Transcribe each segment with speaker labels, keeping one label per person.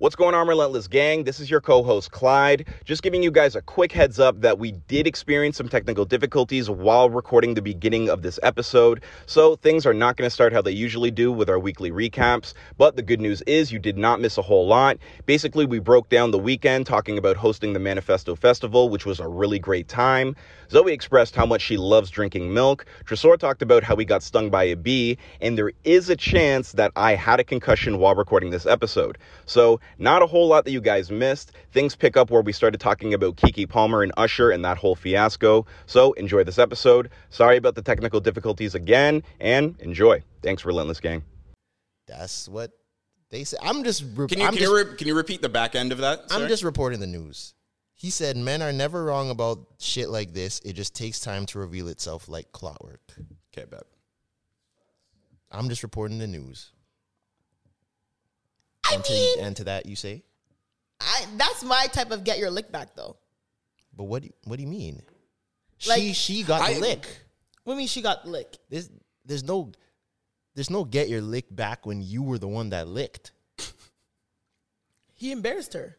Speaker 1: What's going on, Relentless Gang? This is your co host, Clyde. Just giving you guys a quick heads up that we did experience some technical difficulties while recording the beginning of this episode. So things are not going to start how they usually do with our weekly recaps. But the good news is you did not miss a whole lot. Basically, we broke down the weekend talking about hosting the Manifesto Festival, which was a really great time. Zoe expressed how much she loves drinking milk. Tresor talked about how he got stung by a bee. And there is a chance that I had a concussion while recording this episode. So, not a whole lot that you guys missed. Things pick up where we started talking about Kiki Palmer and Usher and that whole fiasco. So, enjoy this episode. Sorry about the technical difficulties again, and enjoy. Thanks, Relentless Gang.
Speaker 2: That's what they said. I'm just. Re-
Speaker 3: Can you
Speaker 2: I'm
Speaker 3: can,
Speaker 2: just,
Speaker 3: you re- can you repeat the back end of that?
Speaker 2: I'm
Speaker 3: Sorry.
Speaker 2: just reporting the news. He said men are never wrong about shit like this. It just takes time to reveal itself like clockwork.
Speaker 3: okay, bet.
Speaker 2: I'm just reporting the news. I and, to,
Speaker 4: mean-
Speaker 2: and to that you say,
Speaker 4: I that's my type of get your lick back though.
Speaker 2: but what do you, what do you mean? she
Speaker 4: Like,
Speaker 2: she got the
Speaker 3: I-
Speaker 2: lick.
Speaker 4: What do you mean she got lick?
Speaker 2: There's there's no there's no get your lick back when you were the one that licked.
Speaker 4: He embarrassed her.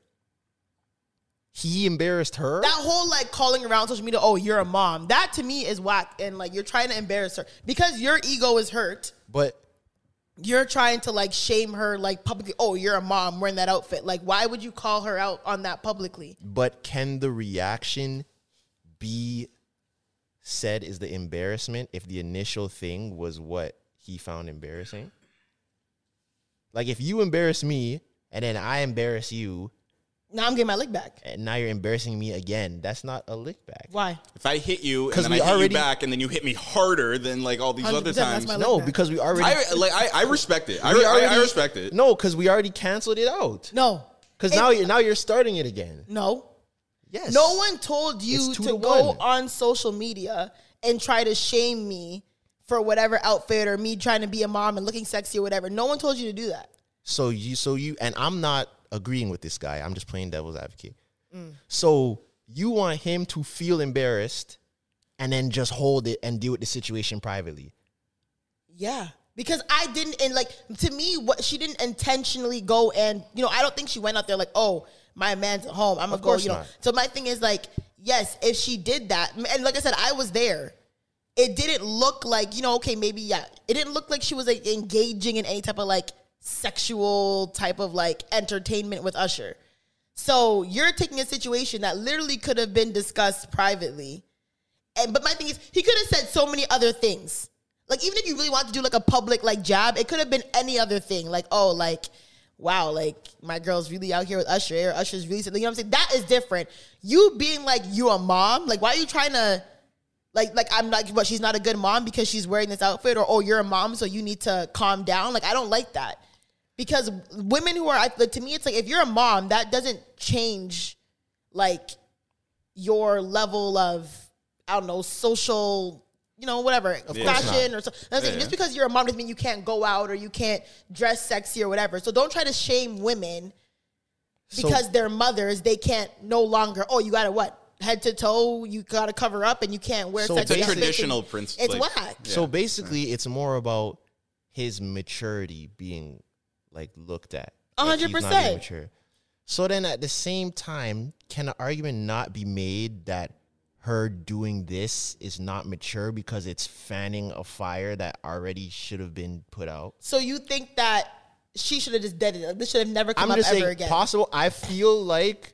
Speaker 2: He embarrassed her.
Speaker 4: That whole like calling around social media, oh you're a mom. That to me is whack and like you're trying to embarrass her because your ego is hurt.
Speaker 2: but
Speaker 4: You're trying to like shame her like publicly. Oh, you're a mom wearing that outfit. Like why would you call her out on that publicly?
Speaker 2: but can the reaction be said is the embarrassment if the initial thing was what he found embarrassing? Like if you embarrass me and then I embarrass you
Speaker 4: Now I'm getting my lick back.
Speaker 2: and now you're embarrassing me again, that's not a lick back.
Speaker 4: Why?
Speaker 3: If I hit you
Speaker 2: 'Cause
Speaker 3: and then
Speaker 2: we
Speaker 3: I hit
Speaker 2: already-
Speaker 3: you back and then you hit me harder than like all these other
Speaker 4: 100%, that's
Speaker 3: times,
Speaker 4: my
Speaker 2: No,
Speaker 4: back.
Speaker 2: because we already,
Speaker 3: I like I, I respect it. I,
Speaker 2: we
Speaker 3: re- I- I
Speaker 2: already-
Speaker 3: respect it.
Speaker 2: No, because we already canceled it out.
Speaker 4: No.
Speaker 2: Because
Speaker 4: It-
Speaker 2: now you're now you're starting it again.
Speaker 4: No.
Speaker 2: Yes.
Speaker 4: No one told you
Speaker 2: It's two
Speaker 4: to,
Speaker 2: to
Speaker 4: go
Speaker 2: one.
Speaker 4: on social media and try to shame me for whatever outfit or me trying to be a mom and looking sexy or whatever. No one told you to do that.
Speaker 2: So you, so you, and I'm not agreeing with this guy. I'm just playing devil's advocate.
Speaker 4: Mm.
Speaker 2: So you want him to feel embarrassed, and then just hold it and deal with the situation privately.
Speaker 4: Yeah. Because I didn't and like to me what she didn't intentionally go and you know, I don't think she went out there like, "Oh, my man's at home. I'm gonna
Speaker 2: Of
Speaker 4: go,
Speaker 2: course
Speaker 4: you know."
Speaker 2: not.
Speaker 4: So my thing is like, yes, if she did that, and like I said, I was there. It didn't look like, you know, okay, maybe yeah. It didn't look like she was like engaging in any type of like sexual type of like entertainment with Usher. So you're taking a situation that literally could have been discussed privately. And but my thing is, he could have said so many other things. Like even if you really want to do like a public like jab, it could have been any other thing. Like oh, like wow, like my girl's really out here with Usher, or Usher's really. You know what I'm saying? That is different. You being like you a mom, like why are you trying to? Like, like I'm like, what? She's not a good mom because she's wearing this outfit, or oh, you're a mom, so you need to calm down. Like, I don't like that because women who are like to me, it's like if you're a mom, that doesn't change like your level of I don't know social, you know, whatever
Speaker 3: course
Speaker 4: fashion or so. That's like,
Speaker 3: Yeah.
Speaker 4: Just because you're a mom doesn't mean you can't go out or you can't dress sexy or whatever. So don't try to shame women
Speaker 2: So-
Speaker 4: because they're mothers. They can't no longer. Oh, you got to what head to toe. You got to cover up and you can't wear.
Speaker 2: So
Speaker 4: sexy
Speaker 2: It's a
Speaker 4: outfits.
Speaker 3: traditional prince-
Speaker 4: It's
Speaker 3: like-
Speaker 4: whack.
Speaker 2: So basically, it's more about his maturity being like looked at.
Speaker 4: A
Speaker 2: Like,
Speaker 4: hundred
Speaker 2: he's not
Speaker 4: percent.
Speaker 2: being mature. So then, at the same time, can an argument not be made that her doing this is not mature because it's fanning a fire that already should have been put out?
Speaker 4: So you think that she should have just dead it? Like, This should have never come
Speaker 2: I'm
Speaker 4: up
Speaker 2: just
Speaker 4: ever
Speaker 2: saying,
Speaker 4: again.
Speaker 2: possible. I feel like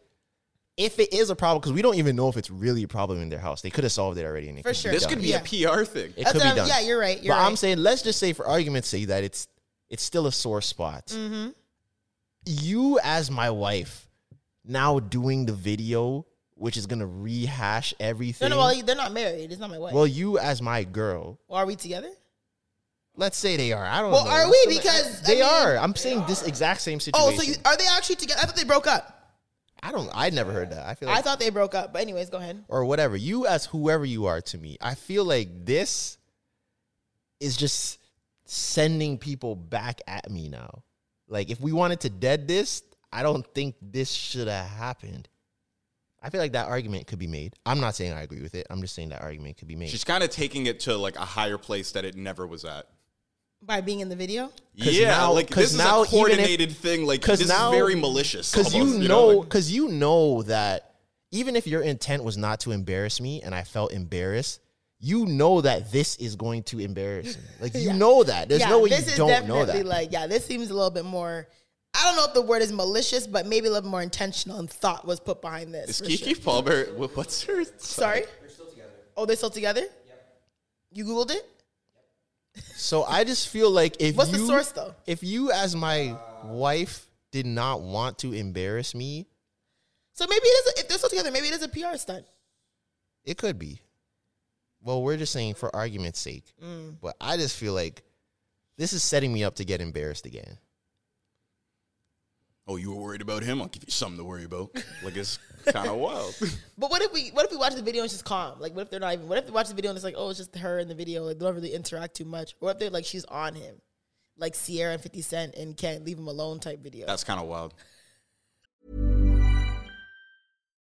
Speaker 2: if it is a problem, because we don't even know if it's really a problem in their house, they could have solved it already. And it
Speaker 4: For
Speaker 2: could
Speaker 4: sure.
Speaker 2: be
Speaker 3: This
Speaker 2: done.
Speaker 3: could be a PR thing.
Speaker 2: It
Speaker 4: That's
Speaker 2: could be
Speaker 4: what I'm-
Speaker 2: done.
Speaker 4: yeah, you're right, you're
Speaker 2: but I'm
Speaker 4: right.
Speaker 2: saying, let's just say, for argument's sake, that it's it's still a sore spot.
Speaker 4: Mm. Mm-hmm.
Speaker 2: You, as my wife, now doing the video, which is gonna rehash
Speaker 4: no,
Speaker 2: everything.
Speaker 4: no, well, they're not married. It's not my wife.
Speaker 2: well, you as my girl.
Speaker 4: Well, are we together?
Speaker 2: Let's say they are. I don't
Speaker 4: Well,
Speaker 2: know.
Speaker 4: are we? Because I
Speaker 2: they
Speaker 4: mean-
Speaker 2: are. I'm saying this exact same situation.
Speaker 4: Oh, so you, are they actually together? I thought they broke up.
Speaker 2: I don't. I never heard that. I feel. Like
Speaker 4: I thought they broke up. But anyways, go ahead.
Speaker 2: or whatever you as whoever you are to me i feel like this is just sending people back at me now like if we wanted to dead this i don't think this should have happened i feel like that argument could be made i'm not saying i agree with it i'm just saying that argument could be made
Speaker 3: She's kind of taking it to like a higher place that it never was at.
Speaker 4: by being in the video.
Speaker 3: Yeah,
Speaker 2: now-
Speaker 3: like
Speaker 2: 'cause
Speaker 3: this
Speaker 2: now
Speaker 3: is a
Speaker 2: even if-
Speaker 3: coordinated thing. Like this is very malicious.
Speaker 2: Because you
Speaker 3: almost,
Speaker 2: know,
Speaker 3: like-
Speaker 2: because you know that even if your intent was not to embarrass me, and I felt embarrassed, you know that this is going to embarrass me. Like you know that. There's no way you don't know that.
Speaker 4: like yeah, this seems a little bit more. I don't know if the word is malicious, but maybe a little more intentional and thought was put behind this.
Speaker 3: is
Speaker 4: for
Speaker 3: Kiki
Speaker 4: sure.
Speaker 3: Palmer. wha- What's her?
Speaker 4: Sorry, they're still together. Oh, they're still together. Yep. You googled it.
Speaker 2: so I just feel like if
Speaker 4: What's the
Speaker 2: you,
Speaker 4: source, though?
Speaker 2: If you, as my wife, did not want to embarrass me,
Speaker 4: So maybe it is. A, if they're still together, maybe it is a PR stunt.
Speaker 2: It could be. Well, we're just saying for argument's sake.
Speaker 4: Mm.
Speaker 2: But I just feel like this is setting me up to get embarrassed again.
Speaker 3: Oh, you were worried about him. I'll give you something to worry about. Like it's kind of wild.
Speaker 4: But what if we what if we watch the video and it's just calm? Like what if they're not even what if they watch the video and it's like, oh, it's just her in the video, like they don't really interact too much. Or what if they're like she's on him. Like Sierra and 50 Cent and can't leave him alone type video.
Speaker 3: That's kind of wild.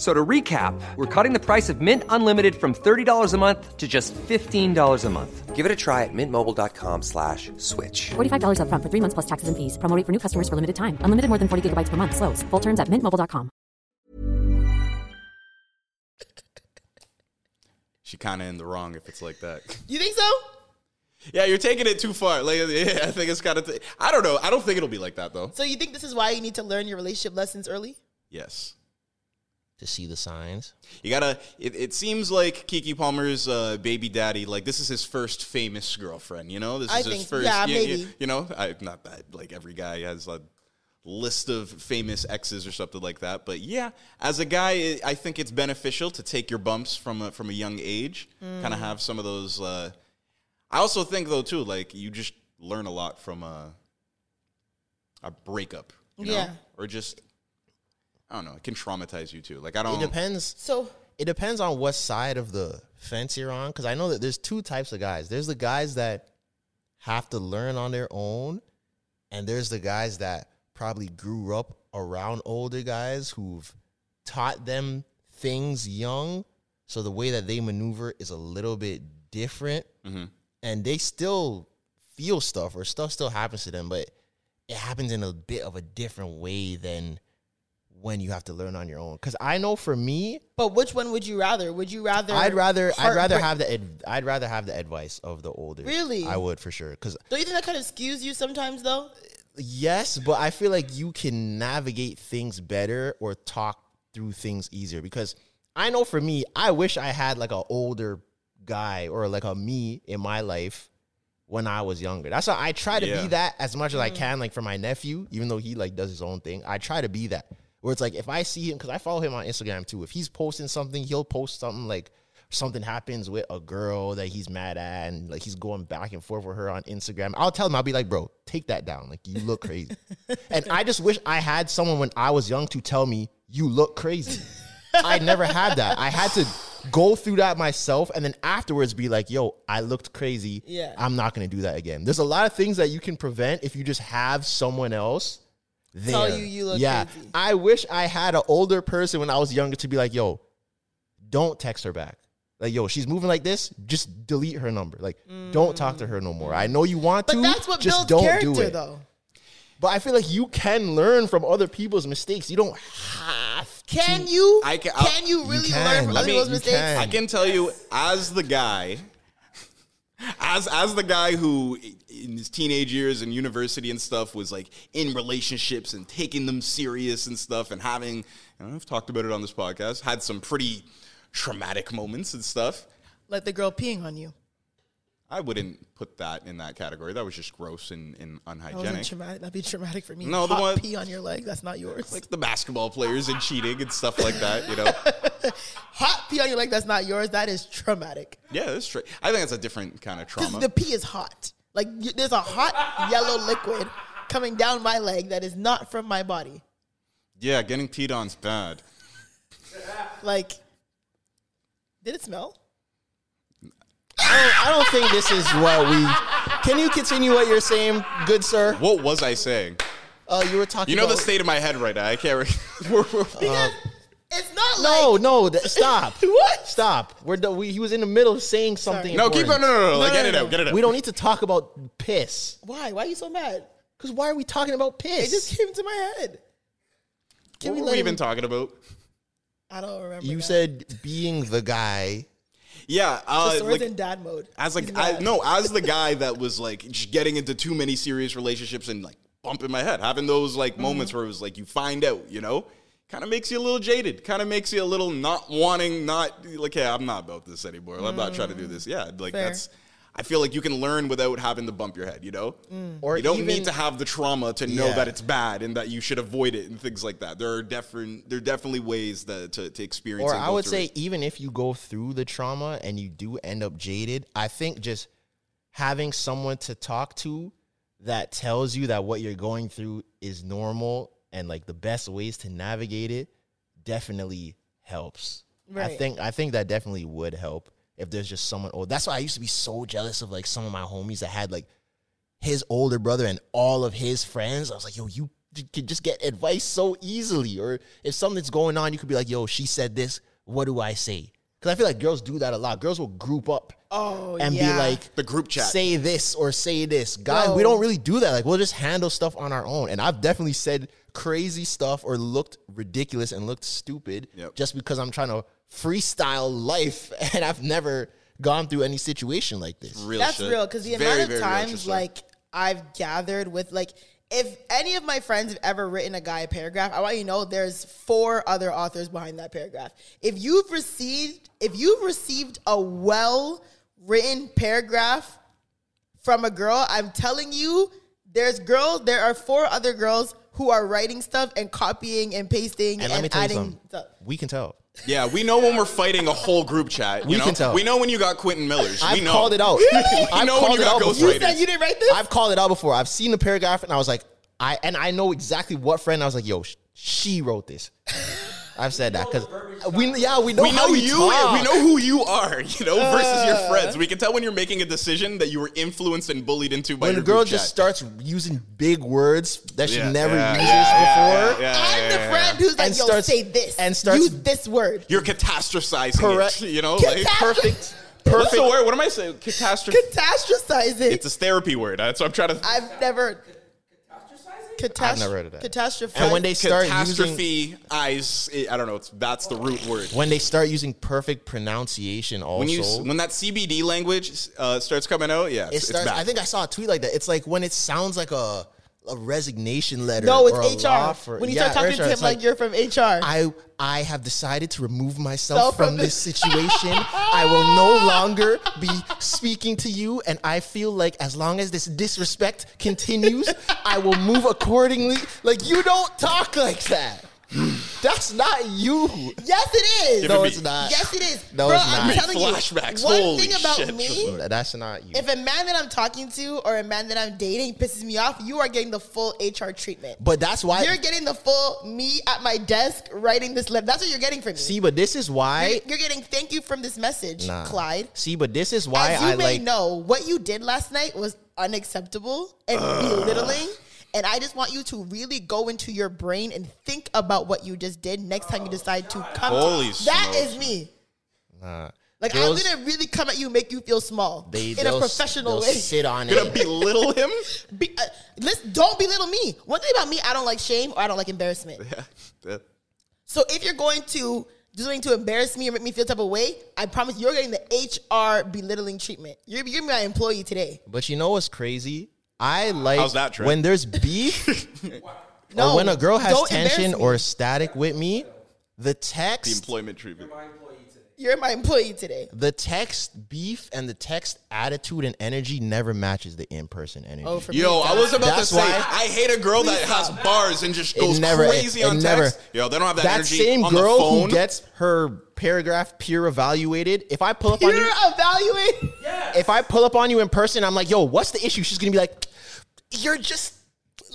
Speaker 5: So to recap, we're cutting the price of Mint Unlimited from $30 a month to just $15 a month. Give it a try at mintmobile.com slash switch.
Speaker 6: $45 upfront for three months plus taxes and fees. Promote for new customers for limited time. Unlimited more than 40 gigabytes per month. Slows. Full terms at mintmobile.com.
Speaker 3: She kind of in the wrong if it's like that.
Speaker 4: you think so?
Speaker 3: Yeah, you're taking it too far. Like, yeah, I think it's kind of. Th- I don't know. I don't think it'll be like that though.
Speaker 4: So you think this is why you need to learn your relationship lessons early?
Speaker 3: Yes,
Speaker 2: To see the signs.
Speaker 3: you gotta. It, it seems like Kiki Palmer's uh, baby daddy. Like, this is his first famous girlfriend. You know, this is
Speaker 4: I
Speaker 3: his
Speaker 4: think-
Speaker 3: first.
Speaker 4: yeah,
Speaker 3: you, You,
Speaker 4: maybe.
Speaker 3: you know, I, not that like every guy has a list of famous exes or something like that. But yeah, as a guy, I- I think it's beneficial to take your bumps from a, from a young age. Kind
Speaker 4: Mm.
Speaker 3: of have some of those. Uh, I also think though too, like you just learn a lot from a a breakup. You know?
Speaker 4: Yeah.
Speaker 3: Or just I don't know, it can traumatize you too. Like I
Speaker 2: It
Speaker 3: don't
Speaker 2: depends.
Speaker 4: So
Speaker 2: It depends on what side of the fence you're on. Cause I know that there's two types of guys. There's the guys that have to learn on their own, and there's the guys that probably grew up around older guys who've taught them things young. So the way that they maneuver is a little bit different. and they still feel stuff or stuff still happens to them, but it happens in a bit of a different way than when you have to learn on your own. Because I know for me,
Speaker 4: but which one would you rather? Would you rather
Speaker 2: I'd rather I'd rather
Speaker 4: heartbreak-
Speaker 2: have the ad, I'd rather have the advice of the older.
Speaker 4: Really?
Speaker 2: I would for sure. Because
Speaker 4: Don't you think that kind of skews you sometimes though?
Speaker 2: yes, but I feel like you can navigate things better or talk through things easier. Because I know for me, I wish I had like an older guy or like a me in my life when I was younger. That's why I try to
Speaker 3: Yeah.
Speaker 2: be that as much as I can, like for my nephew, even though he like does his own thing. I try to be that. Where it's like if I see him, because I follow him on Instagram too. If he's posting something, he'll post something like something happens with a girl that he's mad at and like he's going back and forth with her on Instagram. I'll tell him, I'll be like, bro, take that down. Like you look crazy. and I just wish I had someone when I was young to tell me, you look crazy. I never had that. I had to go through that myself and then afterwards be like, yo, I looked crazy.
Speaker 4: Yeah.
Speaker 2: I'm not gonna do that again. There's a lot of things that you can prevent if you just have someone else there.
Speaker 4: Tell you you look
Speaker 2: yeah.
Speaker 4: crazy.
Speaker 2: I wish I had an older person when I was younger to be like, yo, don't text her back. Like, yo, she's moving like this, just delete her number. Like, don't talk to her no more. I know you want
Speaker 4: But
Speaker 2: to.
Speaker 4: that's what
Speaker 2: just
Speaker 4: builds
Speaker 2: don't
Speaker 4: character
Speaker 2: do it.
Speaker 4: though.
Speaker 2: But I feel like you can learn from other people's mistakes. You don't have
Speaker 4: Can you
Speaker 3: I
Speaker 4: can,
Speaker 3: can- I'll-
Speaker 4: you
Speaker 2: You
Speaker 4: really
Speaker 2: can.
Speaker 4: learn from
Speaker 2: I
Speaker 4: other
Speaker 2: mean,
Speaker 4: people's
Speaker 2: you
Speaker 4: mistakes?
Speaker 2: can.
Speaker 3: I can tell you as the guy as as the guy who i- in his teenage years and university and stuff was like in relationships and taking them serious and stuff and having and I've talked about it on this podcast had some pretty traumatic moments and stuff.
Speaker 4: Let the girl peeing on you.
Speaker 3: I wouldn't put that in that category. That was just gross and, and
Speaker 4: That wasn't
Speaker 3: unhygienic.
Speaker 4: traumatic. That'd be traumatic for me.
Speaker 3: No, the
Speaker 4: Hot
Speaker 3: one-
Speaker 4: pee on your leg. That's not yours.
Speaker 3: like the basketball players and cheating and stuff like that, you know.
Speaker 4: hot pee on your leg. That's not yours. That is traumatic.
Speaker 3: yeah, that's true. I think that's a different kind of
Speaker 4: Because
Speaker 3: trauma.
Speaker 4: the pee is hot. Like y- there's a hot yellow liquid coming down my leg that is not from my body.
Speaker 3: yeah, getting peed on's bad.
Speaker 4: Like, did it smell?
Speaker 2: I don't think this is what we. Can you continue what you're saying, good sir?
Speaker 3: What was I saying?
Speaker 2: Uh, you were talking.
Speaker 3: You know the
Speaker 2: about-
Speaker 3: state of my head right now. I can't. Re- we're- we're-
Speaker 4: It's not
Speaker 2: No,
Speaker 4: like
Speaker 2: no, th- stop.
Speaker 4: What?
Speaker 2: Stop. We're do- we, he was in the middle of saying something.
Speaker 3: no, keep
Speaker 2: important.
Speaker 3: going. No, no, no, no.
Speaker 4: No,
Speaker 3: Like, get
Speaker 4: no,
Speaker 3: it
Speaker 4: no.
Speaker 3: out. Get it out.
Speaker 2: We don't need to talk about piss.
Speaker 4: why. Why are you so mad?
Speaker 2: Because why are we talking about
Speaker 4: It
Speaker 2: piss?
Speaker 4: just came to my head. Can
Speaker 3: What
Speaker 4: we
Speaker 3: were
Speaker 4: let
Speaker 3: we
Speaker 4: him-
Speaker 3: even talking about?
Speaker 4: I don't remember.
Speaker 2: you
Speaker 4: that.
Speaker 2: said being the guy.
Speaker 3: Yeah, uh,
Speaker 4: Just Sora's
Speaker 3: like,
Speaker 4: in dad mode.
Speaker 3: as
Speaker 4: He's
Speaker 3: like I,
Speaker 4: mad.
Speaker 3: no, as the guy that was like just getting into too many serious relationships and like bumping my head, having those like moments where it was like you find out, you know, kind of makes you a little jaded, kind of makes you a little not wanting, not like, hey, I'm not about this anymore. I'm not trying to do this. Yeah, like
Speaker 4: Fair.
Speaker 3: that's. I feel like you can learn without having to bump your head, you know?
Speaker 2: Or
Speaker 3: you don't
Speaker 2: even-
Speaker 3: need to have the trauma to know
Speaker 2: Yeah.
Speaker 3: that it's bad and that you should avoid it and things like that. There are different there are definitely ways that to, to experience
Speaker 2: Or
Speaker 3: and
Speaker 2: I
Speaker 3: go
Speaker 2: would
Speaker 3: through
Speaker 2: say,
Speaker 3: it.
Speaker 2: even if you go through the trauma and you do end up jaded, I think just having someone to talk to that tells you that what you're going through is normal and like the best ways to navigate it definitely helps. I
Speaker 4: Right.
Speaker 2: think I think that definitely would help if there's just someone old. That's why I used to be so jealous of like some of my homies that had like his older brother and all of his friends. I was like, yo, you j- could just get advice so easily. Or if something's going on, you could be like, yo, she said this. What do I say? Because I feel like girls do that a lot. Girls will group up
Speaker 4: Oh,
Speaker 2: and
Speaker 4: yeah.
Speaker 2: be like,
Speaker 3: The group chat.
Speaker 2: Say this or say this. Guys, we
Speaker 4: Yo.
Speaker 2: don't really do that. Like, we'll just handle stuff on our own. And I've definitely said crazy stuff or looked ridiculous and looked stupid
Speaker 3: Yep.
Speaker 2: just because I'm trying to freestyle life and I've never gone through any situation like this.
Speaker 3: real
Speaker 4: That's
Speaker 3: shit.
Speaker 4: real because the
Speaker 3: It's very,
Speaker 4: amount
Speaker 3: very
Speaker 4: of
Speaker 3: real shit,
Speaker 4: times
Speaker 3: sir.
Speaker 4: like I've gathered with like if any of my friends have ever written a guy a paragraph, I want you to know there's four other authors behind that paragraph. If you've received if you've received a well written paragraph from a girl, I'm telling you, there's girls. There are four other girls who are writing stuff and copying and pasting
Speaker 2: And
Speaker 4: and,
Speaker 2: let me tell you
Speaker 4: adding
Speaker 2: something.
Speaker 4: stuff.
Speaker 2: We can tell.
Speaker 3: Yeah, we know when we're fighting a whole group chat. You
Speaker 2: We
Speaker 3: know?
Speaker 2: can tell.
Speaker 3: We know when you got Quentin Millers.
Speaker 2: I've
Speaker 3: we know.
Speaker 2: called it out.
Speaker 3: We
Speaker 2: I've
Speaker 3: know when
Speaker 2: called
Speaker 3: you
Speaker 2: it
Speaker 3: got
Speaker 2: out before.
Speaker 4: You said
Speaker 3: ghostwriters.
Speaker 4: you didn't write this.
Speaker 2: I've called it out before. I've seen the paragraph and I was like, I and I know exactly what friend I was like, yo, sh- she wrote this. I've said that because we yeah we know
Speaker 3: We
Speaker 2: how
Speaker 3: know you.
Speaker 2: talk. Uh.
Speaker 3: We know who you are. You know, versus your friends. We can tell when you're making a decision that you were influenced and bullied into by
Speaker 2: when a
Speaker 3: your
Speaker 2: girl
Speaker 3: group
Speaker 2: just
Speaker 3: chat.
Speaker 2: starts using big words that she
Speaker 3: Yeah,
Speaker 2: never
Speaker 3: yeah,
Speaker 2: uses
Speaker 3: yeah,
Speaker 2: before.
Speaker 3: yeah, yeah,
Speaker 4: I'm
Speaker 3: yeah,
Speaker 4: the
Speaker 3: yeah.
Speaker 4: friend who's like,
Speaker 2: And
Speaker 4: yo,
Speaker 2: starts-
Speaker 4: say this
Speaker 2: and starts-
Speaker 4: use this word.
Speaker 3: You're catastrophizing.
Speaker 2: Correct.
Speaker 3: It, you know,
Speaker 4: Catas-
Speaker 2: Oh, Perfect.
Speaker 3: What's
Speaker 2: Perfect.
Speaker 3: the word? What am I saying? Catastrophe.
Speaker 4: Catastrophizing.
Speaker 3: it's a therapy word. That's what I'm trying to.
Speaker 4: I've never. Catastrophizing?
Speaker 2: I've never heard of that.
Speaker 4: Catastrophizing.
Speaker 2: And when they start using
Speaker 3: catastrophe. Eyes. I don't know. It's, that's the root word.
Speaker 2: when they start using perfect pronunciation also.
Speaker 3: When you when that CBD language uh, starts coming out, yeah,
Speaker 2: it
Speaker 3: it's,
Speaker 2: starts.
Speaker 3: it's bad.
Speaker 2: I think I saw a tweet like that. It's like when it sounds like a a resignation letter.
Speaker 4: No,
Speaker 2: or a
Speaker 4: it's
Speaker 2: law
Speaker 4: HR.
Speaker 2: fir-
Speaker 4: when you
Speaker 2: Yeah,
Speaker 4: start talking
Speaker 2: it's
Speaker 4: to him like, you're from HR.
Speaker 2: I I have decided to remove
Speaker 4: So
Speaker 2: myself from
Speaker 4: from
Speaker 2: this
Speaker 4: this-
Speaker 2: situation. I will no longer be speaking to you, and I feel like as long as this disrespect continues, I will move accordingly. Like you don't talk like that. That's not you.
Speaker 4: yes, it is.
Speaker 3: Give it
Speaker 2: No,
Speaker 3: me-
Speaker 2: it's not.
Speaker 4: Yes, it is.
Speaker 2: No,
Speaker 4: Bro,
Speaker 2: it's
Speaker 4: I'm
Speaker 2: not.
Speaker 4: telling you.
Speaker 3: Flashbacks.
Speaker 4: One
Speaker 3: Holy
Speaker 4: thing about
Speaker 3: shit,
Speaker 4: me,
Speaker 3: Tristan.
Speaker 2: That's not you.
Speaker 4: if a man that I'm talking to or a man that I'm dating pisses me off, you are getting the full HR treatment.
Speaker 2: but that's why.
Speaker 4: you're getting the full me at my desk writing this letter. That's what you're getting from me.
Speaker 2: see, but this is
Speaker 4: you're,
Speaker 2: why.
Speaker 4: you're getting thank you from this message,
Speaker 2: Nah.
Speaker 4: Clyde.
Speaker 2: See, but this is why
Speaker 4: As you
Speaker 2: I
Speaker 4: may
Speaker 2: like.
Speaker 4: know, what you did last night was unacceptable and belittling. And I just want you to really go into your brain and think about what you just did next time you decide to come.
Speaker 3: Holy
Speaker 4: to, that
Speaker 3: smokes.
Speaker 4: is me.
Speaker 2: Nah.
Speaker 4: Like
Speaker 2: Girls-
Speaker 4: I'm gonna really come at you, and make you feel small
Speaker 2: They,
Speaker 4: in a
Speaker 2: they'll-
Speaker 4: professional
Speaker 2: they'll
Speaker 4: way.
Speaker 2: Sit on
Speaker 3: gonna
Speaker 2: it.
Speaker 3: belittle him.
Speaker 4: Be, uh, listen, don't belittle me. One thing about me, I don't like shame or I don't like embarrassment.
Speaker 3: Yeah.
Speaker 4: So if you're going to do something to embarrass me or make me feel type of way, I promise you're getting the HR belittling treatment. You're, you're my employee today.
Speaker 2: But you know what's crazy? I like
Speaker 3: How's that, Trent?
Speaker 2: when there's beef
Speaker 4: No,
Speaker 2: or when a girl has
Speaker 4: don't embarrass
Speaker 2: tension
Speaker 4: me.
Speaker 2: or static with me, the
Speaker 3: The
Speaker 2: text
Speaker 3: employment treatment.
Speaker 4: you're my employee today.
Speaker 2: the text beef and the text attitude and energy never matches the in-person energy.
Speaker 4: Oh, for
Speaker 3: Yo,
Speaker 4: me,
Speaker 3: I was about to
Speaker 2: That's
Speaker 3: say,
Speaker 2: why-
Speaker 3: I hate a girl that has bars and just goes crazy on text. Yo, they don't have that, energy
Speaker 2: same
Speaker 3: on
Speaker 2: girl
Speaker 3: the phone.
Speaker 2: who gets her paragraph peer evaluated. If I pull up
Speaker 4: you're
Speaker 2: on you,
Speaker 4: evaluating.
Speaker 2: if I pull up on you in person, I'm like, yo, what's the issue? She's gonna be like, you're just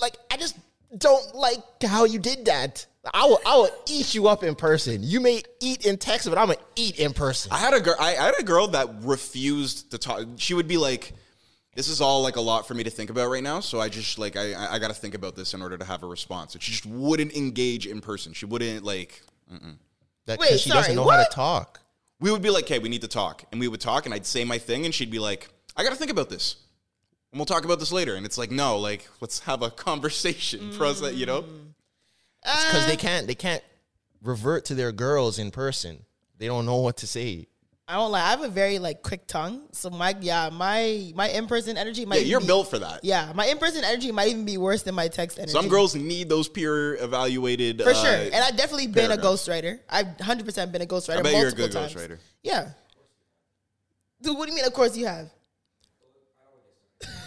Speaker 2: like, I just don't like how you did that. I will, I will eat you up in person. You may eat in text, but I'm gonna eat in person.
Speaker 3: I had a girl. I, I had a girl that refused to talk. She would be like, "This is all like a lot for me to think about right now." So I just like I I- I got to think about this in order to have a response. And she just wouldn't engage in person. She wouldn't like.
Speaker 2: That,
Speaker 4: Wait,
Speaker 2: 'cause she doesn't
Speaker 4: sorry,
Speaker 2: know how to
Speaker 4: what?
Speaker 2: talk.
Speaker 3: We would be like, "Okay, we need to talk," and we would talk, and I'd say my thing, and she'd be like, "I got to think about this." And we'll talk about this later. And it's like, no, like, let's have a conversation.
Speaker 4: Mm.
Speaker 3: Process, you know?
Speaker 2: because
Speaker 4: Uh,
Speaker 2: they can't they can't revert to their girls in person. They don't know what to say.
Speaker 4: I won't lie. I have a very like quick tongue, so my yeah my my in person energy might
Speaker 3: Yeah,
Speaker 4: even
Speaker 3: you're
Speaker 4: be-
Speaker 3: built for that.
Speaker 4: Yeah, my in person energy might even be worse than my text energy.
Speaker 3: Some girls need those peer evaluated.
Speaker 4: for
Speaker 3: uh,
Speaker 4: sure, and I've definitely been a
Speaker 3: paragraphs.
Speaker 4: ghostwriter. I've hundred percent been a ghostwriter.
Speaker 3: I bet
Speaker 4: multiple
Speaker 3: you're a good
Speaker 4: times.
Speaker 3: ghostwriter.
Speaker 4: Yeah, dude. What do you mean? Of course you have.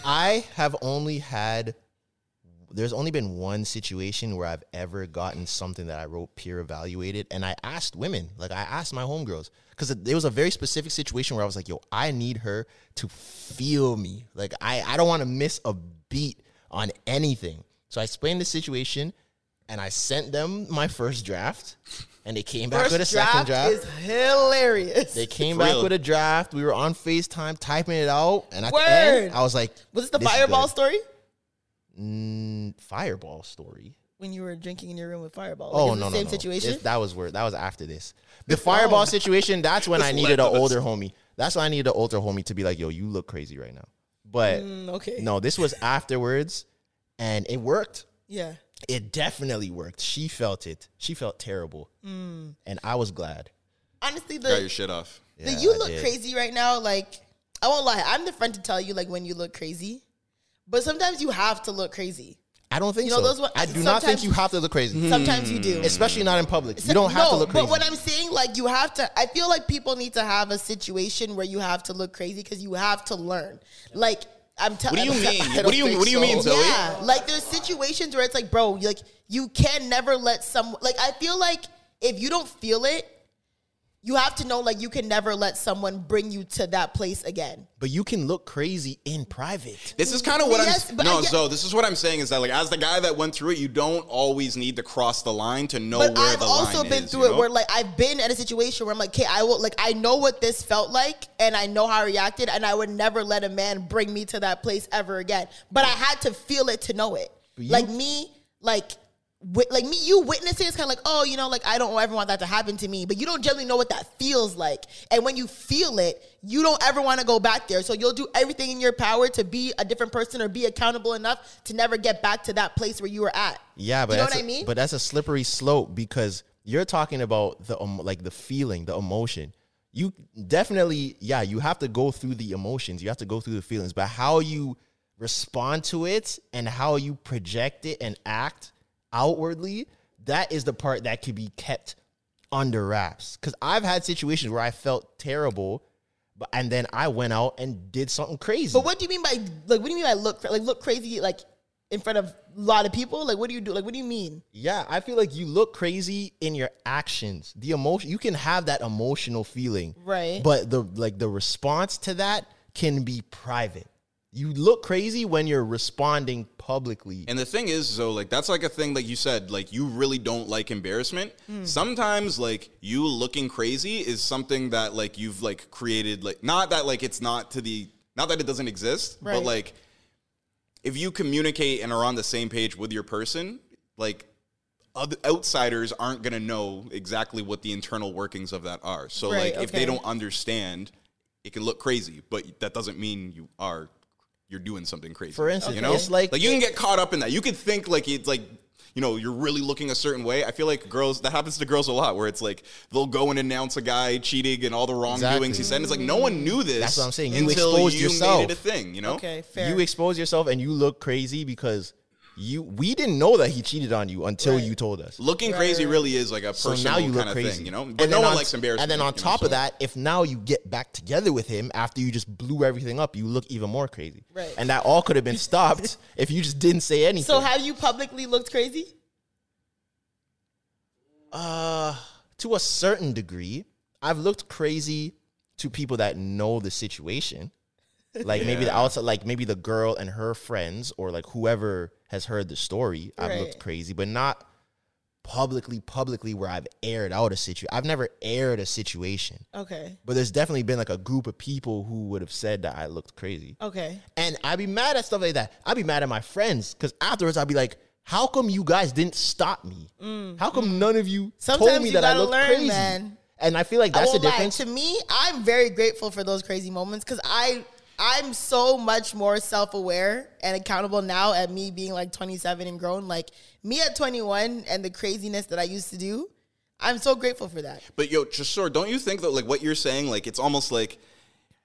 Speaker 2: I have only had there's only been one situation where I've ever gotten something that I wrote peer evaluated, and I asked women, like I asked my homegirls, because there was a very specific situation where I was like, "Yo, I need her to feel me. Like I, I don't want to miss a beat on anything." So I explained the situation, and I sent them my first draft, and they came back with a
Speaker 4: First
Speaker 2: second
Speaker 4: draft,
Speaker 2: draft.
Speaker 4: is hilarious.
Speaker 2: They came
Speaker 3: For
Speaker 2: back
Speaker 3: real.
Speaker 2: with a draft. We were on FaceTime typing it out, and at
Speaker 4: Word.
Speaker 2: the end, I was like,
Speaker 4: was it the
Speaker 2: this is
Speaker 4: fireball
Speaker 2: good."
Speaker 4: story
Speaker 2: Mm, fireball story?
Speaker 4: when you were drinking in your room with fireball?
Speaker 2: Oh
Speaker 4: Like, is it
Speaker 2: no,
Speaker 4: the same
Speaker 2: no, no.
Speaker 4: situation. Oh.
Speaker 2: This- that was where that was after this. The fireball situation. That's when I needed an
Speaker 3: led to
Speaker 2: older homie. That's when I needed an older homie to be like, "Yo, you look crazy right now." But
Speaker 4: Mm, okay.
Speaker 2: no, this was afterwards, and it worked.
Speaker 4: Yeah.
Speaker 2: It definitely worked. She felt it. She felt terrible,
Speaker 4: Mm.
Speaker 2: and I was glad.
Speaker 4: Honestly,
Speaker 3: Got your
Speaker 4: the
Speaker 3: shit off.
Speaker 4: the
Speaker 2: Yeah,
Speaker 4: you
Speaker 2: I
Speaker 4: look
Speaker 2: did.
Speaker 4: crazy right now. Like I won't lie, I'm the friend to tell you like when you look crazy, but sometimes you have to look crazy.
Speaker 2: I don't think
Speaker 4: You
Speaker 2: so.
Speaker 4: know, those were-
Speaker 2: I do not think
Speaker 4: sometimes-
Speaker 2: you have to look crazy.
Speaker 4: Sometimes you do.
Speaker 2: especially not in public. You don't have
Speaker 4: no,
Speaker 2: to look crazy.
Speaker 4: But what I'm saying, like, you have to. I feel like people need to have a situation where you have to look crazy because you have to learn. Like, I'm telling.
Speaker 3: What do you mean?
Speaker 2: I
Speaker 3: What
Speaker 2: don't
Speaker 3: do you
Speaker 2: think
Speaker 3: What do you
Speaker 2: so.
Speaker 3: mean, Zoe?
Speaker 4: Yeah, like there's situations where it's like, bro, like you can never let some. Like, I feel like if you don't feel it, you have to know like you can never let someone bring you to that place again.
Speaker 2: but you can look crazy in private.
Speaker 3: This is kind of what
Speaker 4: Yes,
Speaker 3: I'm.
Speaker 4: but
Speaker 3: No,
Speaker 4: I get-
Speaker 3: so this is what I'm saying is that like as the guy that went through it, you don't always need to cross the line to know
Speaker 4: But
Speaker 3: where
Speaker 4: I've
Speaker 3: the
Speaker 4: also
Speaker 3: line
Speaker 4: been
Speaker 3: is,
Speaker 4: through
Speaker 3: you
Speaker 4: it
Speaker 3: know?
Speaker 4: where like I've been at a situation where I'm like, okay, I will like I know what this felt like and I know how I reacted and I would never let a man bring me to that place ever again. But I had to feel it to know it. like me, like wi- like me, you witnessing is kind of like, oh, you know, like I don't ever want that to happen to me. But you don't generally know what that feels like. And when you feel it, you don't ever want to go back there. So you'll do everything in your power to be a different person or be accountable enough to never get back to that place where you were at.
Speaker 2: Yeah, but
Speaker 4: you know
Speaker 2: that's
Speaker 4: what I
Speaker 2: a-
Speaker 4: mean?
Speaker 2: But that's a slippery slope because you're talking about the um, like the feeling, the emotion. You definitely, yeah, you have to go through the emotions. You have to go through the feelings, but how you respond to it and how you project it and act outwardly, that is the part that could be kept under wraps. Because I've had situations where I felt terrible, but and then I went out and did something crazy.
Speaker 4: But what do you mean by like? What do you mean by look cra- like look crazy like in front of a lot of people? Like what do you do? Like what do you mean?
Speaker 2: Yeah, I feel like you look crazy in your actions. The emotion you can have that emotional feeling.
Speaker 4: Right.
Speaker 2: But the like the response to that can be private. You look crazy when you're responding publicly.
Speaker 3: And the thing is, so like that's like a thing, like you said, like you really don't like embarrassment.
Speaker 4: Hmm.
Speaker 3: Sometimes, like you looking crazy is something that like you've like created, like not that like it's not to the not that it doesn't exist, but
Speaker 4: Right.
Speaker 3: like if you communicate and are on the same page with your person, like other outsiders aren't gonna know exactly what the internal workings of that are. So
Speaker 4: Right,
Speaker 3: like if they
Speaker 4: okay.
Speaker 3: don't understand, it can look crazy, but that doesn't mean you are you're doing something crazy.
Speaker 2: For instance,
Speaker 3: you know,
Speaker 2: it's like-
Speaker 3: you can get caught up in that. You could think like it's like you know you're really looking a certain way. I feel like girls that happens to girls a lot where it's like they'll go and announce a guy cheating and all the wrongdoings he
Speaker 2: Exactly.
Speaker 3: said. And it's like no one knew this.
Speaker 2: That's what I'm saying. You
Speaker 3: until
Speaker 2: exposed
Speaker 3: you
Speaker 2: yourself.
Speaker 3: made it a thing. You know.
Speaker 4: Okay, fair.
Speaker 2: You expose yourself and you look crazy because you we didn't know that he cheated on you until you told us.
Speaker 3: Looking crazy really is like a personal kind of thing, you know. But
Speaker 2: And then
Speaker 3: no one
Speaker 2: on-
Speaker 3: likes embarrassment.
Speaker 2: And then on
Speaker 3: you know,
Speaker 2: top
Speaker 3: so-
Speaker 2: of that, if now you get back together with him after you just blew everything up, you look even more crazy.
Speaker 4: Right.
Speaker 2: And that all could have been stopped if you just didn't say anything.
Speaker 4: So have you publicly looked crazy?
Speaker 2: Uh, to a certain degree, I've looked crazy to people that know the situation. Like maybe the outside, like maybe the girl and her friends, or like whoever has heard the story. I've looked
Speaker 4: Right.
Speaker 2: crazy, but not publicly, publicly where I've aired out a situation. I've never aired a situation,
Speaker 4: Okay.
Speaker 2: but there's definitely been like a group of people who would have said that I looked crazy.
Speaker 4: Okay.
Speaker 2: And I'd be mad at stuff like that. I'd be mad at my friends because afterwards I'd be like, how come you guys didn't stop me? How come none of you told
Speaker 4: Mm, Sometimes
Speaker 2: me
Speaker 4: you
Speaker 2: that I
Speaker 4: gotta
Speaker 2: looked
Speaker 4: learn,
Speaker 2: crazy?
Speaker 4: man.
Speaker 2: And I feel like
Speaker 4: I
Speaker 2: that's the
Speaker 4: won't lie.
Speaker 2: difference.
Speaker 4: To me, I'm very grateful for those crazy moments because I I'm so much more self aware and accountable now at me being like 27 and grown. Like me at 21 and the craziness that I used to do, I'm so grateful for that.
Speaker 3: But yo, Chasor, don't you think that like what you're saying, like it's almost like have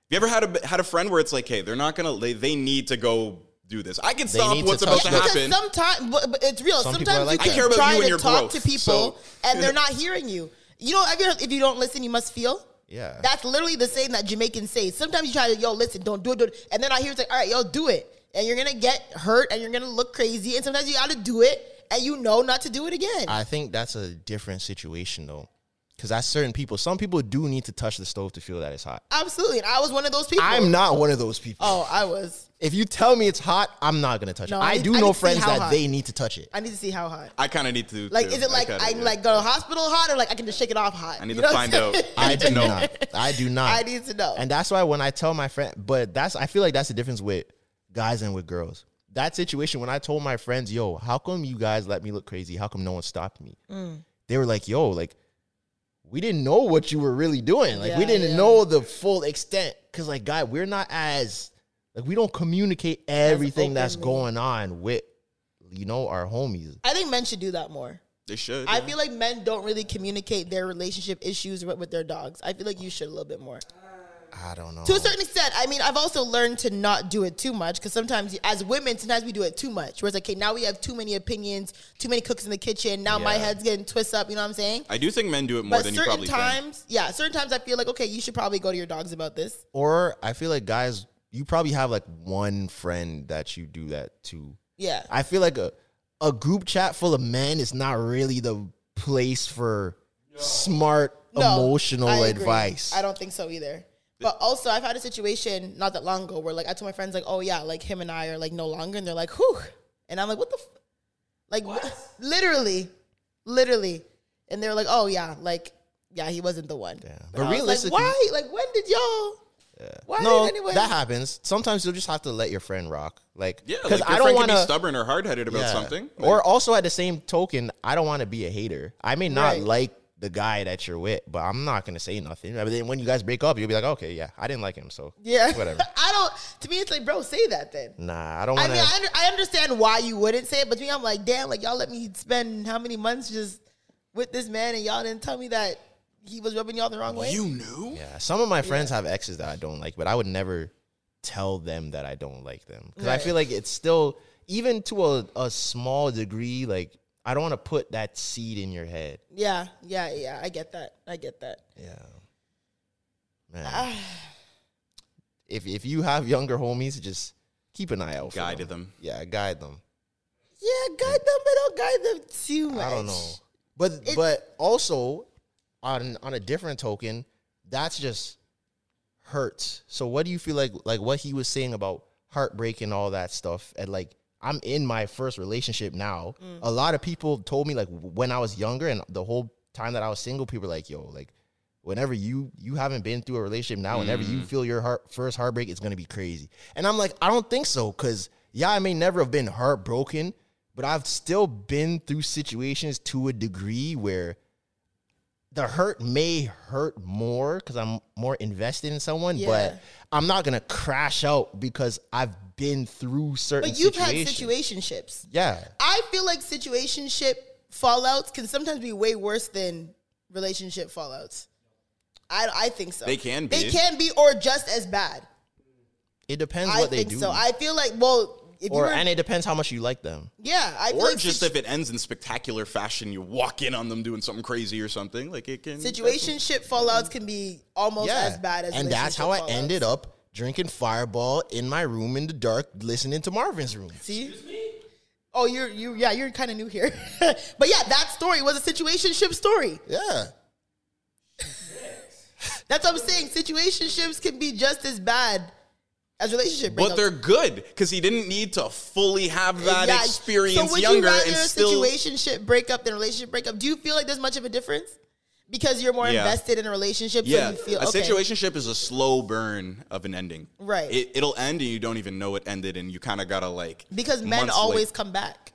Speaker 3: you ever had a had a friend where it's like, hey, they're not gonna they, they need to go do this. I can stop
Speaker 2: need to
Speaker 3: what's
Speaker 2: touch
Speaker 3: about to
Speaker 2: that.
Speaker 3: happen.
Speaker 4: Because sometimes, but, but it's real.
Speaker 2: Some people are
Speaker 4: sometimes
Speaker 2: like that. I
Speaker 4: you can
Speaker 3: care about
Speaker 4: try
Speaker 3: you and
Speaker 4: to
Speaker 3: your
Speaker 4: talk
Speaker 3: growth,
Speaker 4: to people
Speaker 3: so-
Speaker 4: and they're not hearing you. You know, have you heard, if you don't listen, you must feel.
Speaker 2: Yeah.
Speaker 4: that's literally the saying that Jamaicans say. Sometimes you try to yo listen, don't do it, do it. and then I hear it's like, all right, yo, do it, and you're gonna get hurt and you're gonna look crazy, and sometimes you gotta do it, and you know not to do it again.
Speaker 2: I think that's a different situation though. Because that's certain people. Some people do need to touch the stove to feel that it's hot.
Speaker 4: Absolutely, and I was one of those people.
Speaker 2: I'm not one of those people.
Speaker 4: Oh, I was.
Speaker 2: If you tell me it's hot, I'm not gonna touch
Speaker 4: No,
Speaker 2: it.
Speaker 4: I
Speaker 2: I,
Speaker 4: need-
Speaker 2: do
Speaker 4: I need
Speaker 2: know
Speaker 4: to see
Speaker 2: friends
Speaker 4: how
Speaker 2: that
Speaker 4: hot.
Speaker 2: they need to touch it.
Speaker 4: I need to see how hot.
Speaker 3: I kinda need to
Speaker 4: Like,
Speaker 3: too.
Speaker 4: is it like I,
Speaker 3: kinda- yeah.
Speaker 4: like go to hospital hot or like I can just shake it off hot?
Speaker 3: I need
Speaker 4: You
Speaker 3: to
Speaker 4: know what
Speaker 3: find
Speaker 4: I'm
Speaker 3: out.
Speaker 4: saying?
Speaker 3: I
Speaker 2: I
Speaker 3: need to
Speaker 2: do
Speaker 3: know.
Speaker 2: not. I do not.
Speaker 4: I need to know.
Speaker 2: And that's why when I tell my friend, but that's I feel like that's the difference with guys and with girls. That situation when I told my friends, "Yo, how come you guys let me look crazy? How come no one stopped me?"
Speaker 4: Mm.
Speaker 2: They were like, "Yo, like we didn't know what you were really doing. Like we
Speaker 4: Yeah,
Speaker 2: didn't
Speaker 4: yeah.
Speaker 2: know the full extent cuz like guy, we're not as like we don't communicate everything that's
Speaker 4: openly.
Speaker 2: going on with you know our homies.
Speaker 4: I think men should do that more.
Speaker 3: they should.
Speaker 4: I
Speaker 3: yeah.
Speaker 4: feel like men don't really communicate their relationship issues with, with their dogs. I feel like you should a little bit more.
Speaker 2: I don't know.
Speaker 3: Oh.
Speaker 4: To a certain extent, I mean, I've also learned to not do it too much because sometimes, as women, sometimes we do it too much. Whereas, okay, now we have too many opinions, too many cooks in the kitchen. Now my
Speaker 2: Yeah.
Speaker 4: head's getting twist up. You know what I'm saying?
Speaker 3: I do think men do it more
Speaker 4: But
Speaker 3: than you
Speaker 4: certain
Speaker 3: probably think.
Speaker 4: times, yeah, certain times I feel like okay, you should probably go to your dogs about this.
Speaker 2: or I feel like guys, you probably have like one friend that you do that to.
Speaker 4: Yeah,
Speaker 2: I feel like a a group chat full of men is not really the place for smart
Speaker 4: No,
Speaker 2: emotional
Speaker 4: I agree.
Speaker 2: advice.
Speaker 4: I don't think so either. But also, I've had a situation not that long ago where like I told my friends like, "Oh yeah, like him and I are like no longer," and they're like, "Whew," and I'm like, "What the?" F-? Like wh- literally, literally, and they're like, "Oh yeah, like yeah, he wasn't the one." And
Speaker 2: But
Speaker 4: I was like,
Speaker 2: realistically-
Speaker 4: why? Like when did y'all? Why
Speaker 2: no,
Speaker 4: did anyone?
Speaker 2: that happens. Sometimes you'll just have to let your friend rock. Like,
Speaker 3: Yeah,
Speaker 2: because
Speaker 3: like, your
Speaker 2: I
Speaker 3: friend
Speaker 2: don't
Speaker 3: can
Speaker 2: want
Speaker 3: be
Speaker 2: to
Speaker 3: stubborn or hard headed about something. Like,
Speaker 2: or also at the same token, I don't want to be a hater. I may not
Speaker 4: Right.
Speaker 2: like the guy that you're with, but I'm not gonna say nothing. But then when you guys break up, you'll be like, okay, yeah, I didn't like him, so
Speaker 4: yeah,
Speaker 2: whatever.
Speaker 4: I don't. To me, it's like, bro, say that then.
Speaker 2: Nah, I don't
Speaker 4: I
Speaker 2: want
Speaker 4: mean, I, under, I understand why you wouldn't say it, but to me, I'm like, damn, like y'all let me spend how many months just with this man, and y'all didn't tell me that he was rubbing y'all the wrong way.
Speaker 3: you knew?
Speaker 2: Yeah, some of my friends have exes that I don't like, but I would never tell them that I don't like them because I feel like it's still even to a, a small degree. Like I don't want to put that seed in your head.
Speaker 4: yeah, yeah, yeah. I get that. I get that.
Speaker 2: Yeah, Ah. man. if if you have younger homies, just keep an eye out. for
Speaker 3: Guide them.
Speaker 2: Yeah, guide them.
Speaker 4: Yeah, guide them, but don't guide them too much.
Speaker 2: I don't know, but but also on on a different token, that's just hurts. So what do you feel like like what he was saying about heartbreak and all that stuff and like I'm in my first relationship now. A lot of people told me like when I was younger and the whole time that I was single people were like, "Yo, like whenever you you haven't been through a relationship now, whenever you feel your heart first heartbreak, it's going to be crazy." And I'm like, "I don't think so cuz yeah, I may never have been heartbroken, but I've still been through situations to a degree where the hurt may hurt more because I'm more invested in someone,
Speaker 4: Yeah.
Speaker 2: but I'm not gonna crash out because I've been through certain.
Speaker 4: But you've
Speaker 2: situations.
Speaker 4: had situationships.
Speaker 2: Yeah,
Speaker 4: I feel like situationship fallouts can sometimes be way worse than relationship fallouts. I, I think so.
Speaker 3: They can
Speaker 4: They
Speaker 3: be.
Speaker 4: can be, or just as bad.
Speaker 2: it depends
Speaker 4: I
Speaker 2: what they
Speaker 4: think
Speaker 2: do,
Speaker 4: so. I feel like, well, if
Speaker 2: or
Speaker 4: you're,
Speaker 2: and it depends how much you like them.
Speaker 4: yeah, I feel
Speaker 3: Or
Speaker 4: like
Speaker 3: just
Speaker 4: situ-
Speaker 3: if it ends in spectacular fashion, you walk in on them doing something crazy or something. Like it can
Speaker 4: situationship fallouts can be almost as bad as.
Speaker 2: and that's
Speaker 4: relationship
Speaker 2: how I
Speaker 4: fallouts.
Speaker 2: ended up drinking Fireball in my room in the dark, listening to Marvin's room.
Speaker 4: See? Oh, you're you yeah, you're kind of new here, but yeah, that story was a situationship story.
Speaker 2: Yeah,
Speaker 4: That's what I'm saying. Situationships can be just as bad as relationship.
Speaker 3: But
Speaker 4: breakups.
Speaker 3: they're good because he didn't need to fully have that
Speaker 4: Uh, Yeah,
Speaker 3: experience
Speaker 4: so would
Speaker 3: younger
Speaker 4: you rather
Speaker 3: and
Speaker 4: a
Speaker 3: still.
Speaker 4: situationship breakup than a relationship breakup? Do you feel like there's much of a difference because you're more
Speaker 3: Yeah.
Speaker 4: invested in a relationship?
Speaker 3: Yeah,
Speaker 4: so you feel
Speaker 3: a
Speaker 4: okay.
Speaker 3: situationship is a slow burn of an ending.
Speaker 4: Right.
Speaker 3: It, it'll end and you don't even know it ended, and you kind of gotta like
Speaker 4: because men
Speaker 3: months
Speaker 4: always
Speaker 3: later-
Speaker 4: come back.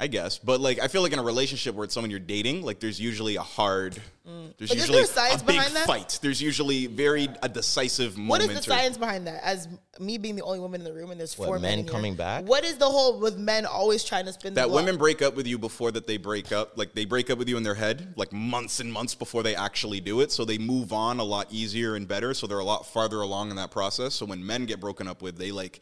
Speaker 3: I guess, but like I feel like in a relationship where it's someone you're dating, like there's usually a hard, there's
Speaker 4: Mm. But isn't
Speaker 3: usually
Speaker 4: there science
Speaker 3: a big
Speaker 4: behind that?
Speaker 3: fight. There's usually very a decisive
Speaker 4: What
Speaker 3: moment.
Speaker 4: is the science behind that? As me being the only woman in the room, and there's
Speaker 2: What,
Speaker 4: four
Speaker 2: men
Speaker 4: in here.
Speaker 2: coming back?
Speaker 4: What is the whole with men always trying to spin the
Speaker 3: that
Speaker 4: block?
Speaker 3: women break up with you before that they break up like they break up with you in their head like months and months before they actually do it so they move on a lot easier and better so they're a lot farther along in that process so when men get broken up with they like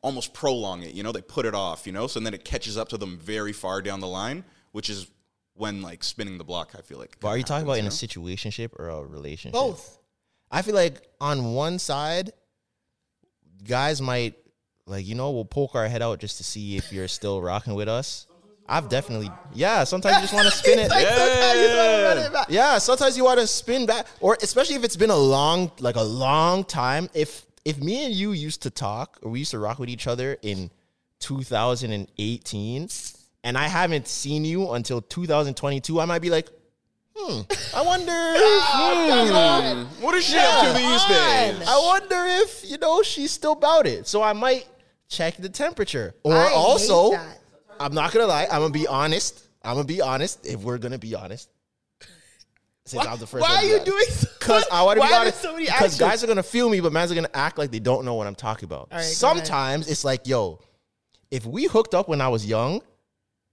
Speaker 3: almost prolong it you know they put it off you know so then it catches up to them very far down the line which is when like spinning the block i feel like
Speaker 2: but are you talking
Speaker 3: happens,
Speaker 2: about in a
Speaker 3: know?
Speaker 2: situationship or a relationship?
Speaker 4: both.
Speaker 2: I feel like on one side, guys might like you know we'll poke our head out just to see if you're still rocking with us. I've definitely yeah. Sometimes you just want to spin it.
Speaker 4: Like,
Speaker 2: yeah.
Speaker 4: sometimes you wanna run it back.
Speaker 2: Yeah, sometimes you want to spin back, or especially if it's been a long, like a long time. If if me and you used to talk, or we used to rock with each other in 2018, and I haven't seen you until 2022, I might be like, hmm, I wonder. if, hmm,
Speaker 3: what is she up to
Speaker 2: Come
Speaker 3: these
Speaker 4: on.
Speaker 3: days
Speaker 2: I wonder if you know she's still about it. So I might check the temperature, or
Speaker 4: I hate
Speaker 2: also,
Speaker 4: that.
Speaker 2: I'm not gonna lie. I'm gonna be honest. I'm gonna be honest. If we're gonna be honest, since I'm the first.
Speaker 4: Why
Speaker 2: one
Speaker 4: are
Speaker 2: to be
Speaker 4: you
Speaker 2: honest.
Speaker 4: doing? so-
Speaker 2: Because I want to
Speaker 4: Why
Speaker 2: be
Speaker 4: are there
Speaker 2: honest.
Speaker 4: So many
Speaker 2: because
Speaker 4: actions?
Speaker 2: guys are gonna feel me, but man's are gonna act like they don't know what I'm talking about.
Speaker 4: All right, go
Speaker 2: Sometimes it's like, yo, if we hooked up when I was young,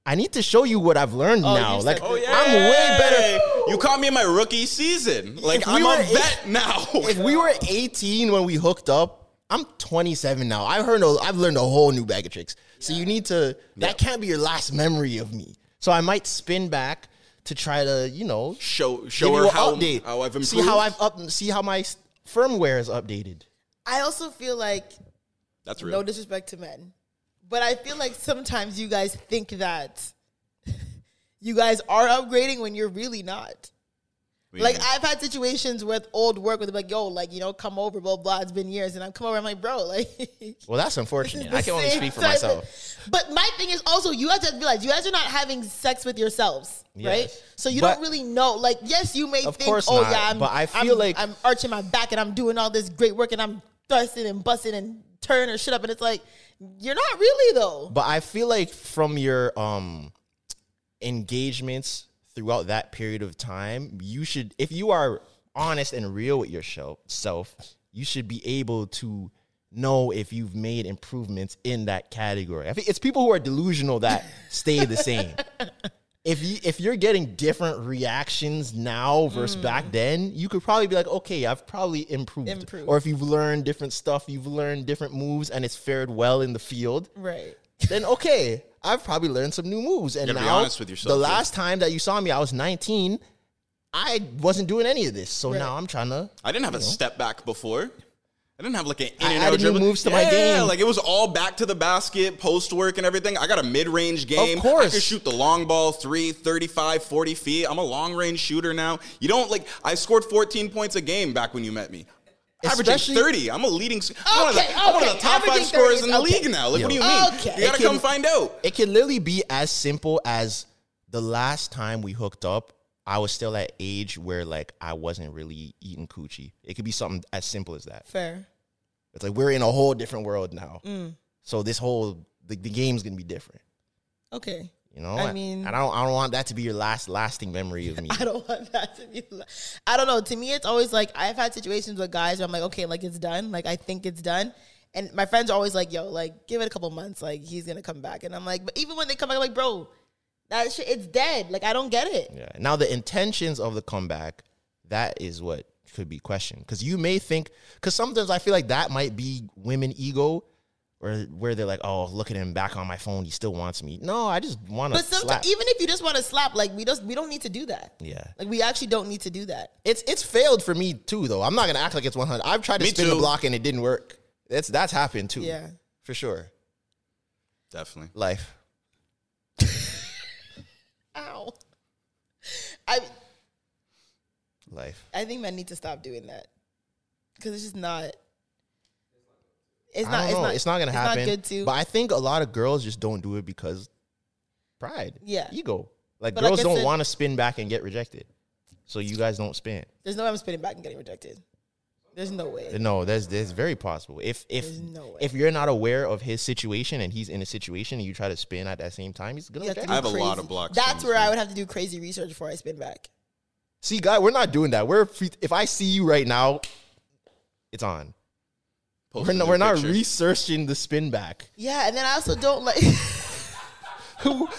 Speaker 2: I need to show you what I've learned
Speaker 4: you
Speaker 2: now.
Speaker 4: said
Speaker 2: Like,
Speaker 4: that. Oh,
Speaker 2: I'm way better.
Speaker 3: you caught me in my rookie season like
Speaker 2: If we
Speaker 3: i'm
Speaker 2: were
Speaker 3: a
Speaker 2: in-
Speaker 3: vet now
Speaker 2: If we were 18 when we hooked up, I'm 27 now. I've heard, a, I've learned a whole new bag of tricks. So you need to. That can't be your last memory of me. So I might spin back to try to, you know,
Speaker 3: show
Speaker 2: give
Speaker 3: show
Speaker 2: you
Speaker 3: her
Speaker 2: an
Speaker 3: how,
Speaker 2: update.
Speaker 3: how i've improved
Speaker 2: see how I've up, see how my s- firmware is updated.
Speaker 4: I also feel like
Speaker 3: that's real
Speaker 4: no disrespect to men, but I feel like sometimes you guys think that you guys are upgrading when you're really not.
Speaker 3: We-
Speaker 4: Like I've had situations with old work where they're like, "Yo, like you know, come over, blah blah." It's been years, and I'm come over. I'm like, "Bro, like."
Speaker 2: Well, that's unfortunate. I
Speaker 4: the
Speaker 2: can only
Speaker 4: same
Speaker 2: speak for
Speaker 4: type of-
Speaker 2: myself.
Speaker 4: But my thing is also you have to realize you guys are not having sex with yourselves, right?
Speaker 2: Yes.
Speaker 4: So you
Speaker 2: But-
Speaker 4: don't really know. Like, yes, you may
Speaker 2: Of
Speaker 4: think,
Speaker 2: course
Speaker 4: oh
Speaker 2: not,
Speaker 4: yeah, I'm,
Speaker 2: but I
Speaker 4: I'm-
Speaker 2: feel like-
Speaker 4: I'm arching my back and I'm doing all this great work and I'm thrusting and busting and turn or shit up, and it's like you're not really though.
Speaker 2: But I feel like from your um engagements throughout that period of time, you should if you are honest and real with yourself, self, you should be able to know if you've made improvements in that category. I think it's people who are delusional that stay the same. If you if you're getting different reactions now versus back then, you could probably be like, okay, I've probably improved.
Speaker 4: Improved.
Speaker 2: Or if you've learned different stuff, you've learned different moves and it's fared well in the field
Speaker 4: Right.
Speaker 2: then okay, I've probably learned some new moves. And
Speaker 3: gotta be
Speaker 2: now,
Speaker 3: honest with yourself,
Speaker 2: the
Speaker 3: too.
Speaker 2: last time that you saw me, I was 19. I wasn't doing any of this, so now I'm trying to.
Speaker 3: I didn't have a step back before. I didn't have like an in
Speaker 2: I
Speaker 3: and
Speaker 2: added
Speaker 3: out
Speaker 2: new
Speaker 3: dribble.
Speaker 2: moves to my game.
Speaker 3: like it was all back to the basket, post work and everything. I got a mid range game. I
Speaker 2: course.
Speaker 3: could shoot the long ball, three, 35, 40 feet. I'm a long range shooter now. You don't like, I scored 14 points a game back when you met me.
Speaker 2: Especially-
Speaker 3: averaging 30. I'm a leading, s- I'm, one of the,
Speaker 4: Okay,
Speaker 3: I'm one of
Speaker 4: okay,
Speaker 3: the top five
Speaker 4: averaging 30
Speaker 3: scorers in the
Speaker 4: is okay.
Speaker 3: league now. Like, what do
Speaker 2: Yo.
Speaker 3: you mean?
Speaker 4: Okay.
Speaker 3: You gotta
Speaker 2: It can-
Speaker 3: come find out.
Speaker 2: It can literally be as simple as the last time we hooked up. I was still at age where like I wasn't really eating coochie. It could be something as simple as that.
Speaker 4: Fair.
Speaker 2: It's like we're in a
Speaker 4: Mm.
Speaker 2: whole different world now. So this whole the, the game's gonna be different.
Speaker 4: Okay.
Speaker 2: You know,
Speaker 4: I mean-
Speaker 2: and I don't, I don't want that to be your last lasting memory of me.
Speaker 4: I don't want that to be. li- I don't know. To me, it's always like I've had situations with guys where I'm like, okay, like it's done. Like I think it's done. And my friends are always like, yo, like give it a couple months. Like he's gonna come back. And I'm like, but even when they come back, I'm like, bro, that shit, it's dead. Like I don't get it.
Speaker 2: Yeah. Now the intentions of the comeback, that is what could be questioned because you may think because sometimes I feel like that might be women ego. Where, where they're like, oh, look at him back on my phone. He still wants me. No, I just want to
Speaker 4: But
Speaker 2: slap.
Speaker 4: sometimes, even if you just want to slap, like we just we don't need to do that.
Speaker 2: Yeah.
Speaker 4: Like we actually don't need to do that.
Speaker 2: It's it's failed for me too, though. I'm not gonna act like it's 100. I've tried to
Speaker 3: Me
Speaker 2: spin the
Speaker 3: too.
Speaker 2: block and it didn't work. That's that's happened too.
Speaker 4: Yeah.
Speaker 2: for sure.
Speaker 3: Definitely.
Speaker 2: Life.
Speaker 4: Ow. I
Speaker 2: Life.
Speaker 4: I think men need to stop doing that because it's just not. It's
Speaker 2: I
Speaker 4: not.
Speaker 2: don't
Speaker 4: It's
Speaker 2: know.
Speaker 4: not.
Speaker 2: It's not gonna happen.
Speaker 4: It's not good to.
Speaker 2: But I think a lot of girls just don't do it because pride.
Speaker 4: Yeah.
Speaker 2: Ego. Like
Speaker 4: But like
Speaker 2: girls
Speaker 4: I
Speaker 2: don't
Speaker 4: said-
Speaker 2: want to spin back and get rejected. So you guys don't spin.
Speaker 4: There's no way I'm spinning back and getting rejected. There's no way.
Speaker 2: No, that's that's very possible. If if
Speaker 4: There's no way.
Speaker 2: if you're not aware of his situation and he's in a situation and you try to spin at that same time, he's gonna
Speaker 4: You have to
Speaker 2: reject
Speaker 4: do
Speaker 3: I
Speaker 2: you.
Speaker 3: have a lot
Speaker 4: crazy-
Speaker 3: of blocks
Speaker 4: That's
Speaker 3: on
Speaker 4: where
Speaker 3: this
Speaker 4: I would have to do crazy research before I spin back.
Speaker 2: See, guy, we're not doing that. We're if I see you right now, it's on.
Speaker 3: Post
Speaker 2: we're
Speaker 3: a
Speaker 2: not,
Speaker 3: new
Speaker 2: we're not
Speaker 3: picture.
Speaker 2: researching the spin back.
Speaker 4: Yeah, and then I also don't like.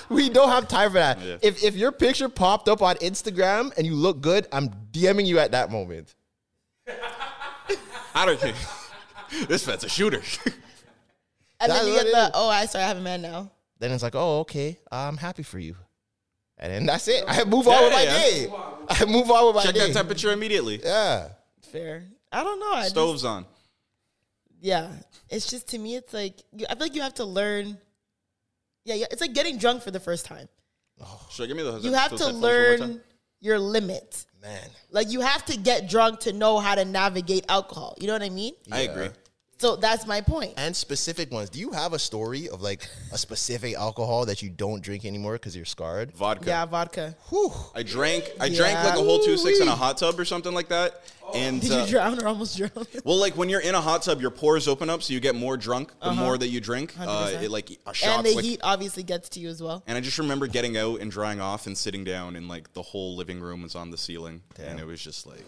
Speaker 2: we don't have time for that.
Speaker 3: Yeah.
Speaker 2: If if your picture popped up on Instagram and you look good, I'm DMing you at that moment.
Speaker 3: I don't care. this fence a shooter.
Speaker 4: And
Speaker 2: That's
Speaker 4: then you
Speaker 2: what
Speaker 4: get
Speaker 2: it
Speaker 4: the
Speaker 2: is.
Speaker 4: oh, I sorry, I have a man now.
Speaker 2: Then it's like, oh, okay, I'm happy for you. And then that's it. I move on with my
Speaker 3: Yeah.
Speaker 2: day. I move on with my
Speaker 3: Check
Speaker 2: day.
Speaker 3: that temperature immediately.
Speaker 2: yeah.
Speaker 4: Fair. I don't know. I just-
Speaker 3: Stove's on.
Speaker 4: yeah, it's just to me, it's like you, I feel like you have to learn. Yeah, yeah, it's like getting drunk for the first time.
Speaker 3: Sure, give me those.
Speaker 4: You
Speaker 3: those
Speaker 4: have to
Speaker 3: headphones one more
Speaker 4: learn
Speaker 3: time.
Speaker 4: your limit.
Speaker 2: Man.
Speaker 4: Like you have to get drunk to know how to navigate alcohol. You know what I mean?
Speaker 3: I agree.
Speaker 4: So that's my point.
Speaker 2: And specific ones. Do you have a story of like a specific alcohol that you don't drink anymore because you're scarred?
Speaker 3: Vodka.
Speaker 4: Yeah, vodka.
Speaker 2: Whew.
Speaker 3: I drank. I drank like a whole two six in a hot tub or something like that. And
Speaker 4: Did
Speaker 3: uh,
Speaker 4: you drown or almost drown?
Speaker 3: Well, like when you're in a hot tub, your pores open up, so you get more drunk the more that you drink. Uh, it like a shot.
Speaker 4: Uh-huh. and the
Speaker 3: like,
Speaker 4: heat obviously gets to you as well.
Speaker 3: And I just remember getting out and drying off and sitting down, and like the whole living room was on the ceiling, and it was just like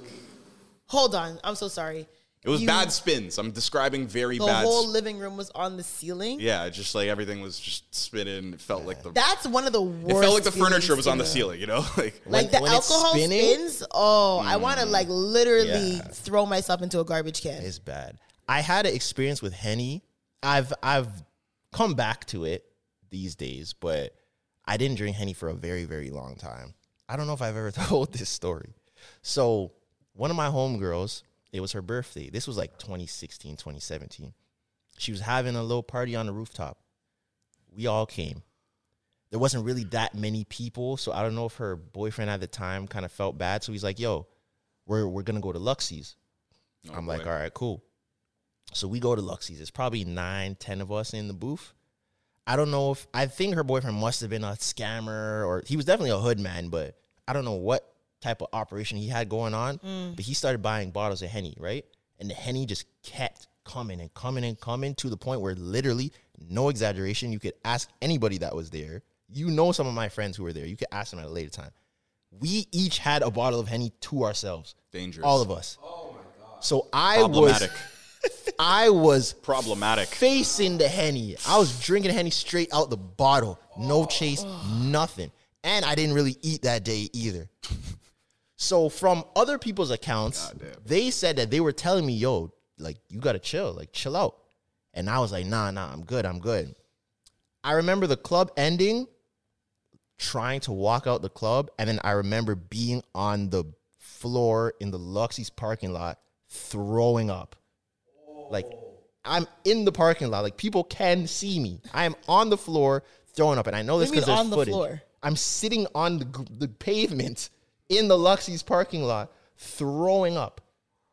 Speaker 4: Hold on, I'm so sorry.
Speaker 3: it was
Speaker 4: You-
Speaker 3: bad spins. I'm describing very
Speaker 4: The
Speaker 3: bad.
Speaker 4: whole
Speaker 3: sp-
Speaker 4: living room was on the ceiling.
Speaker 3: yeah, just like everything was just spinning. It felt like the
Speaker 4: That's one of the
Speaker 3: it
Speaker 4: worst.
Speaker 3: felt like the
Speaker 4: feelings
Speaker 3: furniture was on the
Speaker 4: ever.
Speaker 3: ceiling. You know, like
Speaker 4: Like
Speaker 2: When-
Speaker 4: the
Speaker 2: when it's
Speaker 4: alcohol
Speaker 2: spinning?
Speaker 4: spins. Oh,
Speaker 3: Mm.
Speaker 4: I want to like literally
Speaker 2: Yeah.
Speaker 4: throw myself into a garbage can.
Speaker 2: It's bad. I had an experience with Henny. I've I've come back to it these days, but I didn't drink Henny for a very, very long time. I don't know if I've ever told this story. So one of my homegirls, it was her birthday. This was like 2016, 2017. She was having a little party on the rooftop. We all came. There wasn't really that many people, so I don't know if her boyfriend at the time kind of felt bad. So he's like, "Yo, we're we're gonna go to Luxie's." I'm like, all right, cool. So we go to Luxie's. There's probably nine, ten of us in the booth. I don't know if I think her boyfriend must have been a scammer or he was definitely a hood man, but I don't know what type of operation he had going on. But he started buying bottles of Henny, right? And the Henny just kept coming and coming and coming to the point where literally, no exaggeration, you could ask anybody that was there. You know some of my friends who were there. You could ask them at a later time. We each had a bottle of Henny to ourselves.
Speaker 3: Dangerous.
Speaker 2: All of us. Oh my god. So I was
Speaker 3: problematic.
Speaker 2: I was
Speaker 3: problematic.
Speaker 2: facing the henny. I was drinking henny straight out the bottle. No chase, nothing. And I didn't really eat that day either. So from other people's accounts, they said that they were telling me, "Yo, like you got to chill, like chill out." And I was like, "Nah, nah, I'm good. I'm good." I remember the club ending trying to walk out the club and then I remember being on the floor in the Luxie's parking lot throwing up. Like I'm in the parking lot. Like people can see me. I am on the floor throwing up, and I know
Speaker 4: What
Speaker 2: this
Speaker 4: do you
Speaker 2: because
Speaker 4: mean
Speaker 2: there's
Speaker 4: on the
Speaker 2: footage.
Speaker 4: floor?
Speaker 2: I'm sitting on the, gr- the pavement in the Luxie's parking lot throwing up.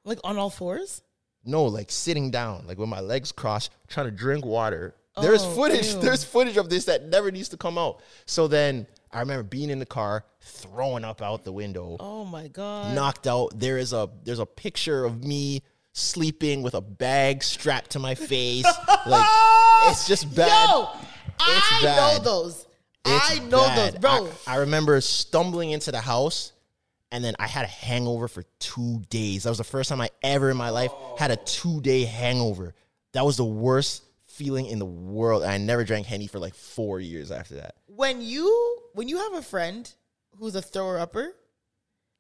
Speaker 4: Like on all fours.
Speaker 2: No, like sitting down, like with my legs crossed, trying to drink water. There's
Speaker 4: Oh,
Speaker 2: footage.
Speaker 4: ew.
Speaker 2: There's footage of this that never needs to come out. So then I remember being in the car, throwing up out the window
Speaker 4: Oh my god.
Speaker 2: knocked out. There is a there's a picture of me sleeping with a bag strapped to my face. like it's just bad.
Speaker 4: Yo, I
Speaker 2: bad.
Speaker 4: know those. I know
Speaker 2: bad.
Speaker 4: those, bro.
Speaker 2: I, I remember stumbling into the house, and then I had a hangover for two days. That was the first time I ever in my life had a two day hangover. That was the worst feeling in the world. And I never drank henny for like four years after that.
Speaker 4: when you when you have a friend who's a thrower upper,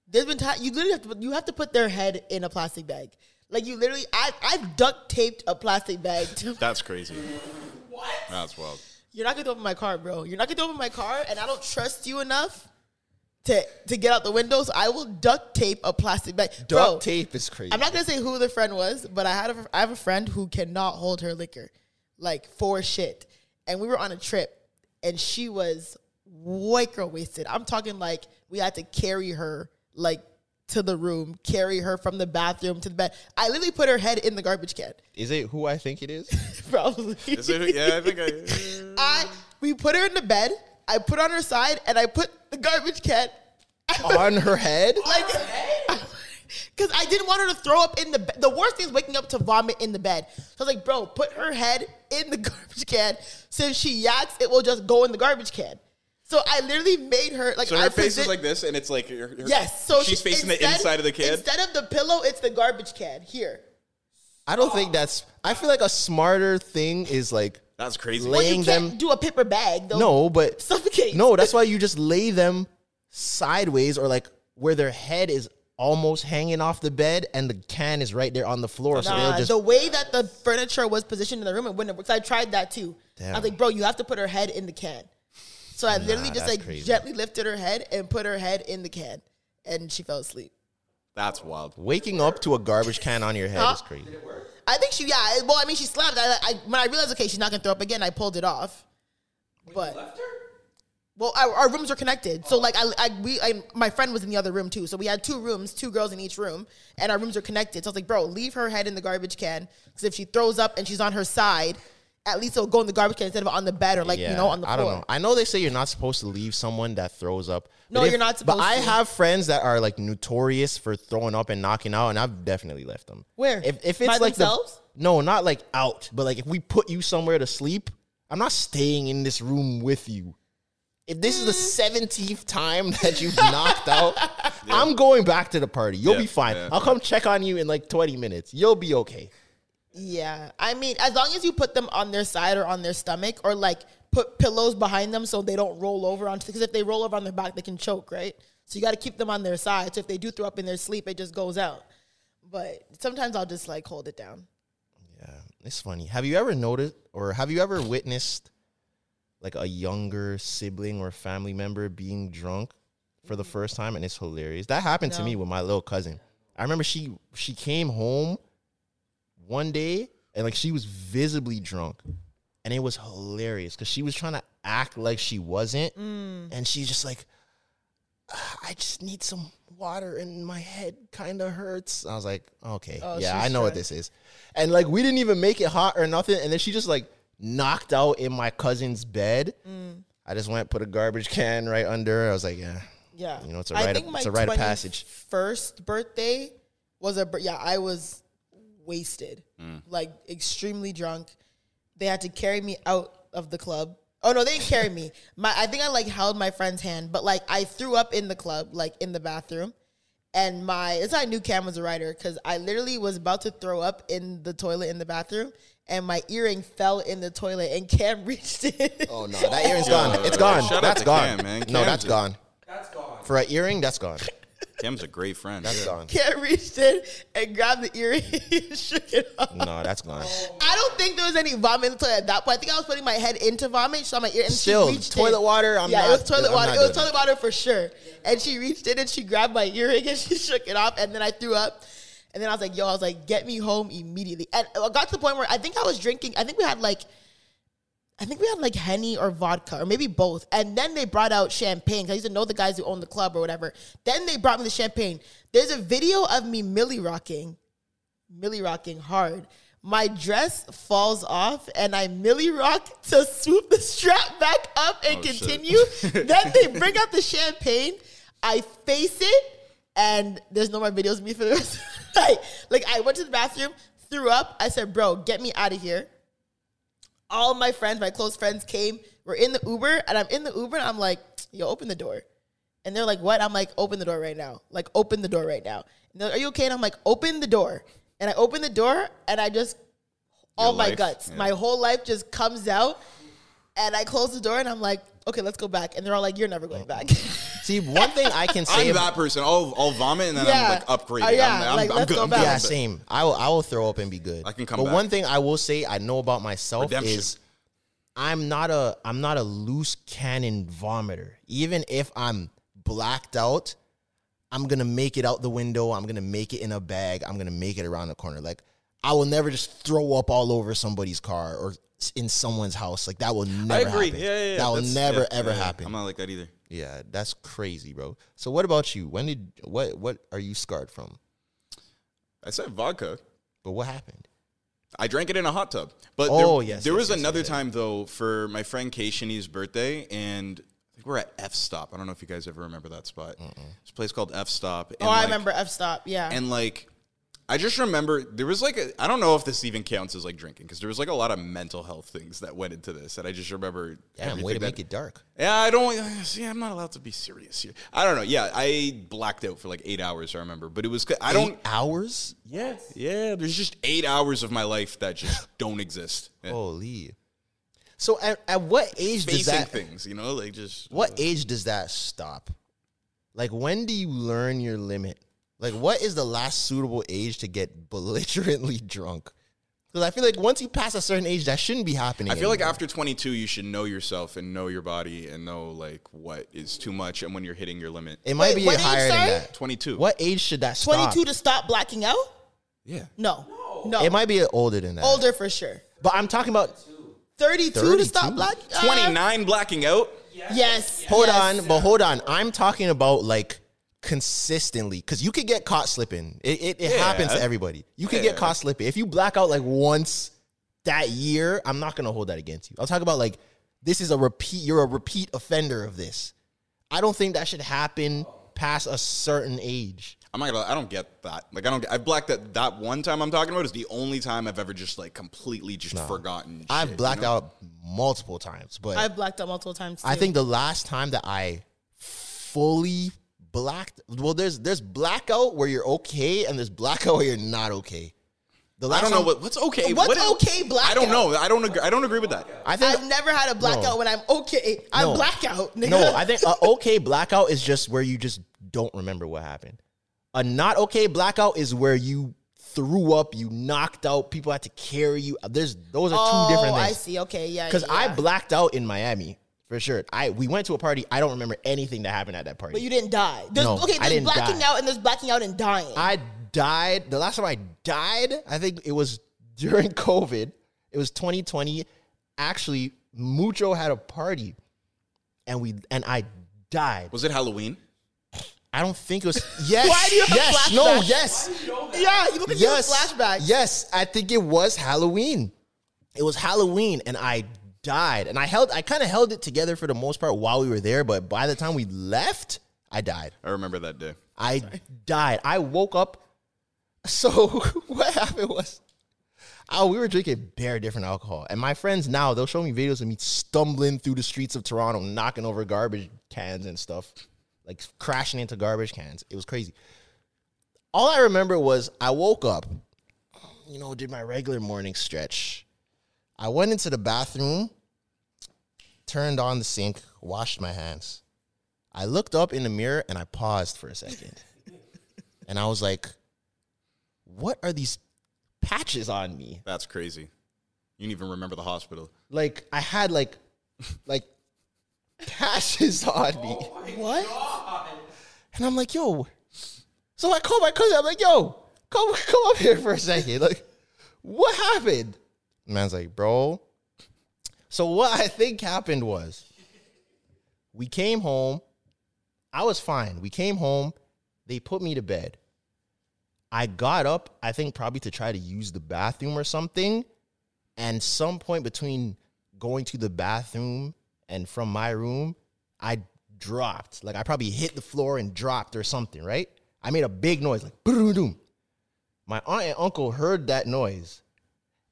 Speaker 4: there's been time you literally have to put- you have to put their head in a plastic bag. Like you literally, I've I've duct taped a plastic bag to.
Speaker 3: That's crazy.
Speaker 4: what?
Speaker 3: That's wild.
Speaker 4: You're not gonna open my car, bro. You're not gonna open my car, and I don't trust you enough to to get out the window. So I will duct tape a plastic bag.
Speaker 2: Duct
Speaker 4: Bro,
Speaker 2: tape is crazy.
Speaker 4: I'm not gonna say who the friend was, but I had a, I have a friend who cannot hold her liquor, like for shit. And we were on a trip, and she was white girl wasted. I'm talking like we had to carry her like to the room, carry her from the bathroom to the bed. I literally put her head in the garbage can,
Speaker 2: Is it who I think it is?
Speaker 4: probably.
Speaker 3: Is it, yeah, I think I.
Speaker 4: I we put her in the bed. I put on her side, and I put the garbage can
Speaker 2: On her head?
Speaker 4: like because I didn't want her to throw up in the bed. The worst thing is waking up to vomit in the bed. So I was like, bro, put her head in the garbage can. Since she yaks, it will just go in the garbage can. So I literally made her like.
Speaker 3: So her
Speaker 4: I
Speaker 3: face is
Speaker 4: posi-
Speaker 3: like this, and it's like her, her-
Speaker 4: yes. So
Speaker 3: she's
Speaker 4: she-
Speaker 3: facing the
Speaker 4: instead-
Speaker 3: inside of the can.
Speaker 4: Instead of the pillow, it's the garbage can here.
Speaker 2: I don't think that's. I feel like a smarter thing is like
Speaker 3: That's crazy.
Speaker 2: Lay- Laying
Speaker 4: you can't
Speaker 2: them-
Speaker 4: do a paper bag though.
Speaker 2: no, but
Speaker 4: suffocate.
Speaker 2: No, that's why you just lay them sideways or like where their head is almost hanging off the bed and the can is right there on the floor. so
Speaker 4: Nah,
Speaker 2: they'll just
Speaker 4: the way that the furniture was positioned in the room, it wouldn't have worked. So I tried that too. I
Speaker 2: Damn.
Speaker 4: was like, bro, you have to put her head in the can. So I literally just
Speaker 2: that's
Speaker 4: like
Speaker 2: crazy.
Speaker 4: gently lifted her head and put her head in the can, and she fell asleep.
Speaker 3: That's wild.
Speaker 2: waking up to a garbage can on your head is crazy.
Speaker 4: I think she, yeah. I- Well, I mean, she slept. I, I when I realized, okay, she's not gonna throw up again. I pulled it off. But well, our, our rooms were connected, so like I, I we, I, my friend was in the other room too. So we had two rooms, two girls in each room, and our rooms are connected. So I was like, bro, leave her head in the garbage can because if she throws up and she's on her side, at least it'll go in the garbage can instead of on the bed or like you know on the
Speaker 2: I
Speaker 4: floor.
Speaker 2: don't know. I know they say you're not supposed to leave someone that throws up.
Speaker 4: No,
Speaker 2: but
Speaker 4: you're not
Speaker 2: But
Speaker 4: supposed
Speaker 2: I
Speaker 4: to.
Speaker 2: have friends that are like notorious for throwing up and knocking out, and I've definitely left them.
Speaker 4: Where?
Speaker 2: If, if it's
Speaker 4: By
Speaker 2: like the-
Speaker 4: themselves?
Speaker 2: no, not like out, but like if we put you somewhere to sleep, I'm not staying in this room with you. If this
Speaker 4: Mm.
Speaker 2: is the seventeenth time that you've knocked out, I'm going back to the party. You'll
Speaker 3: Yeah,
Speaker 2: be fine.
Speaker 3: yeah.
Speaker 2: I'll come check on you in like 20 minutes. You'll be okay.
Speaker 4: Yeah, I mean, as long as you put them on their side or on their stomach, or like put pillows behind them so they don't roll over onto. Because if they roll over on their back, they can choke, right? So you got to keep them on their side. So if they do throw up in their sleep, it just goes out. But sometimes I'll just like hold it down.
Speaker 2: It's funny. Have you ever noticed or have you ever witnessed like a younger sibling or family member being drunk for the first time and it's hilarious. That happened to me with my little cousin. I remember she she came home one day and like she was visibly drunk. And it was hilarious cuz she was trying to act like she wasn't and she's just like "Ah, I just need some water and my head kind of hurts. I was like, okay,
Speaker 3: Oh,
Speaker 2: yeah, I know what this is. And like we didn't even make it hot or nothing and then she just like knocked out in my cousin's bed.
Speaker 3: Mm.
Speaker 2: I just went put a garbage can right under. her. I was like, yeah,
Speaker 4: Yeah,
Speaker 2: You know, it's a rite of- it's a rite of passage.
Speaker 4: First birthday was a bir- yeah. I was wasted, like extremely drunk. They had to carry me out of the club. Oh no, they didn't carry me. My I think I like held my friend's hand, but like I threw up in the club, like in the bathroom. And my that's how I knew Cam was a writer because I literally was about to throw up in the toilet in the bathroom, and my earring fell in the toilet, and Cam reached it.
Speaker 2: Oh no, that earring's gone. It's
Speaker 3: shout
Speaker 2: gone.
Speaker 3: out
Speaker 2: That's
Speaker 3: to
Speaker 2: gone.
Speaker 3: Cam, man.
Speaker 2: No, that's
Speaker 3: Cam's a-
Speaker 2: gone. For an earring, that's gone.
Speaker 3: Kim's a great friend.
Speaker 2: That's
Speaker 3: Yeah.
Speaker 2: gone.
Speaker 4: Cam reached it and grabbed the earring and shook it off.
Speaker 2: No, that's gone.
Speaker 4: I don't think there was any vomit in the toilet at that point. I think I was putting my head into vomit, so my ear and
Speaker 2: Still,
Speaker 4: she reached
Speaker 2: toilet
Speaker 4: in.
Speaker 2: water, I'm
Speaker 4: yeah,
Speaker 2: not-
Speaker 4: it was toilet
Speaker 2: I'm
Speaker 4: water.
Speaker 2: not
Speaker 4: It was
Speaker 2: doing
Speaker 4: toilet water for sure. And she reached in and she grabbed my earring and she shook it off, and then I threw up. And then I was like, "Yo," I was like, "Get me home immediately." And I got to the point where I think I was drinking. I think we had like, I think we had like henny or vodka or maybe both. And then they brought out champagne. 'cause I used to know the guys who owned the club or whatever. Then they brought me the champagne. There's a video of me milli rocking milli rocking hard. My dress falls off and I milli rock to swoop the strap back up and continue. then they bring out the champagne. I face it and there's no more videos of me for the rest of the night. Like I went to the bathroom, threw up. I said, bro, get me out of here all my friends, my close friends came. We're in the Uber, and I'm in the Uber, and I'm like, yo, open the door. And they're like, what? I'm like, open the door right now. Like, open the door right now. And they're like, are you okay? And I'm like, open the door. And I open the door, and I just, all my
Speaker 3: life,
Speaker 4: guts,
Speaker 3: yeah.
Speaker 4: my whole life just comes out. And I close the door, and I'm like, okay, let's go back. And they're all like, you're never going back.
Speaker 2: See, one thing I can say
Speaker 3: I'm
Speaker 2: about
Speaker 3: that person. I'll, I'll vomit and then
Speaker 4: Yeah.
Speaker 3: I'm like upgraded.
Speaker 4: Oh, yeah.
Speaker 3: I'm, I'm,
Speaker 4: Like,
Speaker 3: I'm
Speaker 4: let's
Speaker 3: good.
Speaker 4: go
Speaker 3: I'm
Speaker 4: back.
Speaker 3: good.
Speaker 2: Yeah, same. I will I will throw up and be good.
Speaker 3: I can come
Speaker 2: But
Speaker 3: back.
Speaker 2: one thing I will say I know about myself
Speaker 3: Redemption.
Speaker 2: is I'm not a I'm not a loose cannon vomiter. Even if I'm blacked out, I'm gonna make it out the window. I'm gonna make it in a bag. I'm gonna make it around the corner. Like I will never just throw up all over somebody's car or s- in someone's house. Like that will
Speaker 3: I
Speaker 2: never
Speaker 3: agree.
Speaker 2: happen.
Speaker 3: Yeah, yeah, yeah.
Speaker 2: That will
Speaker 3: That's-
Speaker 2: never
Speaker 3: yeah,
Speaker 2: ever
Speaker 3: yeah, yeah.
Speaker 2: happen.
Speaker 3: I'm not like that either.
Speaker 2: yeah, that's crazy, bro. So what about you? When did what what are you scarred from?
Speaker 3: I said vodka.
Speaker 2: But what happened?
Speaker 3: I drank it in a hot tub. But
Speaker 2: Oh,
Speaker 3: there,
Speaker 2: yes,
Speaker 3: there
Speaker 2: yes,
Speaker 3: was
Speaker 2: yes,
Speaker 3: another
Speaker 2: yes, yes.
Speaker 3: time though for my friend Kayshanee's birthday, and I think we're at F Stop. I don't know if you guys ever remember that spot. This place called F Stop.
Speaker 4: oh, I remember uh-huh. F stop. Yeah.
Speaker 3: And like, I just remember there was like a, I don't know if this even counts as like drinking because there was like a lot of mental health things that went into this, and I just remember.
Speaker 2: Damn, way
Speaker 3: everything
Speaker 2: to
Speaker 3: that-
Speaker 2: make it dark.
Speaker 3: Yeah, I don't. See, I'm not allowed to be serious here. I don't know. Yeah, I blacked out for like eight hours. I remember, but it was. I don't.
Speaker 2: Eight hours?
Speaker 3: Yeah, yeah. There's just eight hours of my life that just don't exist. Yeah.
Speaker 2: Oh, Holy. So at, at what age does
Speaker 3: Facing
Speaker 2: that
Speaker 3: things, you know, like just
Speaker 2: what age does that stop? Like when do you learn your limit? Like what is the last suitable age to get belligerently drunk? Because I feel like once you pass a certain age, that shouldn't be happening.
Speaker 3: I feel like
Speaker 2: anymore.
Speaker 3: after 22, you should know yourself and know your body and know like what is too much and when you're hitting your limit.
Speaker 2: it might
Speaker 4: Wait,
Speaker 2: be
Speaker 4: what age,
Speaker 2: higher than
Speaker 4: sorry?
Speaker 2: that.
Speaker 3: 22.
Speaker 2: What age should that stop?
Speaker 4: 22 to stop blacking out?
Speaker 3: Yeah.
Speaker 4: No. No.
Speaker 2: It might be older than that.
Speaker 4: Older for sure.
Speaker 2: but I'm talking about.
Speaker 4: 32, to
Speaker 2: 32?
Speaker 4: stop blacking out?
Speaker 3: 29 blacking out.
Speaker 4: Yes.
Speaker 2: Hold
Speaker 4: yes.
Speaker 2: on, but hold on. I'm talking about like consistently because you could get caught slipping. It it, it
Speaker 3: Yeah.
Speaker 2: happens to everybody. You could get
Speaker 3: Yeah.
Speaker 2: caught slipping if you black out like once that year. I'm not gonna hold that against you. I'll talk about like this is a repeat. You're a repeat offender of this. I don't think that should happen past a certain age.
Speaker 3: I'm not gonna. lie, I don't get that. Like I don't. get- I blacked that. That one time I'm talking about is the only time I've ever just like completely just forgotten. shit,
Speaker 2: I've blacked
Speaker 3: you know?
Speaker 2: out multiple times, but
Speaker 4: I've blacked out multiple times.
Speaker 2: I
Speaker 4: too.
Speaker 2: think the last time that I fully blacked well there's there's blackout where you're okay and there's blackout where you're not okay. The
Speaker 3: I
Speaker 2: last
Speaker 3: don't know
Speaker 2: time-
Speaker 3: what, what's okay.
Speaker 4: What's
Speaker 3: What is-
Speaker 4: okay
Speaker 3: I don't
Speaker 4: blackout?
Speaker 3: know. I don't agree. I don't agree with that.
Speaker 2: I think
Speaker 4: I've never had a blackout
Speaker 2: No.
Speaker 4: when I'm okay. I'm
Speaker 2: No.
Speaker 4: blackout. Nigga.
Speaker 2: No, I think a okay blackout is just where you just don't remember what happened. A not okay blackout is where you threw up, you knocked out, people had to carry you. There's those are two
Speaker 4: oh,
Speaker 2: different
Speaker 4: I
Speaker 2: things.
Speaker 4: see. Okay, yeah.
Speaker 2: Because
Speaker 4: yeah,
Speaker 2: I
Speaker 4: yeah.
Speaker 2: blacked out in Miami for sure. I we went to a party. I don't remember anything that happened at that party.
Speaker 4: but you didn't die. There's,
Speaker 2: No,
Speaker 4: okay, there's
Speaker 2: I didn't
Speaker 4: blacking
Speaker 2: die.
Speaker 4: out and there's blacking out and dying.
Speaker 2: I died. The last time I died, I think it was during COVID. It was 2020. Actually, Mucho had a party, and we and I died.
Speaker 3: Was it Halloween?
Speaker 2: I don't think it was. Yes.
Speaker 4: Why do you have a
Speaker 2: yes.
Speaker 4: flashback?
Speaker 2: No. Yes.
Speaker 4: yeah, you look at
Speaker 2: yes.
Speaker 4: your flashback.
Speaker 2: Yes. I think it was Halloween. It was Halloween, and I died. And I held. I kind of held it together for the most part while we were there. But by the time we left, I died.
Speaker 3: I remember that day.
Speaker 2: I died. I woke up. So what happened was, oh, we were drinking bare different alcohol, and my friends now they'll show me videos of me stumbling through the streets of Toronto, knocking over garbage cans and stuff, like crashing into garbage cans. It was crazy. All I remember was I woke up, you know, did my regular morning stretch. I went into the bathroom, turned on the sink, washed my hands. I looked up in the mirror and I paused for a second. and I was like, what are these patches on me?
Speaker 3: That's crazy. You didn't even remember the hospital.
Speaker 2: Like I had like like patches on me.
Speaker 4: What?
Speaker 2: And I'm like, yo. So I called my cousin. I'm like, yo, come come up here for a second. Like, what happened? Man's like, bro. So what I think happened was we came home. I was fine. We came home. They put me to bed. I got up, I think probably to try to use the bathroom or something. And some point between going to the bathroom and from my room, I dropped. Like I probably hit the floor and dropped or something, right? I made a big noise, like boom. My aunt and uncle heard that noise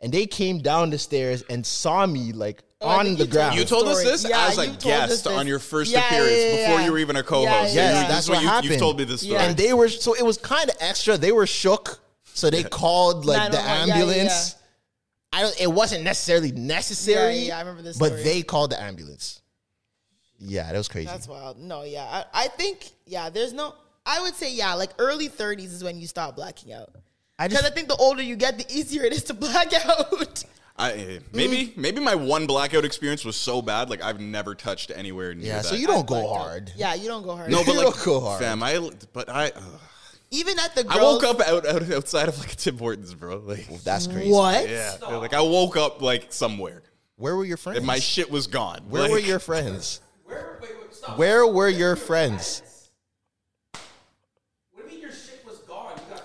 Speaker 2: and they came down the stairs and saw me like
Speaker 4: Oh, I
Speaker 2: on
Speaker 4: think
Speaker 2: the
Speaker 4: you told
Speaker 2: ground.
Speaker 3: You told us
Speaker 4: story.
Speaker 3: this
Speaker 4: Yeah,
Speaker 3: as a
Speaker 4: you told us
Speaker 3: guest
Speaker 4: this.
Speaker 3: on your first
Speaker 4: Yeah,
Speaker 3: appearance
Speaker 4: yeah, yeah,
Speaker 3: before
Speaker 4: yeah.
Speaker 3: you were even a co-host.
Speaker 4: Yeah, yeah,
Speaker 2: Yes,
Speaker 4: yeah.
Speaker 3: This
Speaker 2: that's
Speaker 3: is
Speaker 2: what,
Speaker 3: you,
Speaker 2: happened.
Speaker 3: You've told me this story.
Speaker 4: Yeah.
Speaker 2: And they were so it was kind of extra. They were shook, so they called like the
Speaker 4: 911, yeah, yeah,
Speaker 2: ambulance. I don't. It wasn't necessarily necessary.
Speaker 4: yeah, I remember this
Speaker 2: But
Speaker 4: story.
Speaker 2: they called the ambulance. Yeah, that was crazy.
Speaker 4: That's wild. No, yeah. I, I think, yeah, there's no, I would say, yeah, like early 30s is when you stop blacking out.
Speaker 2: I
Speaker 4: Because
Speaker 2: just
Speaker 4: I think the older you get, the easier it is to black out.
Speaker 3: I, eh, maybe maybe my one blackout experience was so bad, like I've never touched anywhere near
Speaker 2: yeah.
Speaker 3: that.
Speaker 2: So you don't go hard.
Speaker 4: yeah, you don't go hard.
Speaker 3: no, but
Speaker 2: you
Speaker 3: like,
Speaker 2: don't go hard.
Speaker 3: fam, I but I ugh.
Speaker 4: Even at the girls.
Speaker 3: I woke up out, out outside of like a Tim Hortons, bro. Like
Speaker 2: That's crazy.
Speaker 4: What?
Speaker 3: yeah, like I woke up like somewhere
Speaker 2: Where were your friends?
Speaker 3: and my shit was gone.
Speaker 2: Where
Speaker 3: Like,
Speaker 2: were your friends? Where were your friends?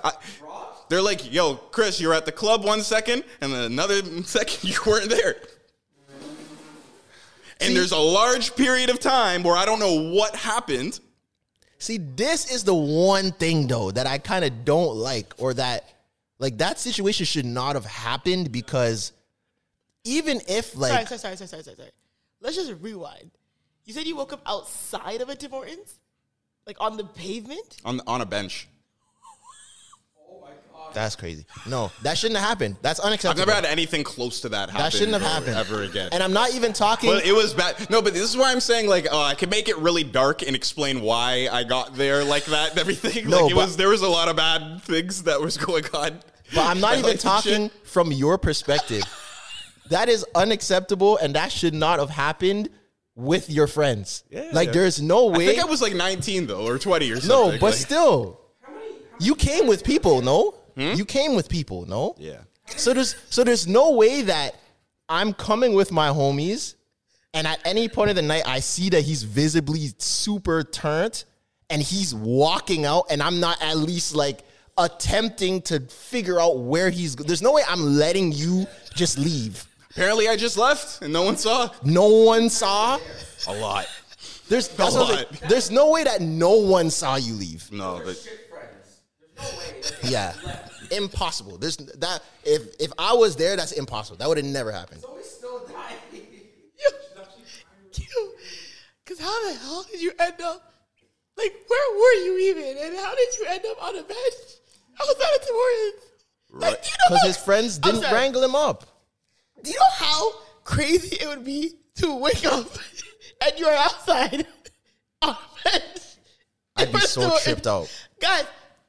Speaker 3: I- they're like, yo, Chris, you were at the club one second, and then another second you weren't there. And there's a large period of time where I don't know what happened.
Speaker 2: See, this is the one thing though that I kind of don't like, or that like that situation should not have happened because even if
Speaker 4: Sorry,
Speaker 2: like
Speaker 4: sorry, sorry, sorry, sorry, sorry, sorry. Let's just rewind. You said you woke up outside of a Tim Hortons? Like on the pavement?
Speaker 3: on on a bench.
Speaker 2: that's crazy. No, that shouldn't have happened. That's
Speaker 3: I've
Speaker 2: unacceptable.
Speaker 3: never had anything close to that happen.
Speaker 2: that shouldn't have
Speaker 3: or-
Speaker 2: happened
Speaker 3: ever again.
Speaker 2: And I'm not even talking.
Speaker 3: but it was bad. No, but this is why I'm saying like uh, I can make it really dark and explain why I got there like that and everything.
Speaker 2: No,
Speaker 3: like it
Speaker 2: but-
Speaker 3: was there was a lot of bad things that was going on.
Speaker 2: But I'm not
Speaker 3: My
Speaker 2: even
Speaker 3: life and shit.
Speaker 2: talking from your perspective. that is unacceptable, and that should not have happened with your friends. Like, there's no
Speaker 3: I
Speaker 2: way.
Speaker 3: think I was like 19 though, or 20 or
Speaker 2: no,
Speaker 3: something.
Speaker 2: but
Speaker 3: like-
Speaker 2: still, you came with people. No, you came with people. No.
Speaker 3: Hmm? yeah.
Speaker 2: So there's so there's no way that I'm coming with my homies, and at any point of the night, I see that he's visibly super turned, and he's walking out, and I'm not at least like attempting to figure out where he's. go- There's no way I'm letting you just leave.
Speaker 3: Apparently, I just left and no one saw
Speaker 2: No one saw.
Speaker 3: a lot.
Speaker 2: There's that's what I'm saying.
Speaker 3: lot.
Speaker 2: there's no way that no one saw you leave.
Speaker 3: No, but
Speaker 2: Yeah, impossible. There's that if if I was there, that's impossible. That would have never happened.
Speaker 4: Because how the hell did you end up? Like, where were you even? And how did you end up on a bench? I was not a Tim Hortons. Like, do you know
Speaker 2: Because
Speaker 4: how-
Speaker 2: his friends
Speaker 4: I'm
Speaker 2: didn't
Speaker 4: sorry.
Speaker 2: wrangle him up.
Speaker 4: Do you know how crazy it would be to wake up and you're outside on a bench?
Speaker 2: I'd be
Speaker 4: We're
Speaker 2: so
Speaker 4: still-
Speaker 2: tripped out.
Speaker 4: Guys,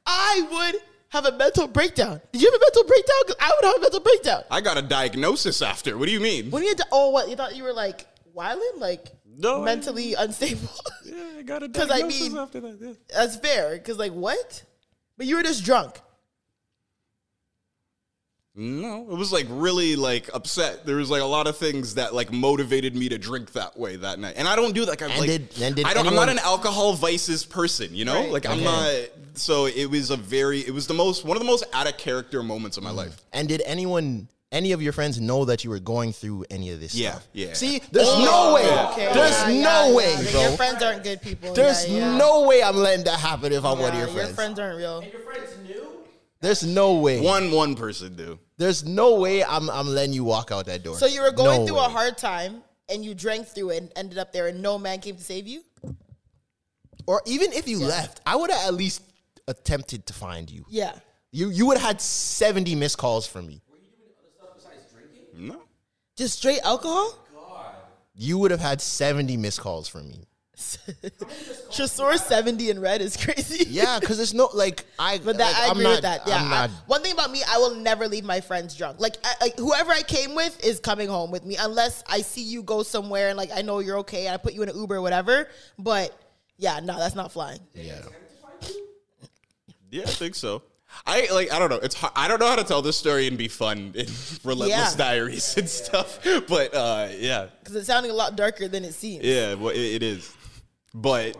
Speaker 4: I would have a mental breakdown. Did you have a mental breakdown? 'Cause I would have a mental breakdown.
Speaker 3: I got a diagnosis after. What do you mean?
Speaker 4: When you had to, oh, what? You thought you were like wilding? Like
Speaker 3: No, I-
Speaker 4: mentally unstable?
Speaker 3: Yeah, I got a
Speaker 4: 'Cause I diagnosis mean- after
Speaker 3: that.
Speaker 4: That's fair. Because, like, what? But you were just drunk.
Speaker 3: No, it was like really like upset. There was like a lot of things that like motivated me to drink that way that night, and I don't do that. Like, I'm
Speaker 2: And
Speaker 3: like,
Speaker 2: did- and did
Speaker 3: I don't. I'm
Speaker 2: anyone-
Speaker 3: not an alcohol vices person, you know. Like I'm not. So it was a very. It was the most one of the most out of character moments of my life.
Speaker 2: And did anyone, any of your friends know that you were going through any of this
Speaker 3: Yeah,
Speaker 2: stuff?
Speaker 3: yeah.
Speaker 2: See, there's no way.
Speaker 4: Okay,
Speaker 2: There's
Speaker 4: Oh, yeah, yeah,
Speaker 2: no
Speaker 4: yeah.
Speaker 2: way,
Speaker 4: Like,
Speaker 2: bro.
Speaker 4: Your friends aren't good people.
Speaker 2: There's
Speaker 4: Yeah, yeah.
Speaker 2: no way I'm letting that happen if I'm
Speaker 4: Yeah,
Speaker 2: one of your friends.
Speaker 4: Your friends aren't real.
Speaker 2: There's no way.
Speaker 3: One one person do.
Speaker 2: There's no way I'm, I'm letting you walk out that door.
Speaker 4: So you were going
Speaker 2: No
Speaker 4: through
Speaker 2: way.
Speaker 4: a hard time and you drank through it and ended up there and no man came to save you?
Speaker 2: Or even if you left, I would have at least attempted to find you.
Speaker 4: Yeah.
Speaker 2: You you would have had 70 missed calls from me.
Speaker 3: No,
Speaker 4: Just straight alcohol?
Speaker 2: You would have had 70 missed calls from me.
Speaker 4: Tresor 70 in red is crazy.
Speaker 2: Yeah, because it's no like I.
Speaker 4: But that
Speaker 2: like,
Speaker 4: I
Speaker 2: I'm
Speaker 4: agree
Speaker 2: not,
Speaker 4: with that. Yeah.
Speaker 2: I'm not
Speaker 4: I- one thing about me, I will never leave my friends drunk. Like, I, like whoever I came with is coming home with me, unless I see you go somewhere and like I know you're okay and I put you in an Uber or whatever. But yeah, no, that's not flying.
Speaker 3: yeah, I think so. I like I don't know. It's hard. I don't know how to tell this story and be fun in relentless
Speaker 4: Yeah.
Speaker 3: diaries and stuff. But uh, yeah,
Speaker 4: Because it's sounding a lot darker than it seems.
Speaker 3: Yeah, well, it, it is. But,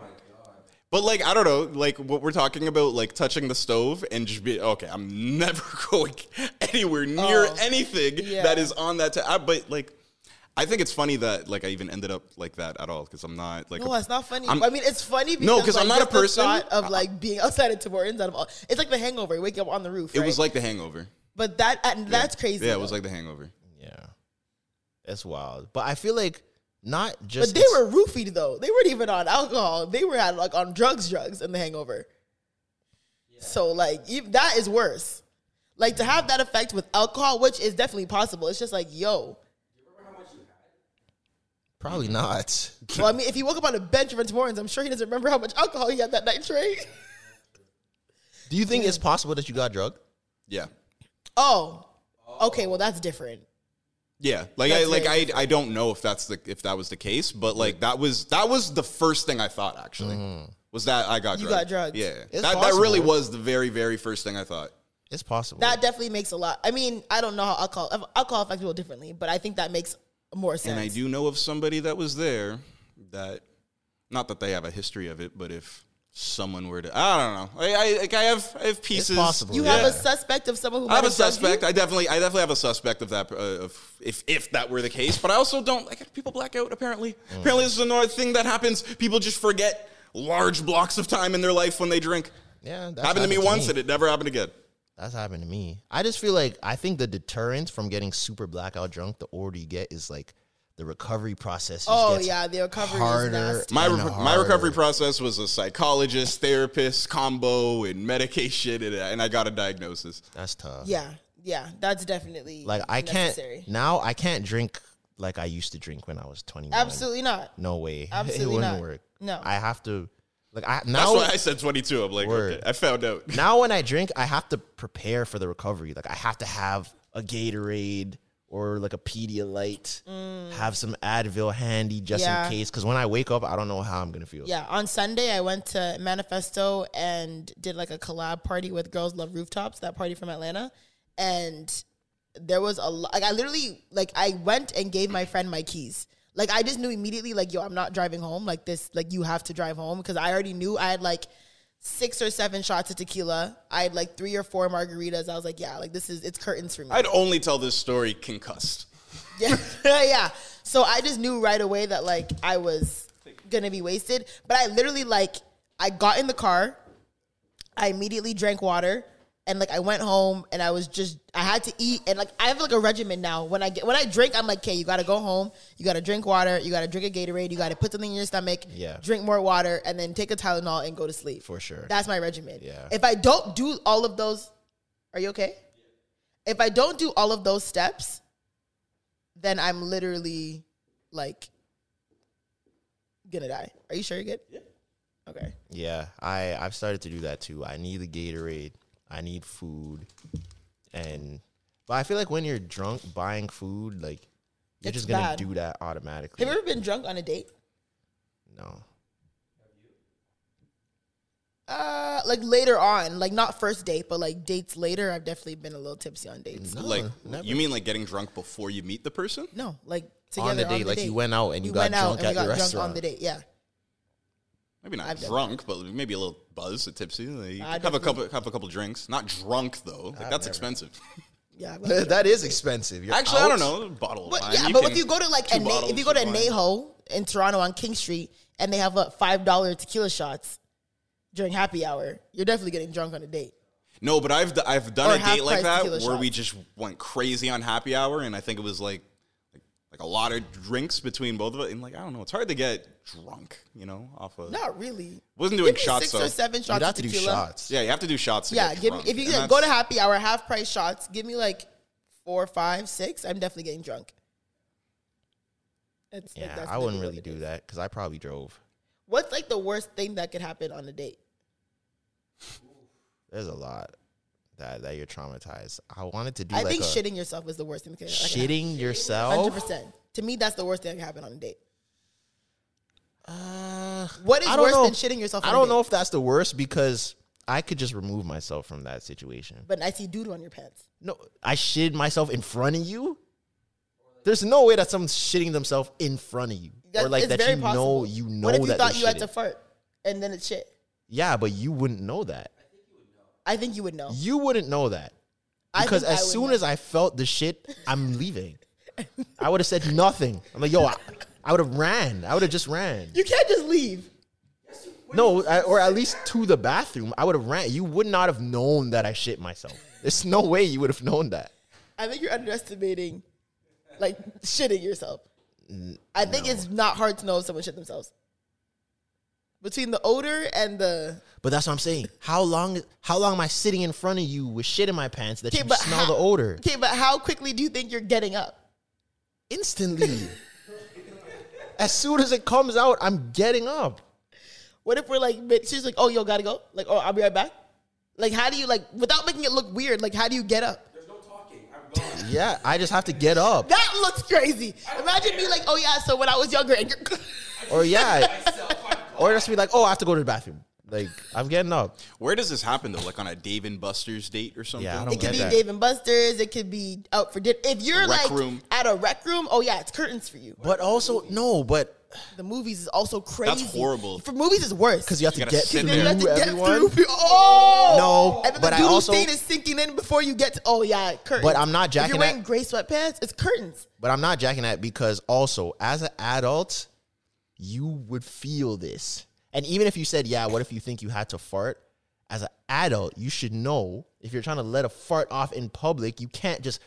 Speaker 3: but like I don't know, like what we're talking about, like touching the stove and just be okay. I'm never going anywhere near
Speaker 4: Oh,
Speaker 3: anything
Speaker 4: yeah.
Speaker 3: that is on that. ta- I- but like, I think it's funny that like I even ended up like that at all because I'm not like.
Speaker 4: No,
Speaker 3: a-
Speaker 4: it's not funny.
Speaker 3: I'm-
Speaker 4: i mean, it's funny because
Speaker 3: No, 'cause I'm
Speaker 4: like,
Speaker 3: not a
Speaker 4: just the
Speaker 3: person-
Speaker 4: thought of like being outside of Taborins out of all. It's like the hangover, you wake up on the roof.
Speaker 3: It was
Speaker 4: right?
Speaker 3: like The Hangover.
Speaker 4: but that and that's crazy.
Speaker 3: Yeah, it
Speaker 4: though.
Speaker 3: was like The Hangover.
Speaker 2: yeah. That's wild. But I feel like not just
Speaker 4: But they were roofied though. They weren't even on alcohol. They were on, like on drugs, drugs in the hangover. So like ev- that is worse. Like to have that effect with alcohol, which is definitely possible. It's just like, yo.
Speaker 2: probably not.
Speaker 4: Well, I mean, if he woke up on a bench for Mornings, I'm sure he doesn't remember how much alcohol he had that night, Trey.
Speaker 2: Do you think it's possible that you got drugged?
Speaker 3: Yeah.
Speaker 4: oh. Okay, well that's different.
Speaker 3: Yeah, like I
Speaker 4: That's
Speaker 3: like I
Speaker 4: very
Speaker 3: I don't know if that's the if that was the case, but like that was that was the first thing I thought actually was that I got
Speaker 4: Mm-hmm. You
Speaker 3: drugged.
Speaker 4: got drugged.
Speaker 3: Yeah,
Speaker 2: It's
Speaker 3: that that really
Speaker 2: possible.
Speaker 3: was the very very first thing I thought.
Speaker 2: It's possible.
Speaker 4: That definitely makes a lot. I mean, I don't know how alcohol if alcohol affects people differently, but I think that makes more sense.
Speaker 3: And I do know of somebody that was there that, not that they have a history of it, but if someone were to, I don't know, I I, like I have I have pieces.
Speaker 2: possible,
Speaker 4: You
Speaker 2: yeah.
Speaker 4: have a suspect of someone who
Speaker 3: I have
Speaker 4: might
Speaker 3: a
Speaker 4: drugged you?
Speaker 3: suspect. I definitely, I definitely have a suspect of that. Uh, of if if that were the case, but I also don't. Like, people black out. Apparently,
Speaker 2: Mm.
Speaker 3: apparently, this is another thing that happens. People just forget large blocks of time in their life when they drink.
Speaker 2: yeah, that's
Speaker 3: happened to me once, and
Speaker 2: me.
Speaker 3: it never happened again.
Speaker 2: That's happened to me. I just feel like I think the deterrent from getting super blackout drunk, the older you get, is like the recovery process. just
Speaker 4: Oh,
Speaker 2: gets
Speaker 4: yeah, the recovery is
Speaker 2: harder
Speaker 4: nasty.
Speaker 3: My
Speaker 2: and
Speaker 3: re- my recovery
Speaker 2: harder.
Speaker 3: process was a psychologist, therapist combo, and medication, and, uh, and I got a diagnosis.
Speaker 2: That's tough.
Speaker 4: Yeah, yeah, that's definitely
Speaker 2: like I can't
Speaker 4: necessary.
Speaker 2: now. I can't drink like I used to drink when I was twenty.
Speaker 4: Absolutely not.
Speaker 2: no way. it
Speaker 4: Absolutely
Speaker 2: wouldn't
Speaker 4: not.
Speaker 2: work.
Speaker 4: No.
Speaker 2: I have to. Like I
Speaker 3: That's
Speaker 2: now.
Speaker 3: why I said twenty two. I'm like,
Speaker 2: Word.
Speaker 3: okay, I found out.
Speaker 2: now when I drink, I have to prepare for the recovery. Like I have to have a Gatorade or like a Pedialyte, have some Advil handy just
Speaker 4: Mm. Yeah.
Speaker 2: in case. Because when I wake up, I don't know how I'm gonna feel.
Speaker 4: Yeah, on Sunday I went to Manifesto and did like a collab party with Girls Love Rooftops, that party from Atlanta, and there was a lot. Like I literally like I went and gave my friend my keys. Like I just knew immediately, like yo, I'm not driving home. Like this, like you have to drive home because I already knew I had like six or seven shots of tequila. I had like three or four margaritas. I was like, yeah, like this is it's curtains for me.
Speaker 3: I'd only tell this story concussed.
Speaker 4: yeah, yeah. So I just knew right away that like I was gonna be wasted. But I literally like I got in the car, I immediately drank water, and like I went home and I was just I had to eat and like I have like a regimen now. When I get when I drink, I'm like, okay, you gotta go home, you gotta drink water, you gotta drink a Gatorade, you gotta put something in your stomach,
Speaker 2: Yeah.
Speaker 4: drink more water, and then take a Tylenol and go to sleep.
Speaker 2: For sure.
Speaker 4: That's my regimen.
Speaker 2: Yeah.
Speaker 4: If I don't do all of those, are you okay? If I don't do all of those steps, then I'm literally like gonna die. Are you sure you're good? Yeah. Okay.
Speaker 2: Yeah, I I've started to do that too. I need the Gatorade. I need food, and but I feel like when you're drunk buying food, like you're
Speaker 4: It's
Speaker 2: just gonna
Speaker 4: bad.
Speaker 2: do that automatically.
Speaker 4: Have you ever been drunk on a date?
Speaker 2: no,
Speaker 4: Uh, like later on, like not first date, but like dates later, I've definitely been a little tipsy on dates.
Speaker 2: no,
Speaker 3: Like,
Speaker 2: never.
Speaker 3: you mean like getting drunk before you meet the person?
Speaker 4: No, like together
Speaker 2: On the date, like you went out and you got drunk
Speaker 4: and we
Speaker 2: at the
Speaker 4: got drunk
Speaker 2: restaurant.
Speaker 4: on the date. Yeah,
Speaker 3: Maybe not
Speaker 4: I've done
Speaker 3: drunk, but maybe a little buzz, a tipsy. Like,
Speaker 4: I
Speaker 3: have a couple, have a couple drinks. Not drunk though. Like, that's expensive.
Speaker 4: yeah. I've got drunk.
Speaker 2: that is expensive. You're
Speaker 3: Actually, I don't
Speaker 2: out.
Speaker 3: know. A bottle of
Speaker 4: But
Speaker 3: wine.
Speaker 4: yeah, but
Speaker 3: can-
Speaker 4: if you go to like
Speaker 3: two
Speaker 4: a Na-
Speaker 3: bottles
Speaker 4: if you go to
Speaker 3: of wine.
Speaker 4: Neho in Toronto on King Street and they have uh, five dollar tequila shots during happy hour, you're definitely getting drunk on a date.
Speaker 3: no, but I've d- I've
Speaker 4: Or
Speaker 3: done a date
Speaker 4: half-price
Speaker 3: like that where
Speaker 4: tequila
Speaker 3: we
Speaker 4: shots.
Speaker 3: just went crazy on happy hour, and I think it was like like, like a lot of drinks between both of us. And like I don't know, it's hard to get drunk, you know, off of.
Speaker 4: Not really.
Speaker 3: Wasn't
Speaker 4: Give
Speaker 3: doing
Speaker 4: me
Speaker 3: shots
Speaker 4: six
Speaker 3: though.
Speaker 4: or seven shots.
Speaker 2: You'd have
Speaker 4: of
Speaker 2: to do
Speaker 4: tequila.
Speaker 2: shots.
Speaker 3: Yeah, you have to do shots. To
Speaker 4: Yeah,
Speaker 3: get
Speaker 4: give me
Speaker 3: drunk,
Speaker 4: if you
Speaker 3: and
Speaker 4: can go to
Speaker 3: that's-
Speaker 4: happy hour, half price shots. Give me like four, five, six. I'm definitely getting drunk. It's, like,
Speaker 2: Yeah,
Speaker 4: that's
Speaker 2: I wouldn't really
Speaker 4: literally what it
Speaker 2: do
Speaker 4: is.
Speaker 2: that because I probably drove.
Speaker 4: What's like the worst thing that could happen on a date?
Speaker 2: There's a lot that that you're traumatized. I wanted to do.
Speaker 4: I
Speaker 2: like
Speaker 4: think
Speaker 2: a
Speaker 4: shitting yourself is the worst thing. That could that could happen.
Speaker 2: shitting
Speaker 4: Hundred
Speaker 2: yourself.
Speaker 4: percent. To me, that's the worst thing that can happen on a date.
Speaker 2: Uh,
Speaker 4: What is
Speaker 2: I don't
Speaker 4: worse
Speaker 2: know.
Speaker 4: than shitting yourself
Speaker 2: I
Speaker 4: on a
Speaker 2: don't
Speaker 4: date?
Speaker 2: know if that's the worst because I could just remove myself from that situation.
Speaker 4: But I see doodle on your pants.
Speaker 2: No, I shitted myself in front of you. There's no way that someone's shitting themselves in front of you,
Speaker 4: That-
Speaker 2: or like
Speaker 4: it's
Speaker 2: that
Speaker 4: very
Speaker 2: you know
Speaker 4: possible.
Speaker 2: you know
Speaker 4: What if you
Speaker 2: that
Speaker 4: thought
Speaker 2: they
Speaker 4: you had
Speaker 2: shitted.
Speaker 4: to fart and then it shit?
Speaker 2: yeah, but you wouldn't know that.
Speaker 4: I think you would know.
Speaker 2: You wouldn't know that
Speaker 4: I
Speaker 2: because
Speaker 4: think
Speaker 2: as
Speaker 4: I would
Speaker 2: soon
Speaker 4: know.
Speaker 2: as I felt the shit, I'm leaving. I would have said nothing. I'm like, yo, I, I would have ran. I would have just ran.
Speaker 4: you can't just leave.
Speaker 2: No, I, or at least to the bathroom. I would have ran. You would not have known that I shit myself. There's no way you would have known that.
Speaker 4: I think you're underestimating like shitting yourself. I think it's not hard to know if someone shit themselves. Between the odor and the
Speaker 2: But that's what I'm saying. How long? How long am I sitting in front of you with shit in my pants that
Speaker 4: okay,
Speaker 2: you
Speaker 4: but
Speaker 2: smell
Speaker 4: how-
Speaker 2: the odor
Speaker 4: Okay, but how quickly do you think you're getting up?
Speaker 2: instantly? as soon as it comes out, I'm getting up.
Speaker 4: What if we're like, mid- she's like, oh, yo, gotta go. Like, oh, I'll be right back. Like, how do you like without making it look weird? Like, how do you get up?
Speaker 2: Yeah, I just have to get up.
Speaker 4: That looks crazy. Imagine me like, oh yeah, so when I was younger, and you're,
Speaker 2: Or yeah, or just be like, oh, I have to go to the bathroom. Like I'm getting up.
Speaker 3: Where does this happen though? Like on a Dave and Buster's date or something?
Speaker 2: Yeah, I don't
Speaker 4: it
Speaker 2: get
Speaker 4: could be
Speaker 2: that.
Speaker 4: Dave and Buster's. It could be out for dinner. If you're
Speaker 3: Rec
Speaker 4: like
Speaker 3: room.
Speaker 4: at a rec room, oh yeah, it's curtains for you.
Speaker 2: But also no, but
Speaker 4: The movies is also crazy.
Speaker 3: horrible.
Speaker 4: For movies, it's worse
Speaker 2: because you have to
Speaker 3: gotta
Speaker 2: get
Speaker 3: sit
Speaker 2: through
Speaker 3: there. You have
Speaker 4: to get
Speaker 2: everyone.
Speaker 4: through. Oh
Speaker 2: No,
Speaker 4: and then
Speaker 2: but
Speaker 4: the
Speaker 2: I
Speaker 4: doodle
Speaker 2: also-
Speaker 4: stain is sinking in before you get to. Oh yeah, curtains.
Speaker 2: But I'm not
Speaker 4: If
Speaker 2: jacking
Speaker 4: you're
Speaker 2: that-
Speaker 4: wearing gray sweatpants, it's curtains.
Speaker 2: But I'm not jacking that because also as an adult, you would feel this. And even if you said, yeah, what if you think you had to fart? As an adult, you should know if you're trying to let a fart off in public, you can't just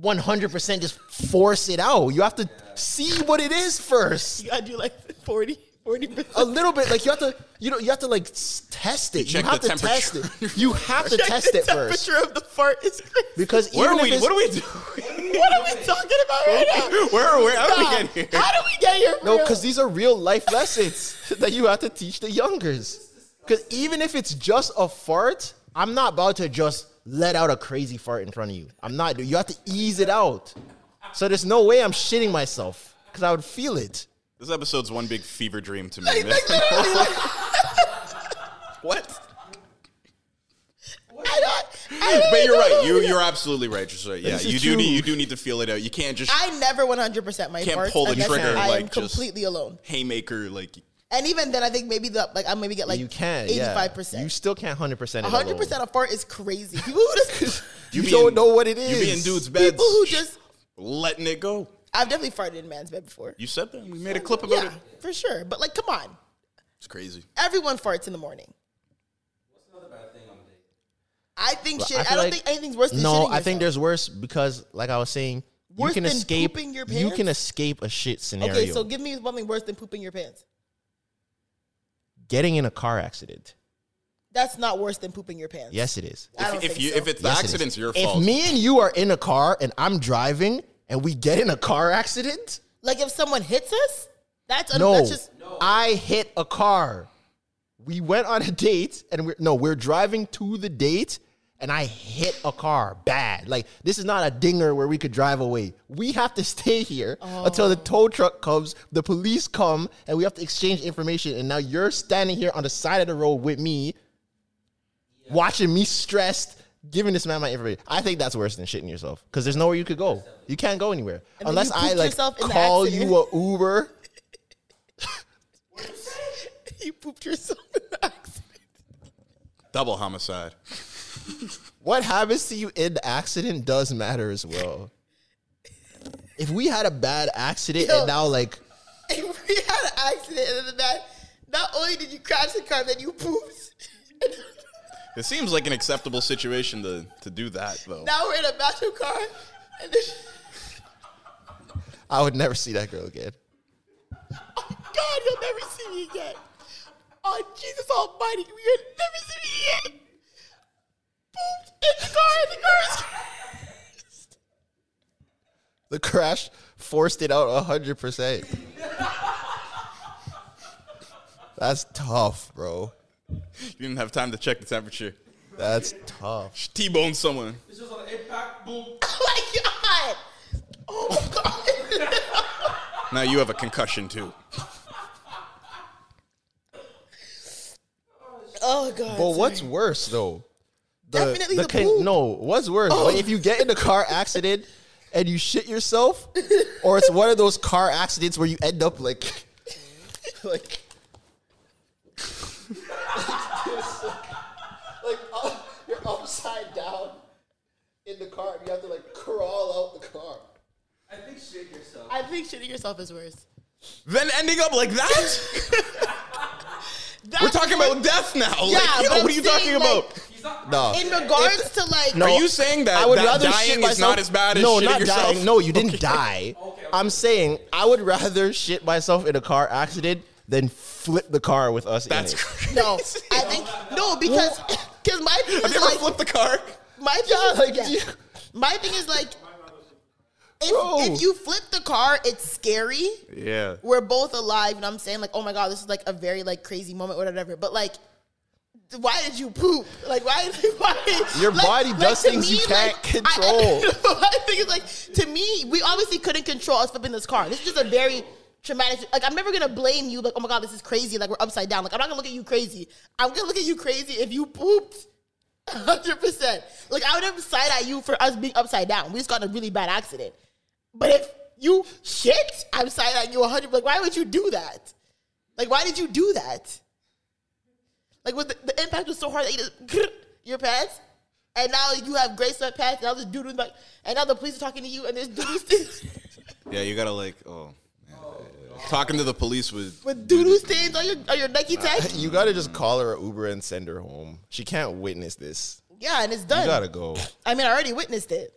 Speaker 2: 100% just force it out. You have to see what it is first.
Speaker 4: You gotta do like 40, 40 percent.
Speaker 2: A little bit like you have to, you know, you have to like s- test it. You,
Speaker 3: check
Speaker 2: have
Speaker 3: the
Speaker 2: to test
Speaker 3: temperature.
Speaker 2: it. You have to test it first
Speaker 4: Picture of the fart is crazy.
Speaker 2: because
Speaker 3: Where
Speaker 2: even
Speaker 3: are
Speaker 2: if
Speaker 3: we?
Speaker 2: it's-
Speaker 3: What are we doing?
Speaker 4: What are we talking about right now?
Speaker 3: Where? Where? How did
Speaker 4: Nah,
Speaker 3: we get here?
Speaker 4: How did we get here?
Speaker 2: No,
Speaker 4: real?
Speaker 2: because these are real life lessons that you have to teach the youngers. Because even if it's just a fart, I'm not about to just let out a crazy fart in front of you. I'm not. You have to ease it out. So there's no way I'm shitting myself because I would feel it.
Speaker 3: This episode's one big fever dream to me.
Speaker 4: Like,
Speaker 3: man.
Speaker 4: like, literally, like,
Speaker 3: what?
Speaker 4: I don't, I don't
Speaker 3: But
Speaker 4: even
Speaker 3: you're right.
Speaker 4: know.
Speaker 3: You you're absolutely right. Just right. Yeah,
Speaker 2: This is
Speaker 3: you do
Speaker 2: true.
Speaker 3: need you do need to feel it out. You can't just
Speaker 4: I never 100% my
Speaker 3: Can't
Speaker 4: farts
Speaker 3: pull the
Speaker 4: unless
Speaker 3: trigger,
Speaker 4: I am
Speaker 3: like, just-
Speaker 4: completely alone.
Speaker 3: haymaker like.
Speaker 4: And even then, I think maybe the like I maybe get like
Speaker 2: you can.
Speaker 4: 85%.
Speaker 2: Yeah. You still can't 100% it
Speaker 4: 100%
Speaker 2: alone.
Speaker 4: of fart is crazy. People who just,
Speaker 2: You,
Speaker 3: be
Speaker 2: don't
Speaker 3: in-
Speaker 2: know what it is.
Speaker 3: You be in dudes' beds,
Speaker 4: people who just,
Speaker 3: letting it go.
Speaker 4: I've definitely farted in man's bed before.
Speaker 3: You said that. We made a clip about
Speaker 4: Yeah,
Speaker 3: it.
Speaker 4: for sure. But like, come on.
Speaker 3: It's crazy.
Speaker 4: Everyone farts in the morning. What's another bad thing on the
Speaker 2: But
Speaker 4: I think shit. I,
Speaker 2: feel
Speaker 4: don't
Speaker 2: like-
Speaker 4: think anything's worse than
Speaker 2: No,
Speaker 4: shitting
Speaker 2: I think
Speaker 4: yourself.
Speaker 2: there's worse because, like I was saying,
Speaker 4: Worse
Speaker 2: you can
Speaker 4: than
Speaker 2: escape.
Speaker 4: pooping your
Speaker 2: You can
Speaker 4: pants?
Speaker 2: escape a shit scenario.
Speaker 4: Okay, so give me something worse than pooping your pants.
Speaker 2: getting in a car accident.
Speaker 4: That's not worse than pooping your pants.
Speaker 2: Yes, it is.
Speaker 4: I
Speaker 3: If,
Speaker 4: don't
Speaker 3: if
Speaker 4: think
Speaker 3: you
Speaker 4: so.
Speaker 3: if it's the
Speaker 2: Yes, it
Speaker 3: accident's
Speaker 2: is.
Speaker 3: your
Speaker 2: if
Speaker 3: fault.
Speaker 2: me and you are in a car and I'm driving and we get in a car accident,
Speaker 4: Like if someone hits us, that's
Speaker 2: no,
Speaker 4: that's just
Speaker 2: I hit a car. We went on a date and we're no, we're driving to the date and I hit a car bad. Like this is not a dinger where we could drive away. We have to stay here until the tow truck comes, the police come, and we have to exchange information. And now you're standing here on the side of the road with me, watching me stressed. Giving this man my information, I think that's worse than shitting yourself because there's nowhere you could go. You can't go anywhere
Speaker 4: And then
Speaker 2: unless
Speaker 4: you
Speaker 2: I
Speaker 4: pooped
Speaker 2: like
Speaker 4: yourself in the
Speaker 2: call
Speaker 4: accident.
Speaker 2: you a Uber.
Speaker 4: you pooped yourself in the accident.
Speaker 3: Double homicide.
Speaker 2: what happens to you in the accident does matter as well. If we had a bad accident
Speaker 4: Yo.
Speaker 2: and now like
Speaker 4: If we had an accident and then that, not only did you crash the car, then you pooped.
Speaker 3: It seems like an acceptable situation to to do that though.
Speaker 4: now we're in a matching car. And then,
Speaker 2: I would never see that girl again.
Speaker 4: God, you'll never see me again. Oh Jesus Almighty, you'll never see me again. Pooped in the car. The car is.
Speaker 2: The crash forced it out hundred percent. That's tough, bro.
Speaker 3: You didn't have time to check the temperature.
Speaker 2: That's tough.
Speaker 3: T bone someone.
Speaker 4: Oh my God. Oh my God.
Speaker 3: Now you have a concussion too.
Speaker 4: oh God.
Speaker 2: But what's worse though? The,
Speaker 4: Definitely the Oh.
Speaker 2: con-
Speaker 4: poop.
Speaker 2: No, what's worse? Like, if you get in a car accident and you shit yourself, or it's one of those car accidents where you end up like, like, like up, you're upside down in the car and you have to like crawl out the car.
Speaker 4: I think shitting yourself is worse.
Speaker 3: Then ending up like that?
Speaker 4: That's
Speaker 3: We're talking
Speaker 4: worse.
Speaker 3: about death now.
Speaker 4: Yeah,
Speaker 3: like, yo,
Speaker 4: but I'm
Speaker 3: what are you
Speaker 4: saying,
Speaker 3: talking
Speaker 4: like-
Speaker 3: about?
Speaker 2: no.
Speaker 4: in regards to like
Speaker 2: No,
Speaker 3: Oh. Are you saying that-
Speaker 2: I would
Speaker 3: that
Speaker 2: rather
Speaker 3: dying
Speaker 2: shit
Speaker 3: is
Speaker 2: myself?
Speaker 3: not as bad as
Speaker 2: no,
Speaker 3: shitting
Speaker 2: not
Speaker 3: yourself?
Speaker 2: dying. No, you didn't die. I'm saying I would rather shit myself in a car accident than flip the car with us.
Speaker 3: That's
Speaker 2: in it.
Speaker 3: crazy.
Speaker 4: no, I think no because because my thing
Speaker 3: Have
Speaker 4: is
Speaker 3: you ever
Speaker 4: like
Speaker 3: flipped the car?
Speaker 4: my thing is
Speaker 2: like,
Speaker 4: yeah.
Speaker 2: you-
Speaker 4: my thing is like
Speaker 2: Bro.
Speaker 4: if, if you flip the car, it's scary.
Speaker 3: Yeah.
Speaker 4: We're both alive, and I'm saying like, oh my god, this is like a very like crazy moment, or whatever. But like. Why did you poop? Like why? Why?
Speaker 2: Your
Speaker 4: like-
Speaker 2: body does
Speaker 4: to
Speaker 2: things you can't
Speaker 4: I-
Speaker 2: control.
Speaker 4: I think it's like to me, we obviously couldn't control us flipping this car. This is just a very traumatic. Like I'm never gonna blame you. Like oh my god, this is crazy. Like we're upside down. Like I'm not gonna look at you crazy. I'm gonna look at you crazy if you pooped. Hundred percent. Like I would have side at you for us being upside down. We just got in a really bad accident. But if you shit, I'm side at you hundred. Like why would you do that? Like why did you do that? Like with the, the impact was so hard that you just your pants. And now you have gray sweatpants. And now this dude was like, and now the police are talking to you. And this dude is
Speaker 3: Yeah, you gotta like, oh. man. Talking to the police would.
Speaker 4: with doodoo stains on your on your Nike tag.
Speaker 2: You gotta just call her an Uber and send her home. She can't witness this.
Speaker 4: Yeah, and it's
Speaker 2: You
Speaker 4: done.
Speaker 2: gotta go.
Speaker 4: I mean, I already witnessed it.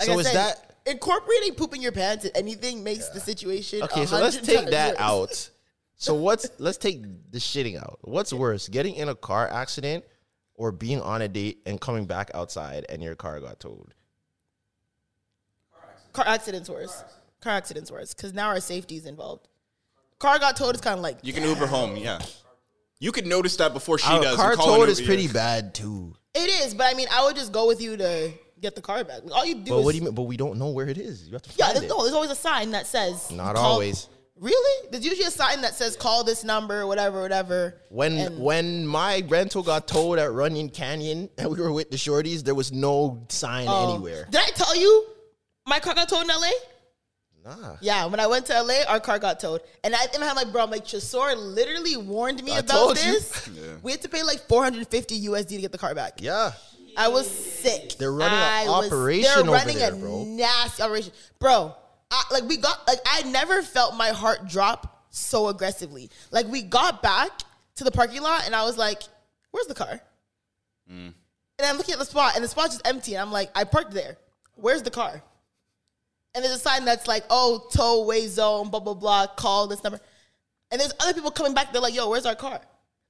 Speaker 4: Like
Speaker 2: So
Speaker 4: I
Speaker 2: is
Speaker 4: said,
Speaker 2: that-
Speaker 4: incorporating poop in your pants and anything makes the situation
Speaker 2: Okay, so let's
Speaker 4: 100
Speaker 2: take
Speaker 4: times
Speaker 2: that
Speaker 4: worse.
Speaker 2: out. So what's let's take the shitting out. What's worse, getting in a car accident or being on a date and coming back outside and your car got towed?
Speaker 4: Car accidents worse. Car accidents worse because now our safety is involved. Car got towed. It's kind of like
Speaker 3: You can Uber home, yeah. You could notice that before she
Speaker 2: Uh,
Speaker 3: does. and
Speaker 2: car
Speaker 3: call an
Speaker 2: towed is
Speaker 3: Uber,
Speaker 2: pretty
Speaker 3: yeah.
Speaker 2: bad too.
Speaker 4: it is, but I mean, I would just go with you to get the car back. Like, all you do
Speaker 2: But
Speaker 4: is
Speaker 2: what do you mean? But we don't know where it is. You have to
Speaker 4: yeah.
Speaker 2: find
Speaker 4: There's,
Speaker 2: it.
Speaker 4: no, there's always a sign that says
Speaker 2: Not
Speaker 4: call-
Speaker 2: always.
Speaker 4: Really? There's usually a sign that says call this number, whatever, whatever.
Speaker 2: When when my rental got towed at Runyon Canyon and we were with the shorties, there was no sign anywhere.
Speaker 4: Did I tell you my car got towed in LA?
Speaker 2: Nah.
Speaker 4: Yeah, when I went to LA, our car got towed. And I think I had like, bro, I'm like, Chasor literally warned me
Speaker 2: I
Speaker 4: about
Speaker 2: told you.
Speaker 4: this. We had to pay like 450 USD to get the car back.
Speaker 2: Yeah.
Speaker 4: I was sick.
Speaker 2: They're running
Speaker 4: I
Speaker 2: an operation
Speaker 4: They're
Speaker 2: over
Speaker 4: running
Speaker 2: there,
Speaker 4: a
Speaker 2: bro.
Speaker 4: nasty operation, bro. I, like we got like I never felt my heart drop so aggressively. Like we got back to the parking lot and I was like, "Where's the car?" And I'm looking at the spot and the spot's just empty. And I'm like, "I parked there. Where's the car?" And there's a sign that's like, "Oh, tow away zone, blah blah blah. Call this number." And there's other people coming back. They're like, "Yo, where's our car?"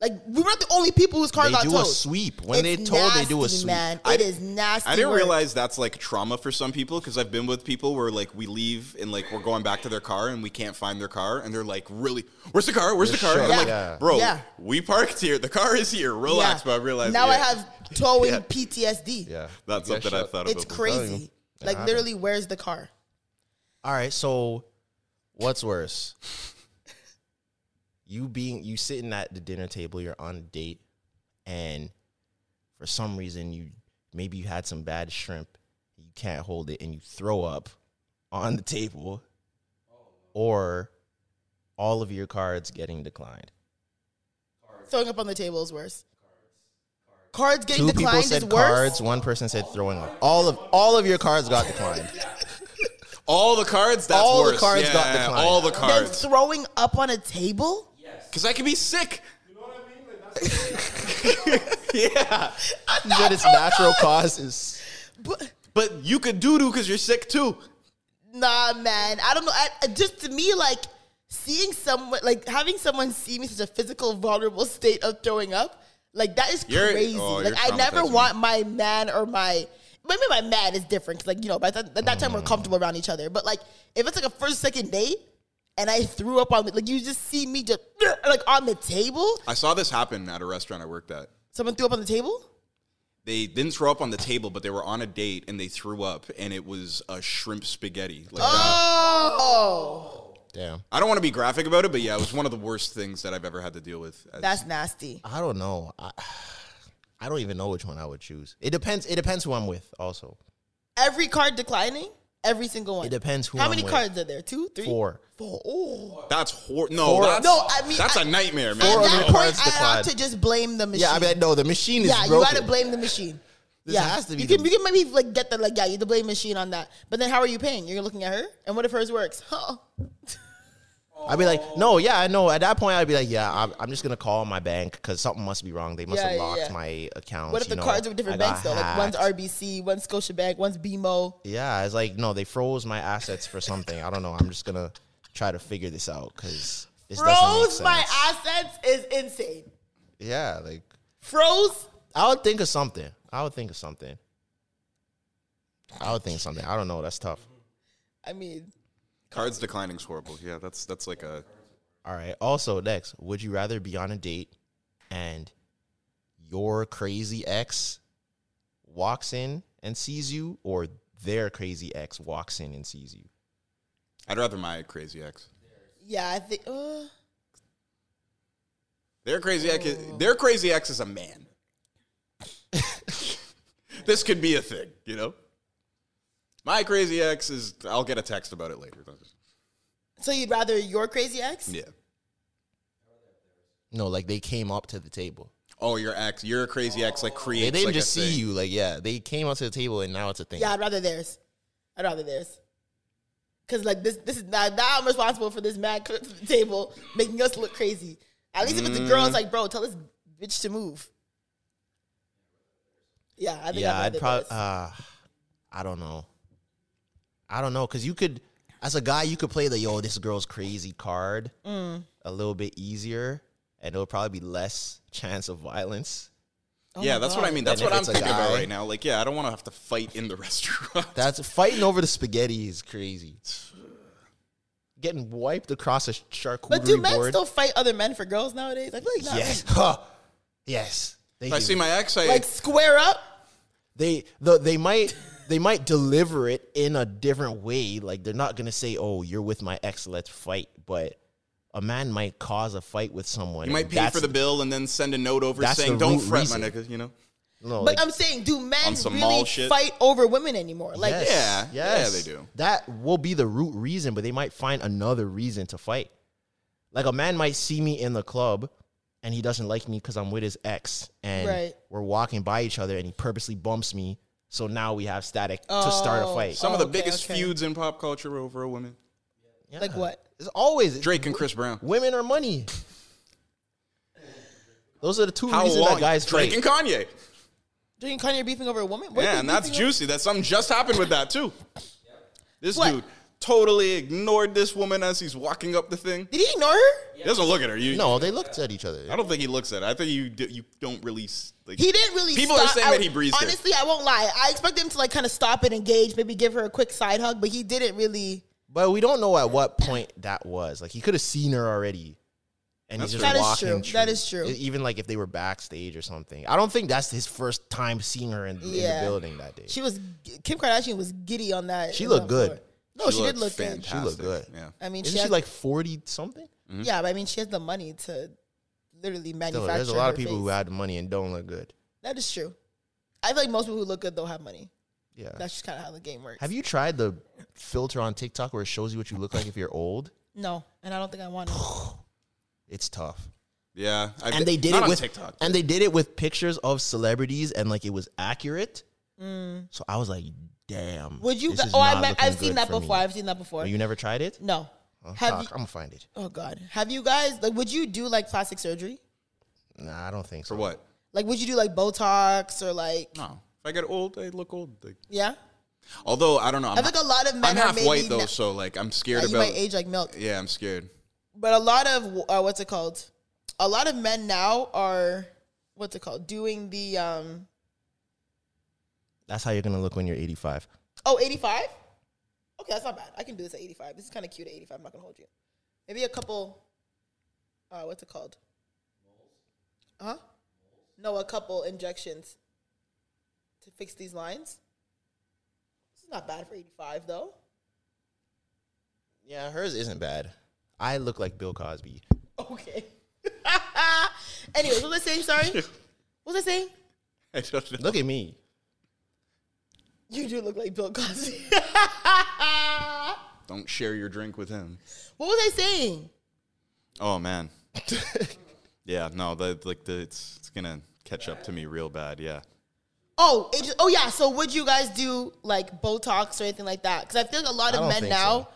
Speaker 4: Like we were not the only people whose car
Speaker 2: They
Speaker 4: got
Speaker 2: do a
Speaker 4: towed.
Speaker 2: sweep. When they
Speaker 4: It's
Speaker 2: tow, they do a
Speaker 4: nasty,
Speaker 2: sweep.
Speaker 4: Man,
Speaker 3: I
Speaker 4: it
Speaker 3: di-
Speaker 4: is nasty.
Speaker 3: I didn't
Speaker 4: work.
Speaker 3: realize that's like trauma for some people because I've been with people where like we leave and like we're going back to their car and we can't find their car and they're like, really, where's the car? Where's the car?
Speaker 2: Sure,
Speaker 3: And I'm like,
Speaker 2: yeah.
Speaker 3: bro,
Speaker 4: Yeah.
Speaker 3: we parked here. The car is here. Relax,
Speaker 4: Yeah.
Speaker 3: but I realized
Speaker 4: now I
Speaker 3: yeah,
Speaker 4: have towing
Speaker 3: Yeah.
Speaker 4: PTSD.
Speaker 2: Yeah.
Speaker 3: that's
Speaker 2: Yeah,
Speaker 3: something I
Speaker 2: shut-
Speaker 3: thought
Speaker 4: It's
Speaker 3: about.
Speaker 4: crazy. Like literally, where's the car?
Speaker 2: All right, so what's worse? you being you sitting at the dinner table, you're on a date, and for some reason you maybe you had some bad shrimp, you can't hold it, and you throw up on the table, or all of your cards getting declined.
Speaker 4: Throwing up on the table is worse. Cards getting
Speaker 2: Two people
Speaker 4: declined is
Speaker 2: said
Speaker 4: worse.
Speaker 2: cards, one person said throwing up. All of all of your cards got declined.
Speaker 3: All the cards, that's
Speaker 2: All the
Speaker 3: worse.
Speaker 2: cards
Speaker 3: yeah,
Speaker 2: got declined.
Speaker 3: All the
Speaker 4: Than
Speaker 3: cards.
Speaker 4: throwing up on a table.
Speaker 3: Because I could be sick.
Speaker 2: but it's natural causes.
Speaker 4: But,
Speaker 3: But you could doo doo because you're sick too.
Speaker 4: nah, man. I don't know. I, I- just to me, like seeing someone, like having someone see me in such a physical, vulnerable state of throwing up, like that is
Speaker 3: You're-
Speaker 4: crazy.
Speaker 3: oh,
Speaker 4: like
Speaker 3: you're
Speaker 4: I never
Speaker 3: traumatizing.
Speaker 4: want my man or my maybe my man is different. 'cause, like you know, by that, at that time we're comfortable around each other. But like if it's like a first second date. And I threw up on the, like you just see me just like on the table.
Speaker 3: I saw this happen at a restaurant I worked at.
Speaker 4: Someone threw up on the table.
Speaker 3: They didn't throw up on the table, but they were on a date and they threw up, and it was a shrimp spaghetti. Like that.
Speaker 4: Oh,
Speaker 2: Damn.
Speaker 3: I don't want to be graphic about it, but yeah, it was one of the worst things that I've ever had to deal with. as-
Speaker 4: that's nasty.
Speaker 2: I don't know. I, I don't even know which one I would choose. It depends. It depends who I'm with. Also,
Speaker 4: Every card declining. Every single one.
Speaker 2: It depends who
Speaker 4: How
Speaker 2: I'm
Speaker 4: many
Speaker 2: with.
Speaker 4: cards are there? Two, three,
Speaker 2: four.
Speaker 4: four. Oh.
Speaker 3: that's horrible. No,
Speaker 2: Four-
Speaker 3: that's,
Speaker 4: No, I mean,
Speaker 3: that's
Speaker 4: I-
Speaker 3: a nightmare, man.
Speaker 2: Four
Speaker 4: At
Speaker 2: of
Speaker 4: that
Speaker 2: your
Speaker 4: point,
Speaker 2: cards
Speaker 4: I have
Speaker 2: declined.
Speaker 4: to just blame the machine.
Speaker 2: Yeah, I mean, no, the machine is
Speaker 4: yeah, you
Speaker 2: broken.
Speaker 4: gotta blame the machine.
Speaker 2: This
Speaker 4: yeah,
Speaker 2: has to be
Speaker 4: You
Speaker 2: the-
Speaker 4: can, you can maybe like get the like yeah, you
Speaker 2: Oh,
Speaker 4: have to blame the machine on that. But then how are you paying? You're looking at her, and what if hers works? Huh?
Speaker 2: I'd be
Speaker 4: Oh.
Speaker 2: like, no, yeah, I know. At that point, I'd be like, yeah, I'm, I'm just gonna call my bank because something must be wrong. They must
Speaker 4: Yeah,
Speaker 2: have
Speaker 4: yeah,
Speaker 2: locked
Speaker 4: yeah.
Speaker 2: my account.
Speaker 4: What if
Speaker 2: you
Speaker 4: the
Speaker 2: know,
Speaker 4: cards are with different
Speaker 2: I got
Speaker 4: banks though? Like one's
Speaker 2: hacked.
Speaker 4: RBC, one's Scotiabank, one's BMO.
Speaker 2: Yeah, it's like no, they froze my assets for something. I don't know. I'm just gonna try to figure this out because this doesn't make
Speaker 4: Froze
Speaker 2: sense.
Speaker 4: my assets is insane.
Speaker 2: Yeah, like
Speaker 4: Froze.
Speaker 2: I would think of something. I would think of something. I would think of something. I don't know. That's tough.
Speaker 4: I mean,
Speaker 3: Cards declining is horrible. Yeah, that's that's like a
Speaker 2: All right. Also, next, would you rather be on a date and your crazy ex walks in and sees you, or their crazy ex walks in and sees you?
Speaker 3: I'd rather my crazy ex.
Speaker 4: yeah, I think. Uh,
Speaker 3: Their crazy ex is, their crazy ex is a man. this could be a thing, you know? My crazy ex is I'll get a text about it later.
Speaker 4: so you'd rather your crazy ex?
Speaker 3: Yeah.
Speaker 2: No, like they came up to the table.
Speaker 3: Oh, your ex, your crazy ex like creates
Speaker 2: They didn't
Speaker 3: like, a
Speaker 2: just see
Speaker 3: thing.
Speaker 2: you. Like, yeah, they came up to the table and now it's a thing.
Speaker 4: Yeah, I'd rather theirs. I'd rather theirs. Cause like this, this is now, now I'm responsible for this mad clip to the table making us look crazy. At least if it's a girl,
Speaker 3: Mm.
Speaker 4: it's like, bro, tell this bitch to move. Yeah, I think
Speaker 2: yeah,
Speaker 4: I'd,
Speaker 2: I'd
Speaker 4: rather
Speaker 2: probably.
Speaker 4: theirs.
Speaker 2: Uh, I don't know. I don't know because you could, as a guy, you could play the yo, this girl's crazy card
Speaker 4: Mm.
Speaker 2: a little bit easier, and it'll probably be less chance of violence.
Speaker 4: Oh
Speaker 3: yeah, that's what I mean.
Speaker 2: Then
Speaker 3: That's what
Speaker 2: if
Speaker 3: I'm
Speaker 2: it's a
Speaker 3: thinking about
Speaker 2: guy-
Speaker 3: right now. Like, yeah, I don't want to have to fight in the restaurant.
Speaker 2: That's fighting over the spaghetti is crazy. Getting wiped across a charcuterie
Speaker 4: But do men
Speaker 2: board.
Speaker 4: still fight other men for girls nowadays? I feel like not.
Speaker 2: yes, Huh. yes. They
Speaker 3: if I
Speaker 2: do.
Speaker 3: see my ex, I
Speaker 4: Like square up.
Speaker 2: they the, they might they might deliver it in a different way. Like they're not gonna say, "Oh, you're with my ex, let's fight." But a man might cause a fight with someone.
Speaker 3: you might
Speaker 2: and
Speaker 3: pay
Speaker 2: that's-
Speaker 3: for the bill and then send a note over
Speaker 2: that's
Speaker 3: saying,
Speaker 2: the
Speaker 3: "Don't
Speaker 2: root
Speaker 3: fret, my
Speaker 2: reason.
Speaker 3: nigga." You know?
Speaker 2: No,
Speaker 4: But
Speaker 2: like,
Speaker 4: I'm saying, do men
Speaker 3: On some
Speaker 4: really
Speaker 3: mall shit.
Speaker 4: fight over women anymore? Like,
Speaker 2: yes,
Speaker 3: Yeah, yeah,
Speaker 2: yes.
Speaker 3: they do.
Speaker 2: That will be the root reason, but they might find another reason to fight. Like a man might see me in the club. And he doesn't like me because I'm with his ex, and
Speaker 4: Right.
Speaker 2: we're walking by each other, and he purposely bumps me. So now we have static to start
Speaker 4: Oh,
Speaker 2: a fight.
Speaker 3: Some of the
Speaker 4: okay,
Speaker 3: biggest
Speaker 4: okay.
Speaker 3: feuds in pop culture were over a woman.
Speaker 4: like what?
Speaker 2: It's always
Speaker 3: Drake and Chris Brown.
Speaker 2: Women or money. Those are the two
Speaker 3: How
Speaker 2: reasons
Speaker 3: long?
Speaker 2: that guys
Speaker 3: Drake
Speaker 2: fight.
Speaker 3: and Kanye.
Speaker 4: Doing Kanye beefing over a woman? What are
Speaker 3: Yeah,
Speaker 4: they
Speaker 3: and that's
Speaker 4: beefing over?
Speaker 3: juicy. That something just happened with that too. This
Speaker 4: What?
Speaker 3: dude totally ignored this woman as he's walking up the thing.
Speaker 4: Did he ignore her?
Speaker 3: He doesn't look at her. You,
Speaker 2: No, they looked at each other.
Speaker 3: I don't think he looks at her. I think you d- you don't really s- like.
Speaker 4: He didn't really.
Speaker 3: People
Speaker 4: stop.
Speaker 3: are saying
Speaker 4: I-
Speaker 3: that he breezed her.
Speaker 4: Honestly, I won't lie. I expect him to like kind of stop and engage, maybe give her a quick side hug, but he didn't really.
Speaker 2: But we don't know at what point that was. Like he could have seen her already, and he's just
Speaker 3: That's true. That is
Speaker 2: walking.
Speaker 4: true. That is true.
Speaker 2: E- Even like if they were backstage or something. I don't think that's his first time seeing her in, in
Speaker 4: Yeah.
Speaker 2: the building that day.
Speaker 4: She was Kim Kardashian was giddy on that.
Speaker 2: She looked good.
Speaker 4: No, she, did look
Speaker 3: fantastic.
Speaker 2: She looked good.
Speaker 3: Yeah.
Speaker 4: good. I mean,
Speaker 2: Isn't
Speaker 4: she,
Speaker 2: she
Speaker 4: has,
Speaker 2: like forty something?
Speaker 4: yeah, but I mean, she has the money to literally
Speaker 2: Still,
Speaker 4: manufacture.
Speaker 2: there's a lot of
Speaker 4: her
Speaker 2: people who
Speaker 4: face.
Speaker 2: had money and don't look good.
Speaker 4: That is true. I feel like most people who look good though have money.
Speaker 2: Yeah.
Speaker 4: That's just kind of how the game works.
Speaker 2: Have you tried the filter on TikTok where it shows you what you look like if you're old?
Speaker 4: No, and I don't think I want it.
Speaker 2: It's tough.
Speaker 3: Yeah, I-
Speaker 2: and they did
Speaker 3: not
Speaker 2: it
Speaker 3: on
Speaker 2: with
Speaker 3: TikTok.
Speaker 2: and they did it with pictures of celebrities and like it was accurate. So I was like, damn.
Speaker 4: Would you?
Speaker 2: this is
Speaker 4: oh,
Speaker 2: not
Speaker 4: I, me-
Speaker 2: looking
Speaker 4: I've seen
Speaker 2: good
Speaker 4: that
Speaker 2: for me.
Speaker 4: before. I've seen that before.
Speaker 2: Oh, you never tried it?
Speaker 4: no.
Speaker 2: Oh,
Speaker 4: Have
Speaker 2: fuck,
Speaker 4: you,
Speaker 2: I'm gonna find it.
Speaker 4: oh God. Have you guys like? Would you do like plastic surgery?
Speaker 2: Nah, I don't think so.
Speaker 3: for what?
Speaker 4: Like, would you do like Botox or like?
Speaker 3: No, if I get old, I look old. Like,
Speaker 4: Yeah,
Speaker 3: although I don't know, I'm
Speaker 4: I think a lot of men
Speaker 3: I'm
Speaker 4: are
Speaker 3: half
Speaker 4: maybe
Speaker 3: white though,
Speaker 4: not-
Speaker 3: so like I'm
Speaker 4: Yeah,
Speaker 3: scared
Speaker 4: you
Speaker 3: about.
Speaker 4: might age like milk.
Speaker 3: Yeah, I'm scared.
Speaker 4: But a lot of uh, what's it called? A lot of men now are what's it called? Doing the um
Speaker 2: That's how you're gonna look when you're 85.
Speaker 4: oh 85? Okay, that's not bad. I can do this at 85. This is kind of cute at 85. I'm not gonna hold you. Maybe a couple. Uh, what's it called? Huh? No, a couple injections to fix these lines. This is not bad for 85 though.
Speaker 2: Yeah, hers isn't bad. I look like Bill Cosby.
Speaker 4: Okay. Anyways, what was I saying? Sorry. What was I saying?
Speaker 3: I don't know.
Speaker 2: Look at me.
Speaker 4: You do look like Bill Cosby.
Speaker 3: Don't share your drink with him.
Speaker 4: what was I saying?
Speaker 3: Oh man. yeah, no, the like the it's, it's gonna catch up to me real bad. Yeah.
Speaker 4: Oh, it just, oh yeah. So would you guys do like Botox or anything like that? Because I feel like a lot
Speaker 2: I
Speaker 4: of
Speaker 2: don't
Speaker 4: men
Speaker 2: think
Speaker 4: now
Speaker 2: so.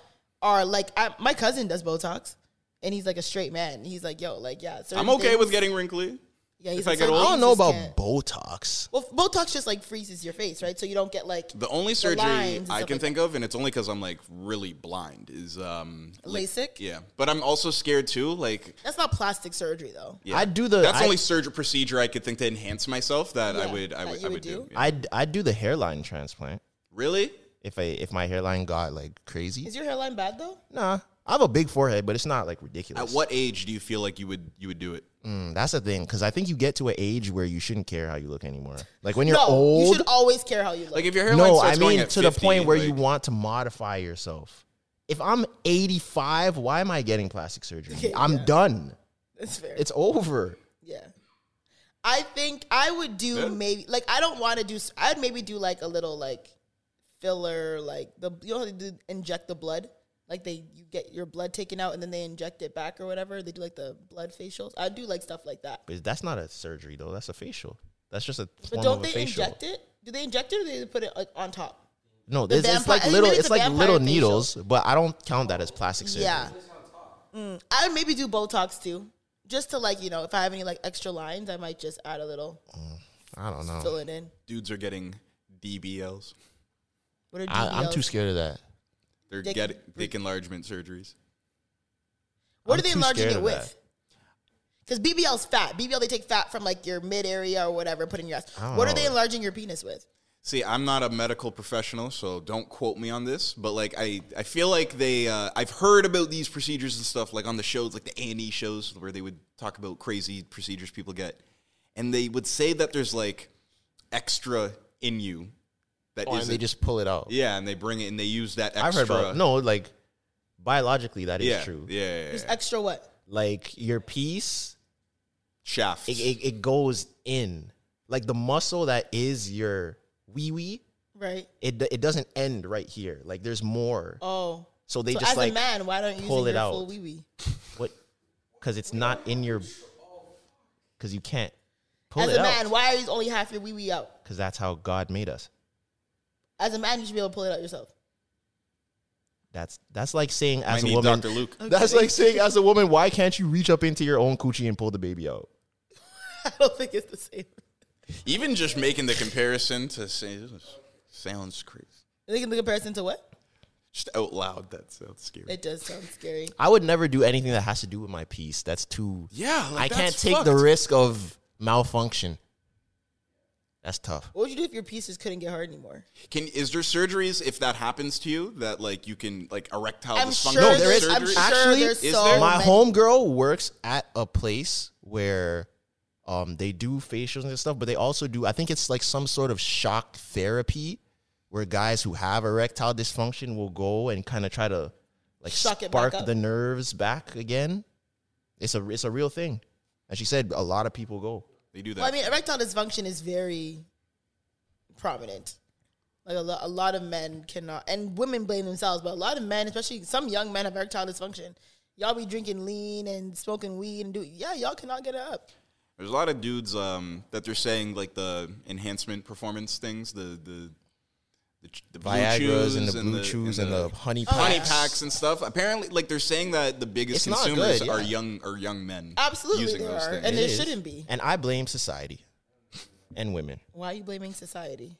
Speaker 4: are like, I, my cousin does Botox, and he's like a straight man. He's like, yo, like yeah, certain
Speaker 3: I'm okay with
Speaker 4: things-
Speaker 3: getting wrinkly.
Speaker 4: Yeah, he's
Speaker 3: if I
Speaker 4: like,
Speaker 3: get
Speaker 4: certain
Speaker 3: old.
Speaker 2: I don't know
Speaker 4: things just
Speaker 2: about
Speaker 4: can't-
Speaker 2: Botox.
Speaker 4: Well, Botox just like freezes your face, right? So you don't get like
Speaker 3: The only
Speaker 4: lines
Speaker 3: surgery
Speaker 4: and
Speaker 3: I
Speaker 4: stuff
Speaker 3: can
Speaker 4: like
Speaker 3: think
Speaker 4: that.
Speaker 3: of, and it's only because I'm like really blind, is um like-
Speaker 4: LASIK?
Speaker 3: yeah, but I'm also scared too. Like
Speaker 4: That's not plastic surgery though.
Speaker 3: yeah.
Speaker 2: I do the-
Speaker 3: That's
Speaker 2: I-
Speaker 3: the only surgery procedure I could think to enhance myself that I
Speaker 4: Yeah,
Speaker 3: would I
Speaker 4: that
Speaker 3: would,
Speaker 4: you
Speaker 3: I
Speaker 4: would
Speaker 3: would do.
Speaker 4: do?
Speaker 3: Yeah.
Speaker 2: I'd I'd do the hairline transplant
Speaker 3: Really?
Speaker 2: if I if my hairline got like crazy.
Speaker 4: Is your hairline bad though?
Speaker 2: nah, I have a big forehead, but it's not like ridiculous.
Speaker 3: At what age do you feel like you would you would do it?
Speaker 2: Mm, that's the thing, because I think you get to an age where you shouldn't care how you look anymore. Like when you're
Speaker 4: no,
Speaker 2: old,
Speaker 4: you should always care how you look.
Speaker 3: Like if your hairline
Speaker 2: no, I
Speaker 3: starts going
Speaker 2: mean
Speaker 3: at
Speaker 2: to the
Speaker 3: 50,
Speaker 2: point where you
Speaker 3: like-
Speaker 2: want to modify yourself. If I'm 85, why am I getting plastic surgery? I'm done.
Speaker 4: That's fair.
Speaker 2: It's over.
Speaker 4: Yeah. I think I would do
Speaker 3: Yeah.
Speaker 4: maybe like I don't want to do. s- I'd maybe do like a little like filler, like the you know how they do inject the blood, like they you get your blood taken out and then they inject it back or whatever. They do like the blood facials. I'd do like stuff like that.
Speaker 2: But that's not a surgery though. That's a facial. That's just a
Speaker 4: But
Speaker 2: form
Speaker 4: don't
Speaker 2: of a
Speaker 4: they
Speaker 2: facial.
Speaker 4: inject it? Do they inject it or do they put it like, on top?
Speaker 2: No,
Speaker 4: The
Speaker 2: it's, it's
Speaker 4: vampire-
Speaker 2: like
Speaker 4: I mean,
Speaker 2: little.
Speaker 4: it's
Speaker 2: It's
Speaker 4: a
Speaker 2: like
Speaker 4: vampire
Speaker 2: little
Speaker 4: facial.
Speaker 2: needles, but I don't count that as plastic surgery.
Speaker 4: Yeah. Mm. I would maybe do Botox too, just to like you know if I have any like extra lines, I might just add a little
Speaker 2: I don't know.
Speaker 4: fill it in.
Speaker 3: dudes are getting DBLs.
Speaker 4: What are E
Speaker 2: I, I'm
Speaker 4: DBLs?
Speaker 2: too scared of that.
Speaker 3: They're
Speaker 4: Dick-
Speaker 3: getting dick enlargement surgeries.
Speaker 4: What
Speaker 2: I'm
Speaker 4: are they
Speaker 2: too
Speaker 4: enlarging
Speaker 2: scared
Speaker 4: it
Speaker 2: of
Speaker 4: with? Because BBL's fat. BBL they take fat from like your mid area or whatever, put in your ass.
Speaker 2: I don't
Speaker 4: What are they
Speaker 2: know.
Speaker 4: enlarging your penis with?
Speaker 3: See, I'm not a medical professional, so don't quote me on this. But like, I, I feel like they, uh, I've heard about these procedures and stuff, like on the shows, like the A and E shows, where they would talk about crazy procedures people get, and they would say that there's like extra in you that
Speaker 2: Oh, and
Speaker 3: isn't-
Speaker 2: they just pull it out.
Speaker 3: yeah, and they bring it and they use that extra.
Speaker 2: I've heard about no, like biologically that is
Speaker 3: yeah,
Speaker 2: true.
Speaker 3: yeah, yeah, yeah.
Speaker 4: There's extra what?
Speaker 2: Like your piece,
Speaker 3: shafts.
Speaker 2: it, it, it goes in. Like the muscle that is your wee wee,
Speaker 4: Right.
Speaker 2: it do- it doesn't end right here. Like there's more.
Speaker 4: Oh.
Speaker 2: So they
Speaker 4: so
Speaker 2: just
Speaker 4: as
Speaker 2: like
Speaker 4: a man, why don't you
Speaker 2: pull
Speaker 4: use
Speaker 2: it
Speaker 4: your
Speaker 2: out.
Speaker 4: full wee wee?
Speaker 2: what? Because it's not in your. Because you can't pull
Speaker 4: As
Speaker 2: it
Speaker 4: a man,
Speaker 2: out.
Speaker 4: why are you only half your wee wee out?
Speaker 2: Because that's how God made us.
Speaker 4: As a man, you should be able to pull it out yourself.
Speaker 2: That's that's like saying
Speaker 3: I
Speaker 2: as
Speaker 3: need
Speaker 2: a woman.
Speaker 3: Dr. Luke.
Speaker 2: That's like saying as a woman, why can't you reach up into your own coochie and pull the baby out?
Speaker 4: I don't think it's the same.
Speaker 3: Even just making the comparison to say this is- sounds crazy.
Speaker 4: Think in the comparison to what?
Speaker 3: Just out loud, that sounds scary.
Speaker 4: It does sound scary.
Speaker 2: I would never do anything that has to do with my piece. That's too.
Speaker 3: Yeah, like,
Speaker 2: I can't
Speaker 3: that's
Speaker 2: take the
Speaker 3: fucked.
Speaker 2: risk of malfunction. That's tough.
Speaker 4: What would you do if your pieces couldn't get hard anymore?
Speaker 3: Can is there surgeries if that happens to you that like you can like erectile
Speaker 4: I'm
Speaker 3: dysfunction?
Speaker 4: sure
Speaker 2: No, there is.
Speaker 4: there's- I'm
Speaker 3: surgery?
Speaker 4: sure
Speaker 2: Actually,
Speaker 4: there's
Speaker 3: is
Speaker 4: so
Speaker 3: there?
Speaker 2: My
Speaker 4: many.
Speaker 2: homegirl works at a place where um they do facials and stuff, but they also do I think it's like some sort of shock therapy where guys who have erectile dysfunction will go and kind of try to like
Speaker 4: Suck it back
Speaker 2: spark
Speaker 4: up.
Speaker 2: the nerves back again. It's a it's a real thing. And she said a lot of people go.
Speaker 3: They do that.
Speaker 4: Well, I mean, erectile dysfunction is very prominent. Like a, lo- a lot of men cannot, and women blame themselves, but a lot of men, especially some young men, have erectile dysfunction. Y'all be drinking lean and smoking weed and do, yeah, y'all cannot get it up.
Speaker 3: There's a lot of dudes um, that they're saying like the enhancement performance things, the the the, ch- the blue
Speaker 2: Viagra's and
Speaker 3: chews
Speaker 2: the blue chews and the honey
Speaker 3: honey
Speaker 2: packs.
Speaker 3: packs and stuff. Apparently, like they're saying that the biggest
Speaker 2: It's not
Speaker 3: consumers
Speaker 2: good,
Speaker 3: are
Speaker 2: yeah.
Speaker 3: young are young men.
Speaker 4: Absolutely there are, and
Speaker 2: It
Speaker 4: there
Speaker 2: is.
Speaker 4: shouldn't be.
Speaker 2: And I blame society and women.
Speaker 4: Why are you blaming society?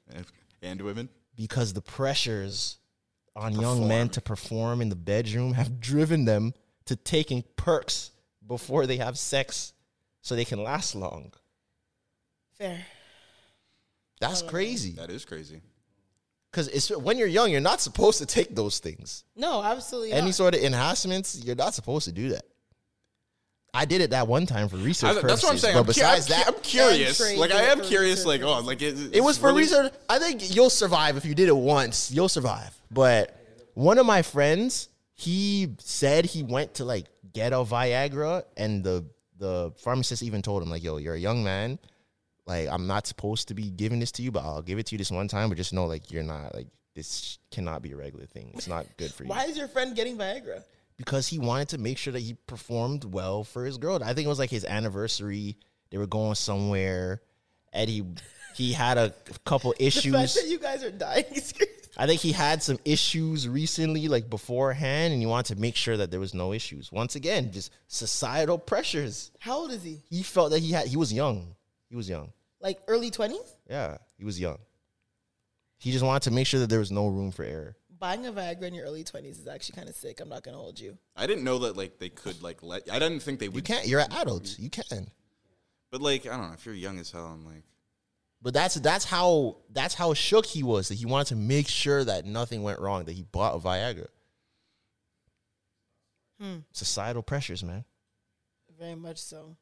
Speaker 3: and, women.
Speaker 2: because the pressures on young men to perform in the bedroom have driven them to taking perks before they have sex so they can last long.
Speaker 4: Fair.
Speaker 2: That's crazy.
Speaker 3: Oh, That is crazy.
Speaker 2: Because it's when you're young, you're not supposed to take those things.
Speaker 4: No, absolutely.
Speaker 2: Any
Speaker 4: not.
Speaker 2: sort of enhancements, you're not supposed to do that. I did it that one time for research
Speaker 3: I- that's what I'm
Speaker 2: purposes,
Speaker 3: saying.
Speaker 2: But
Speaker 3: I'm, cu- I'm,
Speaker 2: besides
Speaker 3: cu-
Speaker 2: that,
Speaker 3: I'm curious.
Speaker 4: Entry
Speaker 3: Like I am
Speaker 4: for
Speaker 3: curious. Like
Speaker 4: research
Speaker 3: oh, like it,
Speaker 2: It was
Speaker 3: it's
Speaker 2: for
Speaker 3: really-
Speaker 2: research. I think you'll survive if you did it once. You'll survive. But one of my friends, he said he went to like get a Viagra, and the the pharmacist even told him like, "Yo, you're a young man. Like, I'm not supposed to be giving this to you, but I'll give it to you this one time. But just know, like, you're not like this cannot be a regular thing. It's not good for you."
Speaker 4: Why is your friend getting Viagra?
Speaker 2: because he wanted to make sure that he performed well for his girl. I think it was like his anniversary. They were going somewhere, and he he had a couple
Speaker 4: The fact
Speaker 2: issues.
Speaker 4: that you guys are dying. is crazy.
Speaker 2: I think he had some issues recently, like beforehand, and he wanted to make sure that there was no issues. Once again, just societal pressures.
Speaker 4: How old is he?
Speaker 2: He felt that he had. He was young. He was young.
Speaker 4: Like early twenties?
Speaker 2: Yeah, he was young. He just wanted to make sure that there was no room for error.
Speaker 4: Buying a Viagra in your early twenties is actually kind of sick. I'm not gonna hold you.
Speaker 3: I didn't know that like they could like let. I didn't think they would.
Speaker 2: You can't. You're an adult. You can.
Speaker 3: But like I don't know if you're young as hell. I'm like
Speaker 2: But that's that's how that's how shook he was that he wanted to make sure that nothing went wrong that he bought a Viagra.
Speaker 4: Hmm.
Speaker 2: Societal pressures, man.
Speaker 4: Very much so.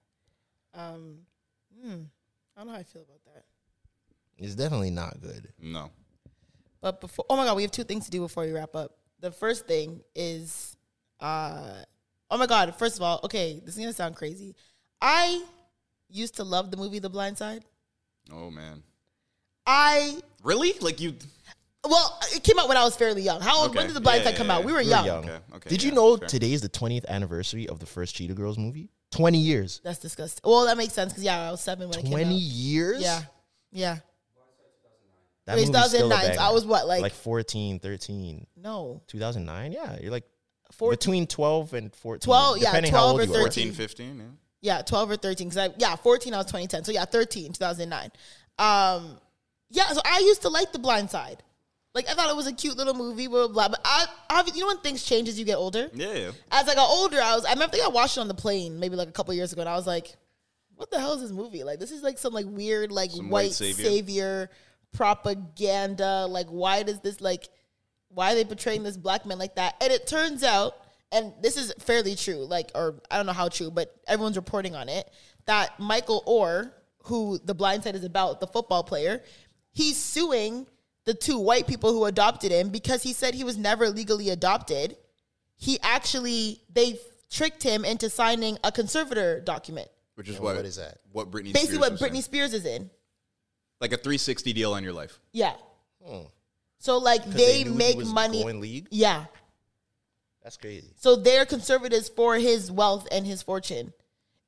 Speaker 4: Um, hmm, I don't know how I feel about that.
Speaker 2: It's definitely not good.
Speaker 3: no.
Speaker 4: But before, oh my god, we have two things to do before we wrap up. The first thing is, uh, oh my god. First of all, okay, this is gonna sound crazy. I used to love the movie The Blind Side.
Speaker 3: Oh man.
Speaker 4: I
Speaker 3: Really? Like you?
Speaker 4: well, it came out when I was fairly young. How old? When
Speaker 3: Okay.
Speaker 4: did The Blind
Speaker 3: Yeah,
Speaker 4: Side
Speaker 3: yeah,
Speaker 4: come
Speaker 3: yeah,
Speaker 4: out? We were,
Speaker 2: We were
Speaker 4: young.
Speaker 2: young.
Speaker 3: Okay, okay,
Speaker 2: Did you
Speaker 3: yeah,
Speaker 2: know
Speaker 3: fair.
Speaker 2: today is the 20th anniversary of the first Cheetah Girls movie? 20 years.
Speaker 4: That's disgusting. Well, that makes sense because yeah, I was seven when it
Speaker 2: 20
Speaker 4: came out.
Speaker 2: years?
Speaker 4: Yeah, yeah.
Speaker 2: That
Speaker 4: Wait,
Speaker 2: movie's still a
Speaker 4: 2009, so I
Speaker 2: banger.
Speaker 4: was what, like-
Speaker 2: Like 14, 13,
Speaker 4: No,
Speaker 2: 2009? Yeah, you're like
Speaker 4: 14
Speaker 2: between 12 and 14.
Speaker 4: 12, yeah,
Speaker 2: depending
Speaker 4: 12
Speaker 2: how old
Speaker 4: or
Speaker 2: you are.
Speaker 3: 14,
Speaker 4: 13.
Speaker 3: 15, yeah.
Speaker 4: Yeah, 12 or 13. Cause I, yeah, 14, I was 2010. So yeah, 13, 2009. Um, yeah, so I used to like The Blind Side. Like I thought it was a cute little movie, blah, blah, blah. But I, I, you know when things change as you get older?
Speaker 3: Yeah, yeah.
Speaker 4: As I got older, I was, I remember I think I watched it on the plane maybe like a couple years ago and I was like, what the hell is this movie? Like this is like some like weird, like
Speaker 3: Some
Speaker 4: white,
Speaker 3: white savior.
Speaker 4: savior propaganda. Like why does this like, why are they portraying this black man like that? And it turns out, and this is fairly true, like, or I don't know how true, but everyone's reporting on it, that Michael Orr, who the blind side is about, the football player, he's suing the two white people who adopted him because he said he was never legally adopted. He actually, they tricked him into signing a conservator document.
Speaker 3: Which is
Speaker 2: And
Speaker 3: what,
Speaker 2: what is that?
Speaker 3: What Britney
Speaker 4: Basically,
Speaker 3: Spears
Speaker 4: what
Speaker 3: was
Speaker 4: Britney
Speaker 3: saying.
Speaker 4: Spears is in.
Speaker 3: like a 360 deal on your life.
Speaker 4: Yeah.
Speaker 2: Hmm.
Speaker 4: So, like,
Speaker 2: 'Cause
Speaker 4: they,
Speaker 2: knew he
Speaker 4: make
Speaker 2: was
Speaker 4: money.
Speaker 2: Going league?
Speaker 4: Yeah.
Speaker 2: That's crazy.
Speaker 4: So they're conservatives for his wealth and his fortune.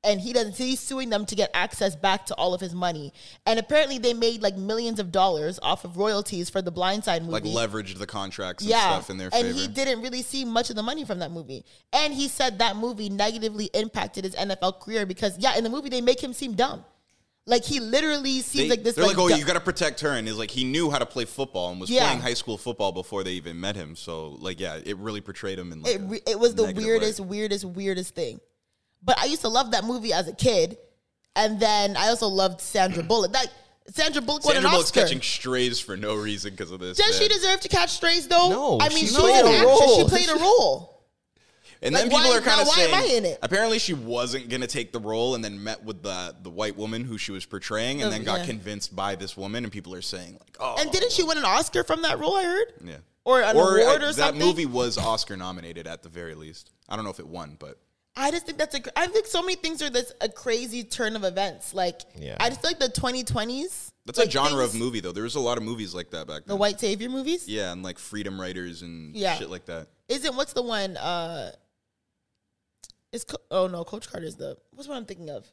Speaker 4: And he doesn't he's suing them to get access back to all of his money. And apparently they made like millions of dollars off of royalties for the blindside movie.
Speaker 3: Like leveraged the contracts and stuff in their
Speaker 4: and
Speaker 3: favor.
Speaker 4: he didn't really see much of the money from that movie. And he said that movie negatively impacted his NFL career because yeah, in the movie they make him seem dumb. Like he literally seems
Speaker 3: They,
Speaker 4: like this.
Speaker 3: they're like, oh,
Speaker 4: dumb-
Speaker 3: you got to protect her, and it's like he knew how to play football and was
Speaker 4: Yeah.
Speaker 3: playing high school football before they even met him. So, like, yeah, it really portrayed him in like
Speaker 4: it
Speaker 3: a
Speaker 4: re- it was the
Speaker 3: negative
Speaker 4: weirdest,
Speaker 3: light.
Speaker 4: weirdest, weirdest thing. But I used to love that movie as a kid, and then I also loved Sandra Bullock. That Sandra Bullock won
Speaker 3: Sandra
Speaker 4: an
Speaker 3: Bullock's
Speaker 4: Oscar.
Speaker 3: catching strays for no reason because of this.
Speaker 4: Does she
Speaker 3: man.
Speaker 4: deserve to catch strays though?
Speaker 2: No,
Speaker 4: I mean
Speaker 2: she
Speaker 4: she was
Speaker 2: played
Speaker 4: an
Speaker 2: a
Speaker 4: actress. She
Speaker 2: role.
Speaker 4: played a role.
Speaker 3: And
Speaker 4: Like,
Speaker 3: then people
Speaker 4: why-
Speaker 3: are kind
Speaker 4: now
Speaker 3: of
Speaker 4: why
Speaker 3: saying,
Speaker 4: am I in it?
Speaker 3: apparently she wasn't going to take the role and then met with the, the white woman who she was portraying and
Speaker 4: Oh,
Speaker 3: then got
Speaker 4: yeah.
Speaker 3: convinced by this woman. And people are saying, like, oh.
Speaker 4: And didn't she win an Oscar from that role? I heard.
Speaker 3: Yeah. uh,
Speaker 4: Or an award or
Speaker 3: that
Speaker 4: something?
Speaker 3: movie was Oscar nominated at the very least. I don't know if it won, but
Speaker 4: I just think that's a. cr- I think so many things are this a crazy turn of events. Like
Speaker 2: Yeah.
Speaker 4: I just feel like the 2020s.
Speaker 3: that's a
Speaker 4: like,
Speaker 3: genre of
Speaker 4: things-
Speaker 3: movie, though. There was a lot of movies like that back then.
Speaker 4: The white savior movies.
Speaker 3: Yeah, and like Freedom Writers and
Speaker 4: Yeah.
Speaker 3: shit like that.
Speaker 4: Isn't what's the one? uh It's Co- oh no, Coach Carter's the what's what I'm thinking of.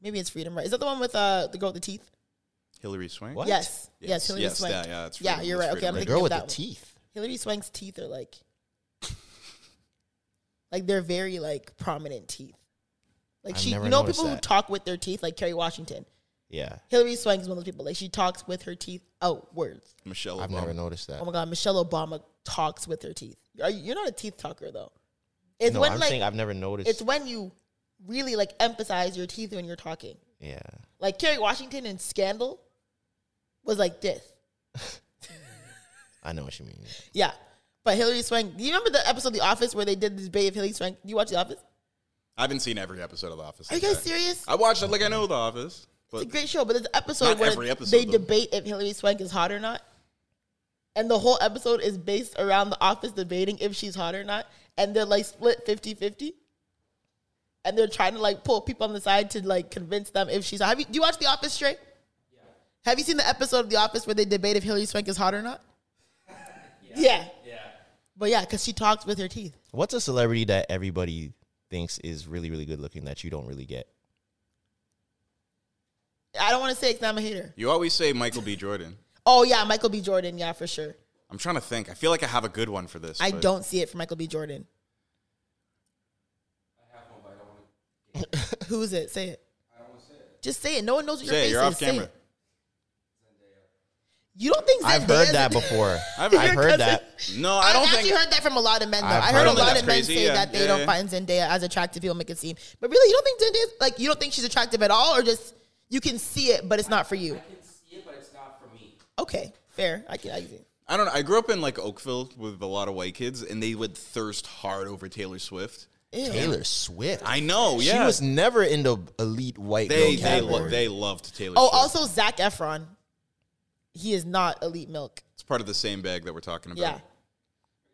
Speaker 4: Maybe it's Freedom, right? Is that the one with uh the girl with the teeth?
Speaker 3: Hillary Swank?
Speaker 2: What?
Speaker 4: Yes, yes,
Speaker 3: Yes,
Speaker 4: Hillary
Speaker 3: yes,
Speaker 4: Swank.
Speaker 3: yeah, yeah, it's Freedom-
Speaker 4: you're
Speaker 3: it's Freedom
Speaker 4: right. Okay, I'm
Speaker 3: Right.
Speaker 2: The
Speaker 4: thinking
Speaker 2: girl
Speaker 4: of
Speaker 2: with
Speaker 4: that
Speaker 2: the
Speaker 4: one.
Speaker 2: teeth.
Speaker 4: Hillary Swank's teeth are like, like they're very like prominent teeth. Like
Speaker 2: I've
Speaker 4: she,
Speaker 2: never
Speaker 4: you know,
Speaker 2: noticed
Speaker 4: people who
Speaker 2: that.
Speaker 4: talk with their teeth, like Kerry Washington.
Speaker 2: Yeah.
Speaker 4: Hillary Swank is one of those people. Like she talks with her teeth outwards.
Speaker 3: Michelle
Speaker 2: I've
Speaker 3: Obama.
Speaker 2: never noticed that.
Speaker 4: Oh my God, Michelle Obama talks with her teeth. Are you- You're not a teeth talker though. It's
Speaker 2: no,
Speaker 4: when
Speaker 2: I'm
Speaker 4: like
Speaker 2: saying I've never noticed.
Speaker 4: it's when you really like emphasize your teeth when you're talking.
Speaker 2: yeah.
Speaker 4: Like Kerry Washington in Scandal was like this.
Speaker 2: I know what you mean.
Speaker 4: Yeah. But Hillary Swank, do you remember the episode of The Office where they did this debate of Hillary Swank? Do you watch The Office?
Speaker 3: I haven't seen every episode of The Office.
Speaker 4: Are you
Speaker 3: like
Speaker 4: guys
Speaker 3: that.
Speaker 4: serious?
Speaker 3: I watched it like I know The Office.
Speaker 4: It's
Speaker 3: But
Speaker 4: a great show, but there's an episode
Speaker 3: Not
Speaker 4: where
Speaker 3: every episode,
Speaker 4: they
Speaker 3: though.
Speaker 4: debate if Hillary Swank is hot or not. And the whole episode is based around The Office debating if she's hot or not. And they're like split 50 50. And they're trying to like pull people on the side to like convince them if she's hot. Have you, do you watch The Office, Trey? Have you seen the episode of The Office where they debate if Hillary Swank is hot or not? yeah. yeah. But yeah, because she talks with her teeth.
Speaker 2: What's a celebrity that everybody thinks is really, really good looking that you don't really get?
Speaker 4: I don't want to say because I'm a hater.
Speaker 3: you always say Michael B. Jordan.
Speaker 4: Oh yeah, Michael B. Jordan, yeah for sure.
Speaker 3: I'm trying to think. I feel like I have a good one for this.
Speaker 4: I
Speaker 3: but-
Speaker 4: don't see it for Michael B. Jordan. Who is it? Say it. Just say it. No one knows what your
Speaker 3: Say it,
Speaker 4: face
Speaker 3: you're
Speaker 4: is.
Speaker 3: off
Speaker 4: Say
Speaker 3: camera.
Speaker 4: it. You don't think Zendaya?
Speaker 2: I've heard that before.
Speaker 3: I've-
Speaker 2: I've,
Speaker 3: Your
Speaker 2: heard
Speaker 4: cousin-
Speaker 2: that.
Speaker 3: No, I
Speaker 4: I
Speaker 3: don't
Speaker 4: have actually
Speaker 3: think.
Speaker 4: heard that from a lot of men though.
Speaker 2: I've
Speaker 4: i heard
Speaker 2: heard
Speaker 4: a
Speaker 2: that.
Speaker 4: lot
Speaker 3: That's
Speaker 4: of men
Speaker 3: crazy,
Speaker 4: say
Speaker 3: yeah,
Speaker 4: that they
Speaker 3: yeah,
Speaker 4: don't
Speaker 3: yeah.
Speaker 4: find Zendaya as attractive. People make it seem, but really, you don't think Zendaya's like you don't think she's attractive at all, or just you can see it, but it's not for you. Okay, fair. I can. I can.
Speaker 3: I don't know. I grew up in like Oakville with a lot of white kids, and they would thirst hard over Taylor Swift.
Speaker 2: Taylor Swift.
Speaker 3: I know. Yeah,
Speaker 2: She was never in the elite white girl
Speaker 3: they they,
Speaker 2: category.
Speaker 3: lo- they loved Taylor.
Speaker 4: Oh,
Speaker 3: Swift.
Speaker 4: also Zach Efron. He is not elite milk.
Speaker 3: it's part of the same bag that we're talking about.
Speaker 4: Yeah.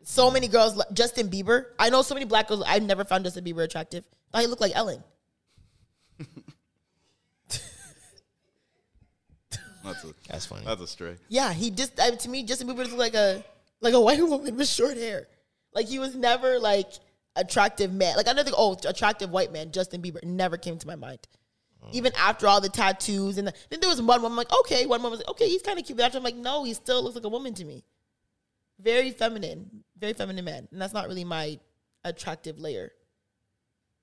Speaker 4: So many girls. lo- Justin Bieber. I know so many black girls. I've never found Justin Bieber attractive. Thought he looked like Ellen.
Speaker 3: that's, a,
Speaker 2: That's funny.
Speaker 3: That's a stray.
Speaker 4: Yeah, he just I, to me Justin Bieber just looked like a like a white woman with short hair. Like he was never like attractive man. Like I never think oh attractive white man Justin Bieber never came to my mind. Even after all the tattoos and the, then there was one woman like okay one woman was like okay he's kind of cute but after I'm like no he still looks like a woman to me. Very feminine, very feminine man, and that's not really my attractive layer.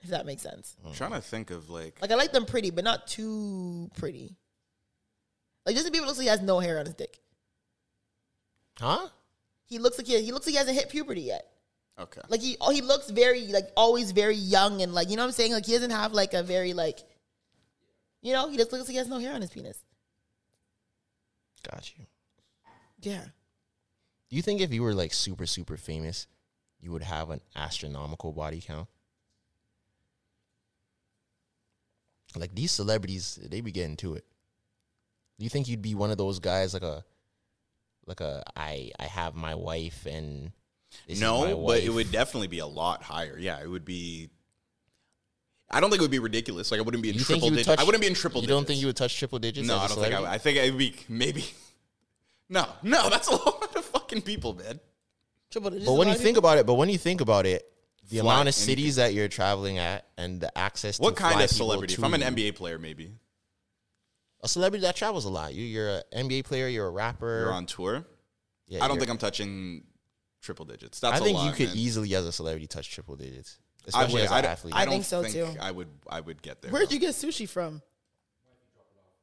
Speaker 4: If that makes sense.
Speaker 2: Oh.
Speaker 3: I'm trying to think of like.
Speaker 4: Like I like them pretty, but not too pretty. Like Justin Bieber looks like he has no hair on his dick.
Speaker 2: huh?
Speaker 4: He looks like he, he looks like he hasn't hit puberty yet.
Speaker 3: Okay.
Speaker 4: Like he oh, he looks very like always very young and like you know what I'm saying. Like he doesn't have like a very like, you know, he just looks like he has no hair on his penis.
Speaker 2: Got you.
Speaker 4: Yeah,
Speaker 2: Do you think if you were like super super famous, you would have an astronomical body count? Like these celebrities, they be getting to it. Do you think you'd be one of those guys like a like a I I have my wife and this is my
Speaker 3: no, but it
Speaker 2: wife?
Speaker 3: would definitely be a lot higher. Yeah, it would be. I don't think it would be ridiculous. Like I wouldn't be in
Speaker 2: You think
Speaker 3: triple
Speaker 2: you would
Speaker 3: digits.
Speaker 2: touch-
Speaker 3: I wouldn't be in triple.
Speaker 2: You
Speaker 3: digits.
Speaker 2: don't think you would touch triple digits? as
Speaker 3: No,
Speaker 2: a
Speaker 3: I don't think I.
Speaker 2: celebrity?
Speaker 3: would. I think I'd be maybe. No, no, that's a lot of fucking people, man.
Speaker 4: triple digits.
Speaker 2: But
Speaker 4: is a
Speaker 2: when
Speaker 4: lot
Speaker 2: you
Speaker 4: of
Speaker 2: think
Speaker 4: people.
Speaker 2: about it, but when you think about it, the
Speaker 3: Fly
Speaker 2: amount of
Speaker 3: anything.
Speaker 2: cities that you're traveling at and the access.
Speaker 3: What
Speaker 2: to
Speaker 3: kind
Speaker 2: fly
Speaker 3: of
Speaker 2: people
Speaker 3: celebrity? If I'm an
Speaker 2: to-
Speaker 3: NBA player, maybe
Speaker 2: a celebrity that travels a lot. You, you're an NBA player. You're a rapper.
Speaker 3: you're on tour.
Speaker 2: Yeah,
Speaker 3: I don't
Speaker 2: you're-
Speaker 3: think I'm touching triple digits. That's
Speaker 2: I think
Speaker 3: a lot,
Speaker 2: you could
Speaker 3: man.
Speaker 2: easily, as a celebrity, touch triple digits,
Speaker 3: I
Speaker 2: especially
Speaker 3: would.
Speaker 2: as
Speaker 3: I
Speaker 2: an
Speaker 3: don't,
Speaker 2: athlete.
Speaker 3: I
Speaker 4: I
Speaker 3: don't
Speaker 4: think so, too.
Speaker 3: I would. I would get there.
Speaker 4: where'd you get sushi from?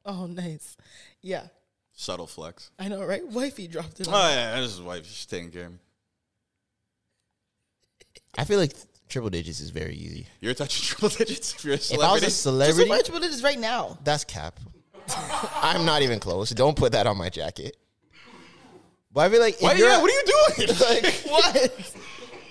Speaker 4: Oh, nice. Yeah,
Speaker 3: Subtle flex.
Speaker 4: I know, right? Wifey dropped it.
Speaker 3: Oh
Speaker 4: off.
Speaker 3: yeah, this is why she's taking care. of me.
Speaker 2: I feel like triple digits is very easy.
Speaker 3: You're touching triple digits if you're a
Speaker 2: If I was
Speaker 3: celebrity.
Speaker 2: a
Speaker 4: Just so
Speaker 2: celebrity,
Speaker 4: much, but it is right now.
Speaker 2: that's cap. I'm not even close. Don't put that on my jacket. But I feel like if
Speaker 3: Why-
Speaker 2: you're,
Speaker 3: yeah, what are you doing?
Speaker 2: Like,
Speaker 4: What?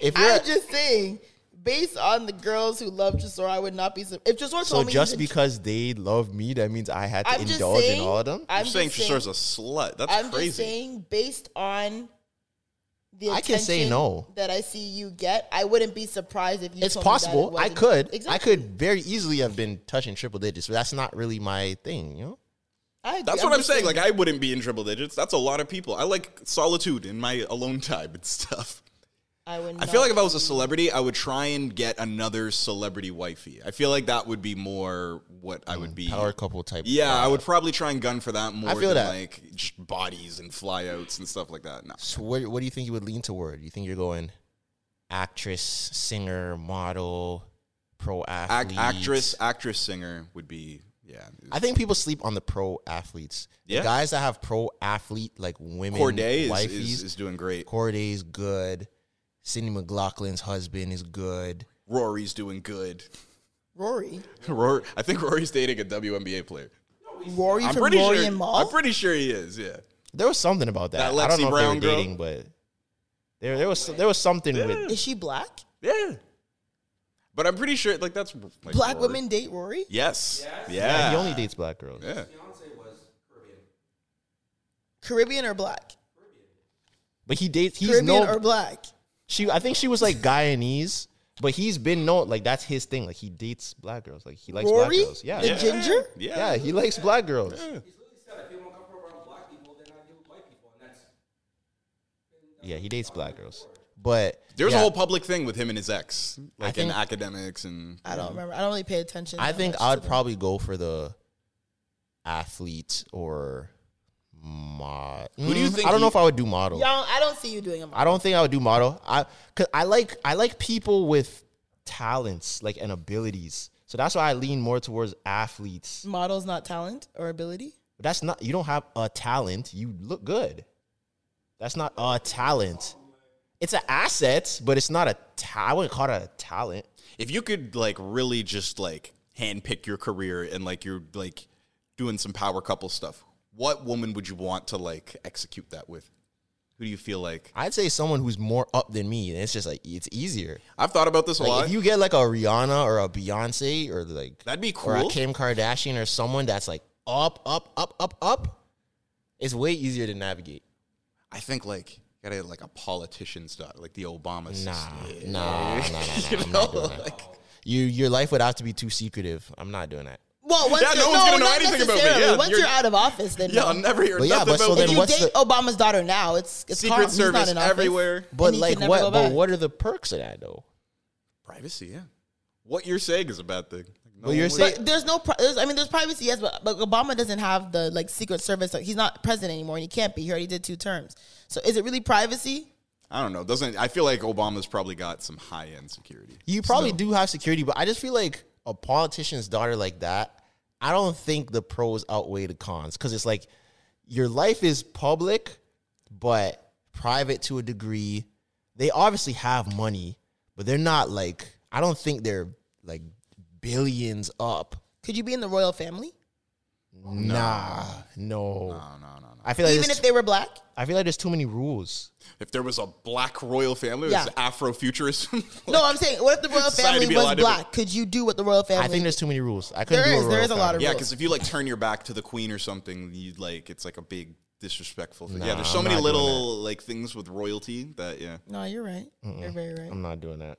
Speaker 2: if you're,
Speaker 4: I'm just saying, based on the girls who love Tresor, I would not be. sur- If Tresor told
Speaker 2: so
Speaker 4: me, he's
Speaker 2: just
Speaker 4: a-
Speaker 2: because they love me, that means I had to
Speaker 4: I'm just
Speaker 2: indulge
Speaker 4: saying,
Speaker 2: in all of them.
Speaker 4: I'm
Speaker 3: I'm saying
Speaker 4: just
Speaker 3: Tresor's a slut. That's
Speaker 4: I'm
Speaker 3: crazy.
Speaker 4: just saying, based on the
Speaker 2: I can say
Speaker 4: attention
Speaker 2: no.
Speaker 4: that I see you get, I wouldn't be surprised if you.
Speaker 2: it's
Speaker 4: told me that it
Speaker 2: possible. I
Speaker 4: wasn't.
Speaker 2: could. I
Speaker 4: Exactly.
Speaker 2: could very easily have been touching triple digits, but that's not really my thing, you know?
Speaker 4: I agree.
Speaker 3: That's what I'm
Speaker 4: just
Speaker 3: saying. Like I wouldn't be in triple digits. That's a lot of people. I like solitude in my alone time and stuff.
Speaker 4: I would.
Speaker 3: I
Speaker 4: Not.
Speaker 3: feel like if I was a celebrity, I would try and get another celebrity wifey. I feel like that would be more what I would be.
Speaker 2: Mm, Power couple type.
Speaker 3: Yeah, I would probably try and gun for that more
Speaker 2: feel
Speaker 3: than
Speaker 2: that.
Speaker 3: like just bodies and flyouts and stuff like that. No.
Speaker 2: So what, what do you think you would lean toward? You think you're going actress, singer, model, pro
Speaker 3: Ac-
Speaker 2: athlete?
Speaker 3: actress, actress, singer would be yeah.
Speaker 2: I think people sleep on the pro athletes. The
Speaker 3: Yeah.
Speaker 2: guys that have pro athlete, like women,
Speaker 3: Corday is,
Speaker 2: wifeys,
Speaker 3: is, is doing great.
Speaker 2: Corday's good. Cindy McLaughlin's husband is good.
Speaker 3: Rory's doing good.
Speaker 4: Rory.
Speaker 3: Rory, I think Rory's dating a WNBA player.
Speaker 4: Rory
Speaker 3: I'm
Speaker 4: from
Speaker 3: pretty
Speaker 4: Rory
Speaker 3: sure.
Speaker 4: and Maul.
Speaker 3: I'm pretty sure he is. Yeah.
Speaker 2: There was something about
Speaker 3: That
Speaker 2: that. I don't
Speaker 3: Lexi
Speaker 2: know
Speaker 3: Brown
Speaker 2: if they were
Speaker 3: girl?
Speaker 2: dating, but there, there was there was something with
Speaker 4: Is she black?
Speaker 3: Yeah. But I'm pretty sure, like, that's like,
Speaker 4: black
Speaker 3: Rory.
Speaker 4: women date Rory.
Speaker 3: Yes.
Speaker 2: Yeah,
Speaker 3: Yeah.
Speaker 2: he only dates black girls.
Speaker 3: Yeah.
Speaker 4: Caribbean or black?
Speaker 2: But he dates. He's
Speaker 4: Caribbean
Speaker 2: no.
Speaker 4: or black?
Speaker 2: she. I think she was like Guyanese, but he's been known like that's his thing. Like he dates black girls. Like he likes
Speaker 4: Rory.
Speaker 2: black girls. Yeah.
Speaker 4: The
Speaker 2: yeah.
Speaker 4: ginger.
Speaker 3: Yeah.
Speaker 2: he likes black girls. Yeah, he dates black girls. But
Speaker 3: There was
Speaker 2: yeah,
Speaker 3: a whole public thing with him and his ex, like in
Speaker 2: think-
Speaker 3: academics and.
Speaker 4: I don't remember. I don't really pay attention.
Speaker 2: I
Speaker 4: that
Speaker 2: think
Speaker 4: much
Speaker 2: I
Speaker 4: to
Speaker 2: would
Speaker 4: them.
Speaker 2: probably go for the athlete or Mod.
Speaker 3: do you
Speaker 2: Mm,
Speaker 3: think
Speaker 2: I don't know
Speaker 3: you-
Speaker 2: if I would do model.
Speaker 4: Y'all, I don't see you doing a
Speaker 2: I don't think I would do model. I cause I like I like people with talents like and abilities. So that's why I lean more towards athletes.
Speaker 4: Model's not talent or ability.
Speaker 2: That's not you don't have a talent. You look good. That's not a talent. It's an asset, but it's not a ta- I wouldn't call it a talent.
Speaker 3: If you could like really just like handpick your career and like you're like doing some power couple stuff, what woman would you want to like execute that with? Who do you feel like?
Speaker 2: I'd say someone who's more up than me, and it's just like it's easier.
Speaker 3: I've thought about this a
Speaker 2: Like
Speaker 3: lot.
Speaker 2: if you get like a Rihanna or a Beyonce or like
Speaker 3: That'd be
Speaker 2: or a
Speaker 3: cool.
Speaker 2: Kim Kardashian or someone that's like up, up, up, up, up, it's way easier to navigate.
Speaker 3: I think like gotta get, like a politician's daughter, like the Obama
Speaker 2: Nah,
Speaker 3: system.
Speaker 2: nah, nah, nah, nah,
Speaker 3: You
Speaker 2: I'm not doing
Speaker 3: know,
Speaker 2: that.
Speaker 3: like-
Speaker 2: You your life would have to be too secretive. I'm not doing that.
Speaker 4: Well, once
Speaker 3: Yeah,
Speaker 4: you're,
Speaker 3: no one's gonna know
Speaker 4: not
Speaker 3: anything about me.
Speaker 4: necessarily.
Speaker 3: Yeah,
Speaker 4: once you're,
Speaker 3: you're-
Speaker 4: out of office, then
Speaker 3: Yeah,
Speaker 4: no.
Speaker 3: I'll never hear
Speaker 2: But yeah,
Speaker 3: nothing
Speaker 2: but so
Speaker 3: about
Speaker 2: then
Speaker 4: if you
Speaker 2: what's
Speaker 4: date
Speaker 2: the-
Speaker 4: Obama's daughter now, it's it's
Speaker 3: Secret
Speaker 4: calm. He's not
Speaker 3: Service
Speaker 4: in office.
Speaker 3: everywhere.
Speaker 2: But
Speaker 4: And he
Speaker 2: like
Speaker 4: can never
Speaker 2: what?
Speaker 4: go
Speaker 2: But
Speaker 4: back.
Speaker 2: what are the perks of that though?
Speaker 3: privacy. Yeah, what you're saying is a bad thing. Like, no
Speaker 2: Well, you're
Speaker 3: one would-
Speaker 2: saying-
Speaker 4: But there's no. pri- There's, I mean, there's privacy, yes, but, but Obama doesn't have the like Secret Service. Like, he's not president anymore, and he can't be. He already did two terms. So is it really privacy?
Speaker 3: I don't know. Doesn't I feel like Obama's probably got some high end security?
Speaker 2: You probably do have security, but I just feel like a politician's daughter like that. I don't think the pros outweigh the cons because it's like your life is public, but private to a degree. They obviously have money, but they're not like I don't think they're like billions up.
Speaker 4: Could you be in the royal family
Speaker 2: Nah, no.
Speaker 3: No, no, no, no.
Speaker 2: I feel like
Speaker 4: even
Speaker 2: there's
Speaker 4: if they were black?
Speaker 2: I feel like there's too many rules.
Speaker 3: If there was a black royal family, yeah.
Speaker 4: Yeah.
Speaker 3: Afrofuturism.
Speaker 4: no, I'm saying, what if the royal
Speaker 3: society
Speaker 4: family
Speaker 3: be a
Speaker 4: was
Speaker 3: lot
Speaker 4: black?
Speaker 3: different.
Speaker 4: Could you do what the royal family?
Speaker 2: I think there's too many rules. I couldn't
Speaker 4: There
Speaker 2: do a
Speaker 4: is- there
Speaker 2: royal
Speaker 4: is a lot of
Speaker 2: family.
Speaker 3: yeah,
Speaker 4: rules.
Speaker 3: because if you like turn your back to the queen or something, you like it's like a big disrespectful thing. yeah,
Speaker 2: Nah,
Speaker 3: there's so
Speaker 2: I'm
Speaker 3: many
Speaker 2: not doing
Speaker 3: little like things with royalty that yeah.
Speaker 4: no, you're right. You're very right.
Speaker 2: I'm not doing that.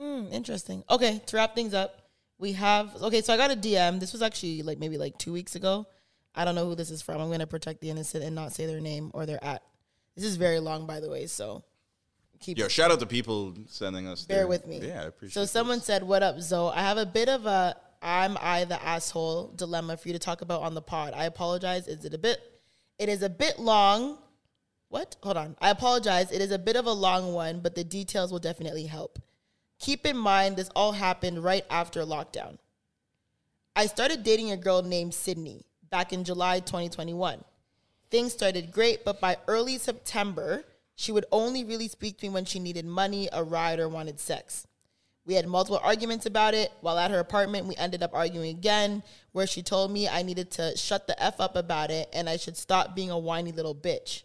Speaker 4: Mm, interesting. Okay, to wrap things up, we have okay. So I got a DM. This was actually like maybe like two weeks ago. I don't know who this is from. I'm going to protect the innocent and not say their name or their at. This is very long, by the way. So keep
Speaker 3: Yo, shout out to people sending us.
Speaker 4: bear
Speaker 3: their-
Speaker 4: with me.
Speaker 3: Yeah, I appreciate.
Speaker 4: So
Speaker 3: this.
Speaker 4: someone said, "What up, Zoe? I have a bit of a I'm I the asshole dilemma for you to talk about on the pod. I apologize. Is it a bit? It is a bit long. What? Hold on. I apologize. It is a bit of a long one, but the details will definitely help. Keep in mind, this all happened right after lockdown. I started dating a girl named Sydney back in July 2021. Things started great, but by early September, she would only really speak to me when she needed money, a ride, or wanted sex. We had multiple arguments about it. While at her apartment, we ended up arguing again, where she told me I needed to shut the F up about it and I should stop being a whiny little bitch.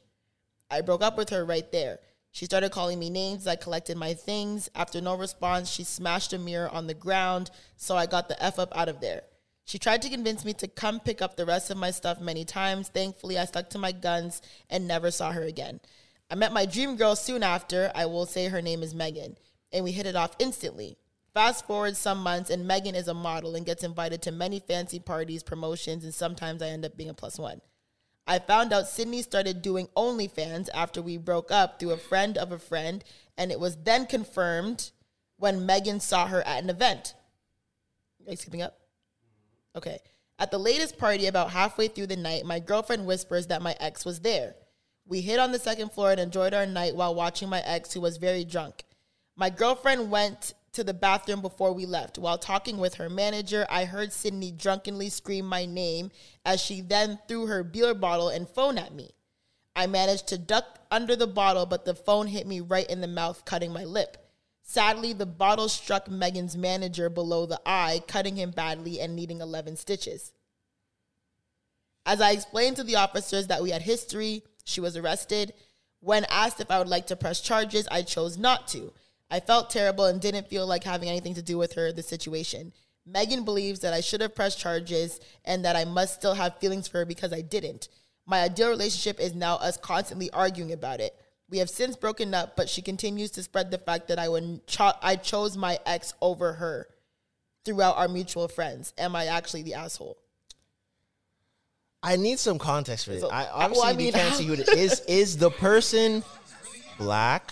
Speaker 4: I broke up with her right there. She started calling me names. I collected my things. After no response, she smashed a mirror on the ground, so I got the F up out of there. She tried to convince me to come pick up the rest of my stuff many times. Thankfully, I stuck to my guns and never saw her again. I met my dream girl soon after. I will say her name is Megan, and we hit it off instantly. Fast forward some months, and Megan is a model and gets invited to many fancy parties, promotions, and sometimes I end up being a plus one. I found out Sydney started doing OnlyFans after we broke up through a friend of a friend, and it was then confirmed when Megan saw her at an event. Are you skipping up? Okay. At the latest party, about halfway through the night, my girlfriend whispers that my ex was there. We hid on the second floor and enjoyed our night while watching my ex, who was very drunk. My girlfriend went to the bathroom before we left. While talking with her manager, I heard Sydney drunkenly scream my name as she then threw her beer bottle and phone at me. I managed to duck under the bottle, but the phone hit me right in the mouth, cutting my lip. Sadly, the bottle struck Megan's manager below the eye, cutting him badly and needing 11 stitches. As I explained to the officers that we had history, she was arrested. When asked if I would like to press charges, I chose not to. I felt terrible and didn't feel like having anything to do with her, the situation. Megan believes that I should have pressed charges and that I must still have feelings for her because I didn't. My ideal relationship is now us constantly arguing about it. We have since broken up, but she continues to spread the fact that I would cho- I chose my ex over her throughout our mutual friends. Am I actually the asshole?
Speaker 2: I need some context for this.
Speaker 4: So-
Speaker 2: I
Speaker 4: well,
Speaker 2: obviously
Speaker 4: I
Speaker 2: you
Speaker 4: mean,
Speaker 2: can't
Speaker 4: how-
Speaker 2: see who it is. Is the person black?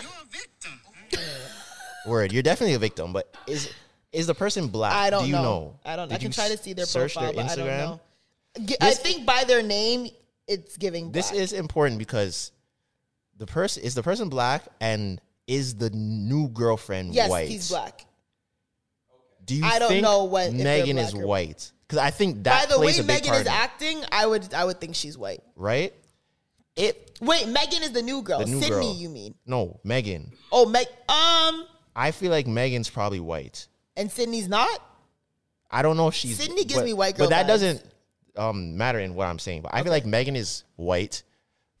Speaker 2: Word, you're definitely a victim, but is is the person black?
Speaker 4: I don't
Speaker 2: Do you know?
Speaker 4: I don't.
Speaker 2: Did
Speaker 4: I can
Speaker 2: you
Speaker 4: try to
Speaker 2: s-
Speaker 4: see their
Speaker 2: search
Speaker 4: profile, but I don't
Speaker 2: Instagram?
Speaker 4: know. G I I
Speaker 2: This-
Speaker 4: think by their name, it's giving.
Speaker 2: This
Speaker 4: black.
Speaker 2: is important because the person is the person black and is the new girlfriend
Speaker 4: yes,
Speaker 2: white?
Speaker 4: he's black.
Speaker 2: Do you
Speaker 4: I don't
Speaker 2: think
Speaker 4: know what- if they're
Speaker 2: Megan is
Speaker 4: black or-
Speaker 2: white? Because I think that
Speaker 4: By the way,
Speaker 2: plays a big
Speaker 4: Megan
Speaker 2: part
Speaker 4: is
Speaker 2: in it,
Speaker 4: acting. I would I would think she's white.
Speaker 2: right? It
Speaker 4: Wait, Megan is the new girl.
Speaker 2: the new
Speaker 4: Sydney,
Speaker 2: girl.
Speaker 4: you mean?
Speaker 2: No, Megan.
Speaker 4: Oh, Meg. Um,
Speaker 2: I feel like Megan's probably white.
Speaker 4: and Sydney's not.
Speaker 2: I don't know if she's
Speaker 4: Sydney gives
Speaker 2: but-
Speaker 4: me white girl
Speaker 2: but that
Speaker 4: vibes.
Speaker 2: doesn't um, matter in what I'm saying. But I feel like Megan is white.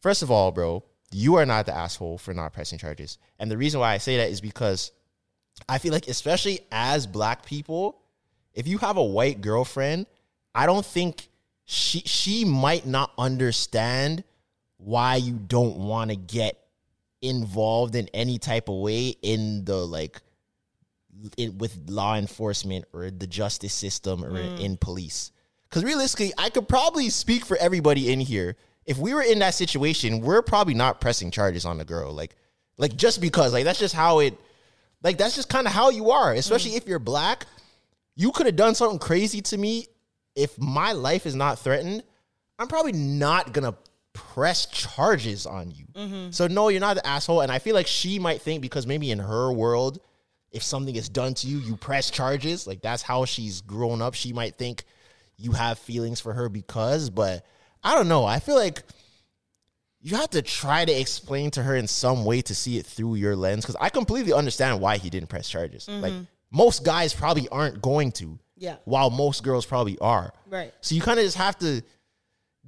Speaker 2: First of all, bro, you are not the asshole for not pressing charges, and the reason why I say that is because I feel like, especially as black people, if you have a white girlfriend, I don't think she she might not understand why you don't want to get involved in any type of way in the like in, with law enforcement or the justice system or in police. Because realistically, I could probably speak for everybody in here. If we were in that situation, we're probably not pressing charges on the girl, like, like just because, like that's just how it, like that's just kind of how you are. Especially if you're black, you could have done something crazy to me. If my life is not threatened, I'm probably not gonna press charges on you. So no, you're not the asshole. And I feel like she might think because maybe in her world, if something is done to you, you press charges. Like that's how she's grown up. She might think you have feelings for her because, but I don't know. I feel like you have to try to explain to her in some way to see it through your lens. Cause I completely understand why he didn't press charges. Like most guys probably aren't going to.
Speaker 4: Yeah.
Speaker 2: While most girls probably are.
Speaker 4: Right.
Speaker 2: So you kind of just have to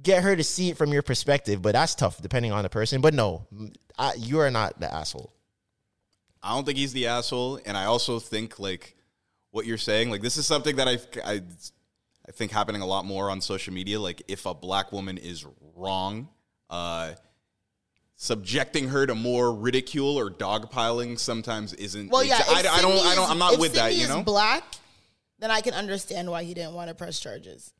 Speaker 2: get her to see it from your perspective, but that's tough depending on the person. But no, I, you are not the asshole.
Speaker 3: I don't think he's the asshole, and I also think like what you're saying, like this is something that I I, I think happening a lot more on social media. Like if a black woman is wrong, uh, subjecting her to more ridicule or dogpiling sometimes isn't.
Speaker 4: Well, yeah.
Speaker 3: exa- I,
Speaker 4: if
Speaker 3: I don't.
Speaker 4: Sydney
Speaker 3: I don't.
Speaker 4: is-
Speaker 3: I'm not
Speaker 4: if
Speaker 3: with that.
Speaker 4: Sydney
Speaker 3: You
Speaker 4: is
Speaker 3: know.
Speaker 4: black. Then I can understand why he didn't want to press charges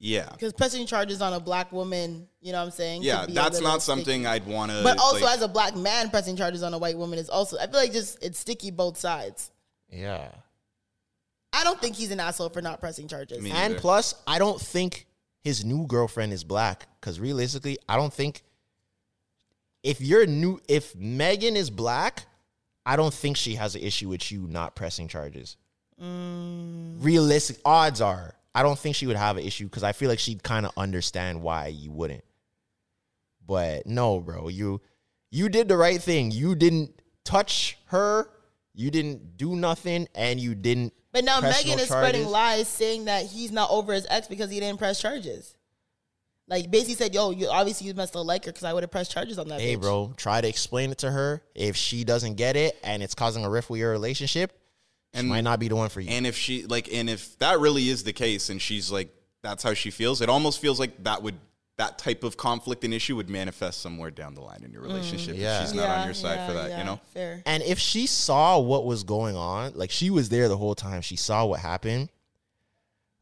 Speaker 3: yeah.
Speaker 4: because pressing charges on a black woman, you know what I'm saying? could
Speaker 3: Yeah.
Speaker 4: be a
Speaker 3: That's
Speaker 4: little
Speaker 3: not
Speaker 4: sticky.
Speaker 3: something I'd want to.
Speaker 4: But also, as a black man, pressing charges on a white woman is also. I feel like just it's sticky both sides.
Speaker 2: Yeah.
Speaker 4: I don't think he's an asshole for not pressing charges.
Speaker 3: Me
Speaker 2: And
Speaker 3: neither.
Speaker 2: plus, I don't think his new girlfriend is black. Because realistically, I don't think if you're new, if Megan is black, I don't think she has an issue with you not pressing charges.
Speaker 4: Mm.
Speaker 2: Realistic odds are, I don't think she would have an issue because I feel like she'd kind of understand why you wouldn't. But no, bro, you you did the right thing. You didn't touch her. You didn't do nothing, and you didn't.
Speaker 4: But now
Speaker 2: press
Speaker 4: Megan
Speaker 2: no
Speaker 4: is spreading
Speaker 2: charges.
Speaker 4: lies saying that he's not over his ex because he didn't press charges. Like basically said, "Yo, you obviously you must have like her because I would have pressed charges on that."
Speaker 2: hey
Speaker 4: bitch.
Speaker 2: bro try to explain it to her if she doesn't get it and it's causing a rift with your relationship
Speaker 3: And-
Speaker 2: she might not be the one for you
Speaker 3: And if she like, and if that really is the case, and she's like, that's how she feels. It almost feels like that would that type of conflict and issue would manifest somewhere down the line in your relationship. if
Speaker 2: Mm. Yeah.
Speaker 3: she's not on your side for that, you know.
Speaker 4: Fair.
Speaker 2: And if she saw what was going on, like she was there the whole time, she saw what happened.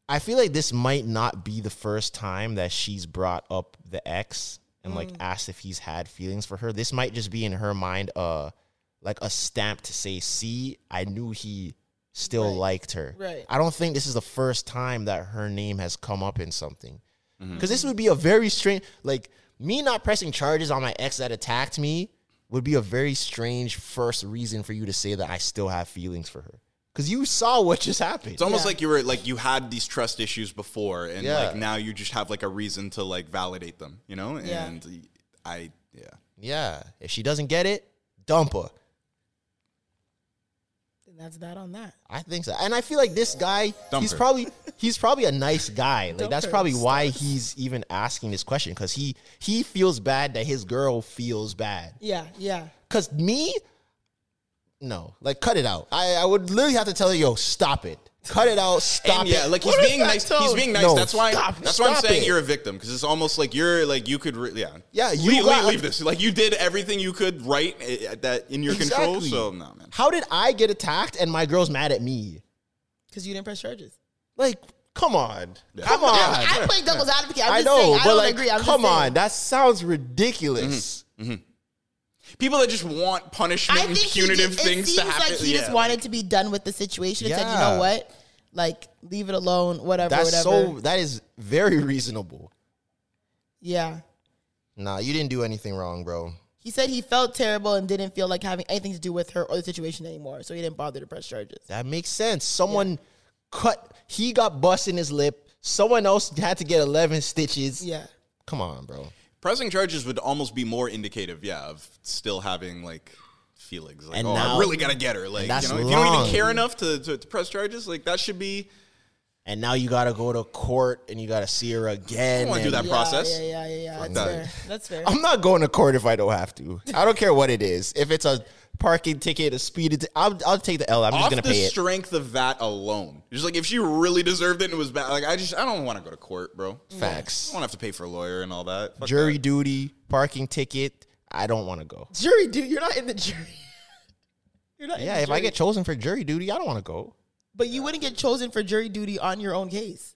Speaker 2: I feel like this might not be the first time that she's brought up the ex and like
Speaker 4: Mm.
Speaker 2: asked if he's had feelings for her. This might just be in her mind uh like a stamp to say, "See, I knew he still liked her."
Speaker 4: Right.
Speaker 2: I don't think this is the first time that her name has come up in something. Cuz this would be a very strange like me not pressing charges on my ex that attacked me would be a very strange first reason for you to say that I still have feelings for her. Cause you saw what just happened.
Speaker 3: It's almost like you were like you had these trust issues before, and
Speaker 2: Yeah.
Speaker 3: like now you just have like a reason to like validate them, you know.
Speaker 4: Yeah.
Speaker 3: And I, yeah,
Speaker 2: Yeah. If she doesn't get it, dump her.
Speaker 4: Then that's that on that.
Speaker 2: I think so. And I feel like this guy,
Speaker 3: Dump
Speaker 2: he's
Speaker 3: her.
Speaker 2: probably he's probably a nice guy. Like
Speaker 4: Dump
Speaker 2: that's
Speaker 4: her.
Speaker 2: probably why he's even asking this question because he he feels bad that his girl feels bad.
Speaker 4: Yeah, yeah.
Speaker 2: Cause me, no, like cut it out. I, I would literally have to tell her, yo, stop it, cut it out, stop
Speaker 3: and
Speaker 2: it.
Speaker 3: yeah, like he's
Speaker 2: What is
Speaker 3: being
Speaker 2: that
Speaker 3: nice. He's
Speaker 2: tone?
Speaker 3: being nice.
Speaker 2: No,
Speaker 3: that's why.
Speaker 2: stop,
Speaker 3: that's why I'm
Speaker 2: stop
Speaker 3: saying
Speaker 2: it.
Speaker 3: you're a victim because it's almost like you're like you could. Re- yeah,
Speaker 2: Yeah, you
Speaker 3: leave,
Speaker 2: got-
Speaker 3: leave this. Like you did everything you could right eh, eh, that in your control.
Speaker 2: Exactly.
Speaker 3: So no, man.
Speaker 2: How did I get attacked and my girl's mad at me?
Speaker 4: Because you didn't press charges.
Speaker 2: Like, come on,
Speaker 3: Yeah.
Speaker 2: come on.
Speaker 4: I, I play devil's advocate. I'm
Speaker 2: I
Speaker 4: just saying, I
Speaker 2: but
Speaker 4: don't
Speaker 2: like,
Speaker 4: agree. I'm just
Speaker 2: come
Speaker 4: saying.
Speaker 2: on, that sounds
Speaker 3: Mm-hmm.
Speaker 2: ridiculous.
Speaker 3: People that just want punishment
Speaker 4: I
Speaker 3: and
Speaker 4: think he
Speaker 3: punitive
Speaker 4: did-
Speaker 3: things
Speaker 4: it seems
Speaker 3: to happen.
Speaker 4: like he
Speaker 3: yeah.
Speaker 4: just wanted to be done with the situation and said, "You
Speaker 2: Yeah.
Speaker 4: know what? Like, leave it alone. Whatever.
Speaker 2: That's
Speaker 4: whatever."
Speaker 2: so. That is very reasonable.
Speaker 4: Yeah.
Speaker 2: Nah, you didn't do anything wrong, bro.
Speaker 4: He said he felt terrible and didn't feel like having anything to do with her or the situation anymore, so he didn't bother to press charges.
Speaker 2: That makes sense. Someone cut. He got bust in his lip. Someone else had to get eleven stitches.
Speaker 4: Yeah.
Speaker 2: Come on, bro.
Speaker 3: Pressing charges would almost be more indicative, yeah, of still having like feelings. Like,
Speaker 2: And
Speaker 3: oh,
Speaker 2: now-
Speaker 3: I really gotta get her. Like,
Speaker 2: that's
Speaker 3: you know, if you don't
Speaker 2: long.
Speaker 3: even care enough to, to, to press charges, like that should be.
Speaker 2: And now you gotta go to court and you gotta see her again.
Speaker 3: I don't want to do
Speaker 2: and-
Speaker 3: that process.
Speaker 4: Yeah, yeah, yeah, yeah.
Speaker 3: Fuck
Speaker 4: That's fair.
Speaker 3: that.
Speaker 4: That's fair.
Speaker 2: I'm not going to court if I don't have to. I don't care what it is. If it's a parking ticket, a speed, atti- I'll, I'll take the L. I'm just
Speaker 3: Off
Speaker 2: gonna
Speaker 3: the
Speaker 2: pay it.
Speaker 3: strength of that alone, just like if she really deserved it and it was bad, like I just I don't want to go to court, bro.
Speaker 4: Mm.
Speaker 3: I
Speaker 2: Facts.
Speaker 3: don't want to have to pay for a lawyer and all that. Fuck
Speaker 2: Jury duty, parking ticket. I don't want to go.
Speaker 4: jury, dude, you're not in the jury. you're not. in
Speaker 2: Yeah,
Speaker 4: the
Speaker 2: if I
Speaker 4: jury.
Speaker 2: get chosen for jury duty, I don't want to go.
Speaker 4: but you wouldn't get chosen for jury duty on your own case.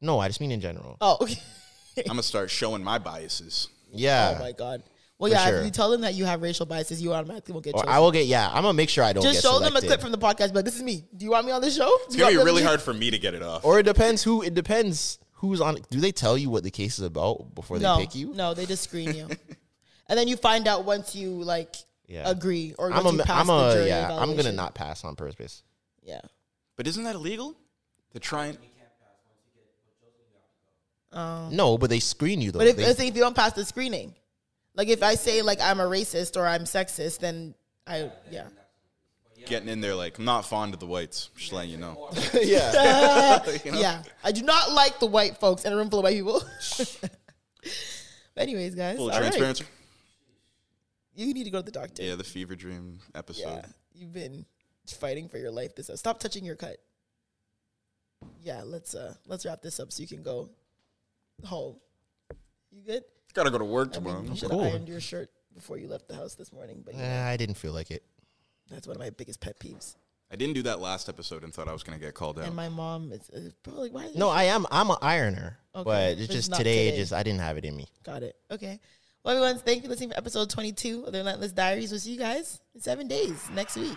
Speaker 2: No, I just mean in general.
Speaker 4: Oh, okay.
Speaker 3: that. I'm gonna start showing my biases.
Speaker 2: Yeah.
Speaker 4: Oh my god. Well,
Speaker 2: For
Speaker 4: yeah.
Speaker 2: sure.
Speaker 4: If you tell them that you have racial biases, you automatically will get
Speaker 2: or
Speaker 4: chosen.
Speaker 2: I will get. Yeah, I'm gonna make sure I don't.
Speaker 4: Just
Speaker 2: get
Speaker 4: show them a
Speaker 2: selected.
Speaker 4: clip from the podcast, but this is me. Do you want me on the show?
Speaker 3: It's gonna be really hard for me to get it off.
Speaker 2: Or it depends who. It depends who's on. Do they tell you what the case is about before
Speaker 4: no,
Speaker 2: they pick you?
Speaker 4: No, they just screen you, and then you find out once you like
Speaker 2: Yeah.
Speaker 4: agree or
Speaker 2: I'm
Speaker 4: once you
Speaker 2: a.
Speaker 4: pass
Speaker 2: I'm
Speaker 4: the
Speaker 2: a.
Speaker 4: jury
Speaker 2: Yeah. I'm gonna
Speaker 4: evaluation.
Speaker 2: not pass on purpose.
Speaker 4: Yeah.
Speaker 3: But isn't that illegal? To try and
Speaker 2: No, but they screen you though.
Speaker 4: Oh. But if,
Speaker 2: They-
Speaker 4: let's say if you don't pass the screening, like if I say like I'm a racist or I'm sexist, then I yeah.
Speaker 3: getting in there, like I'm not fond of the whites. Just letting you know.
Speaker 4: Yeah, I do not like the white folks in a room full of white people. but anyways, guys,
Speaker 3: Full
Speaker 4: all right.
Speaker 3: transparency.
Speaker 4: You need to go to the doctor.
Speaker 3: Yeah, the fever dream episode.
Speaker 4: Yeah, you've been fighting for your life. This uh, stop touching your cut. Yeah, let's uh let's wrap this up so you can go home. You good?
Speaker 3: Gotta go to work
Speaker 4: I
Speaker 3: tomorrow.
Speaker 4: mean, you should have
Speaker 2: cool.
Speaker 4: ironed your shirt before you left the house this morning, but you know,
Speaker 2: Eh, I didn't feel like it.
Speaker 4: that's one of my biggest pet peeves.
Speaker 3: I didn't do that last episode and thought I was gonna get called out.
Speaker 4: And my mom is uh, probably like, why? is
Speaker 2: No,
Speaker 4: your
Speaker 2: I am. I'm an ironer,
Speaker 4: Okay,
Speaker 2: but it's
Speaker 4: it's
Speaker 2: just
Speaker 4: not
Speaker 2: today,
Speaker 4: today.
Speaker 2: Just I didn't have it in me.
Speaker 4: Got it. Okay. Well, everyone, thank you for listening for episode 22 of the Relentless Diaries. We'll see you guys in seven days next week.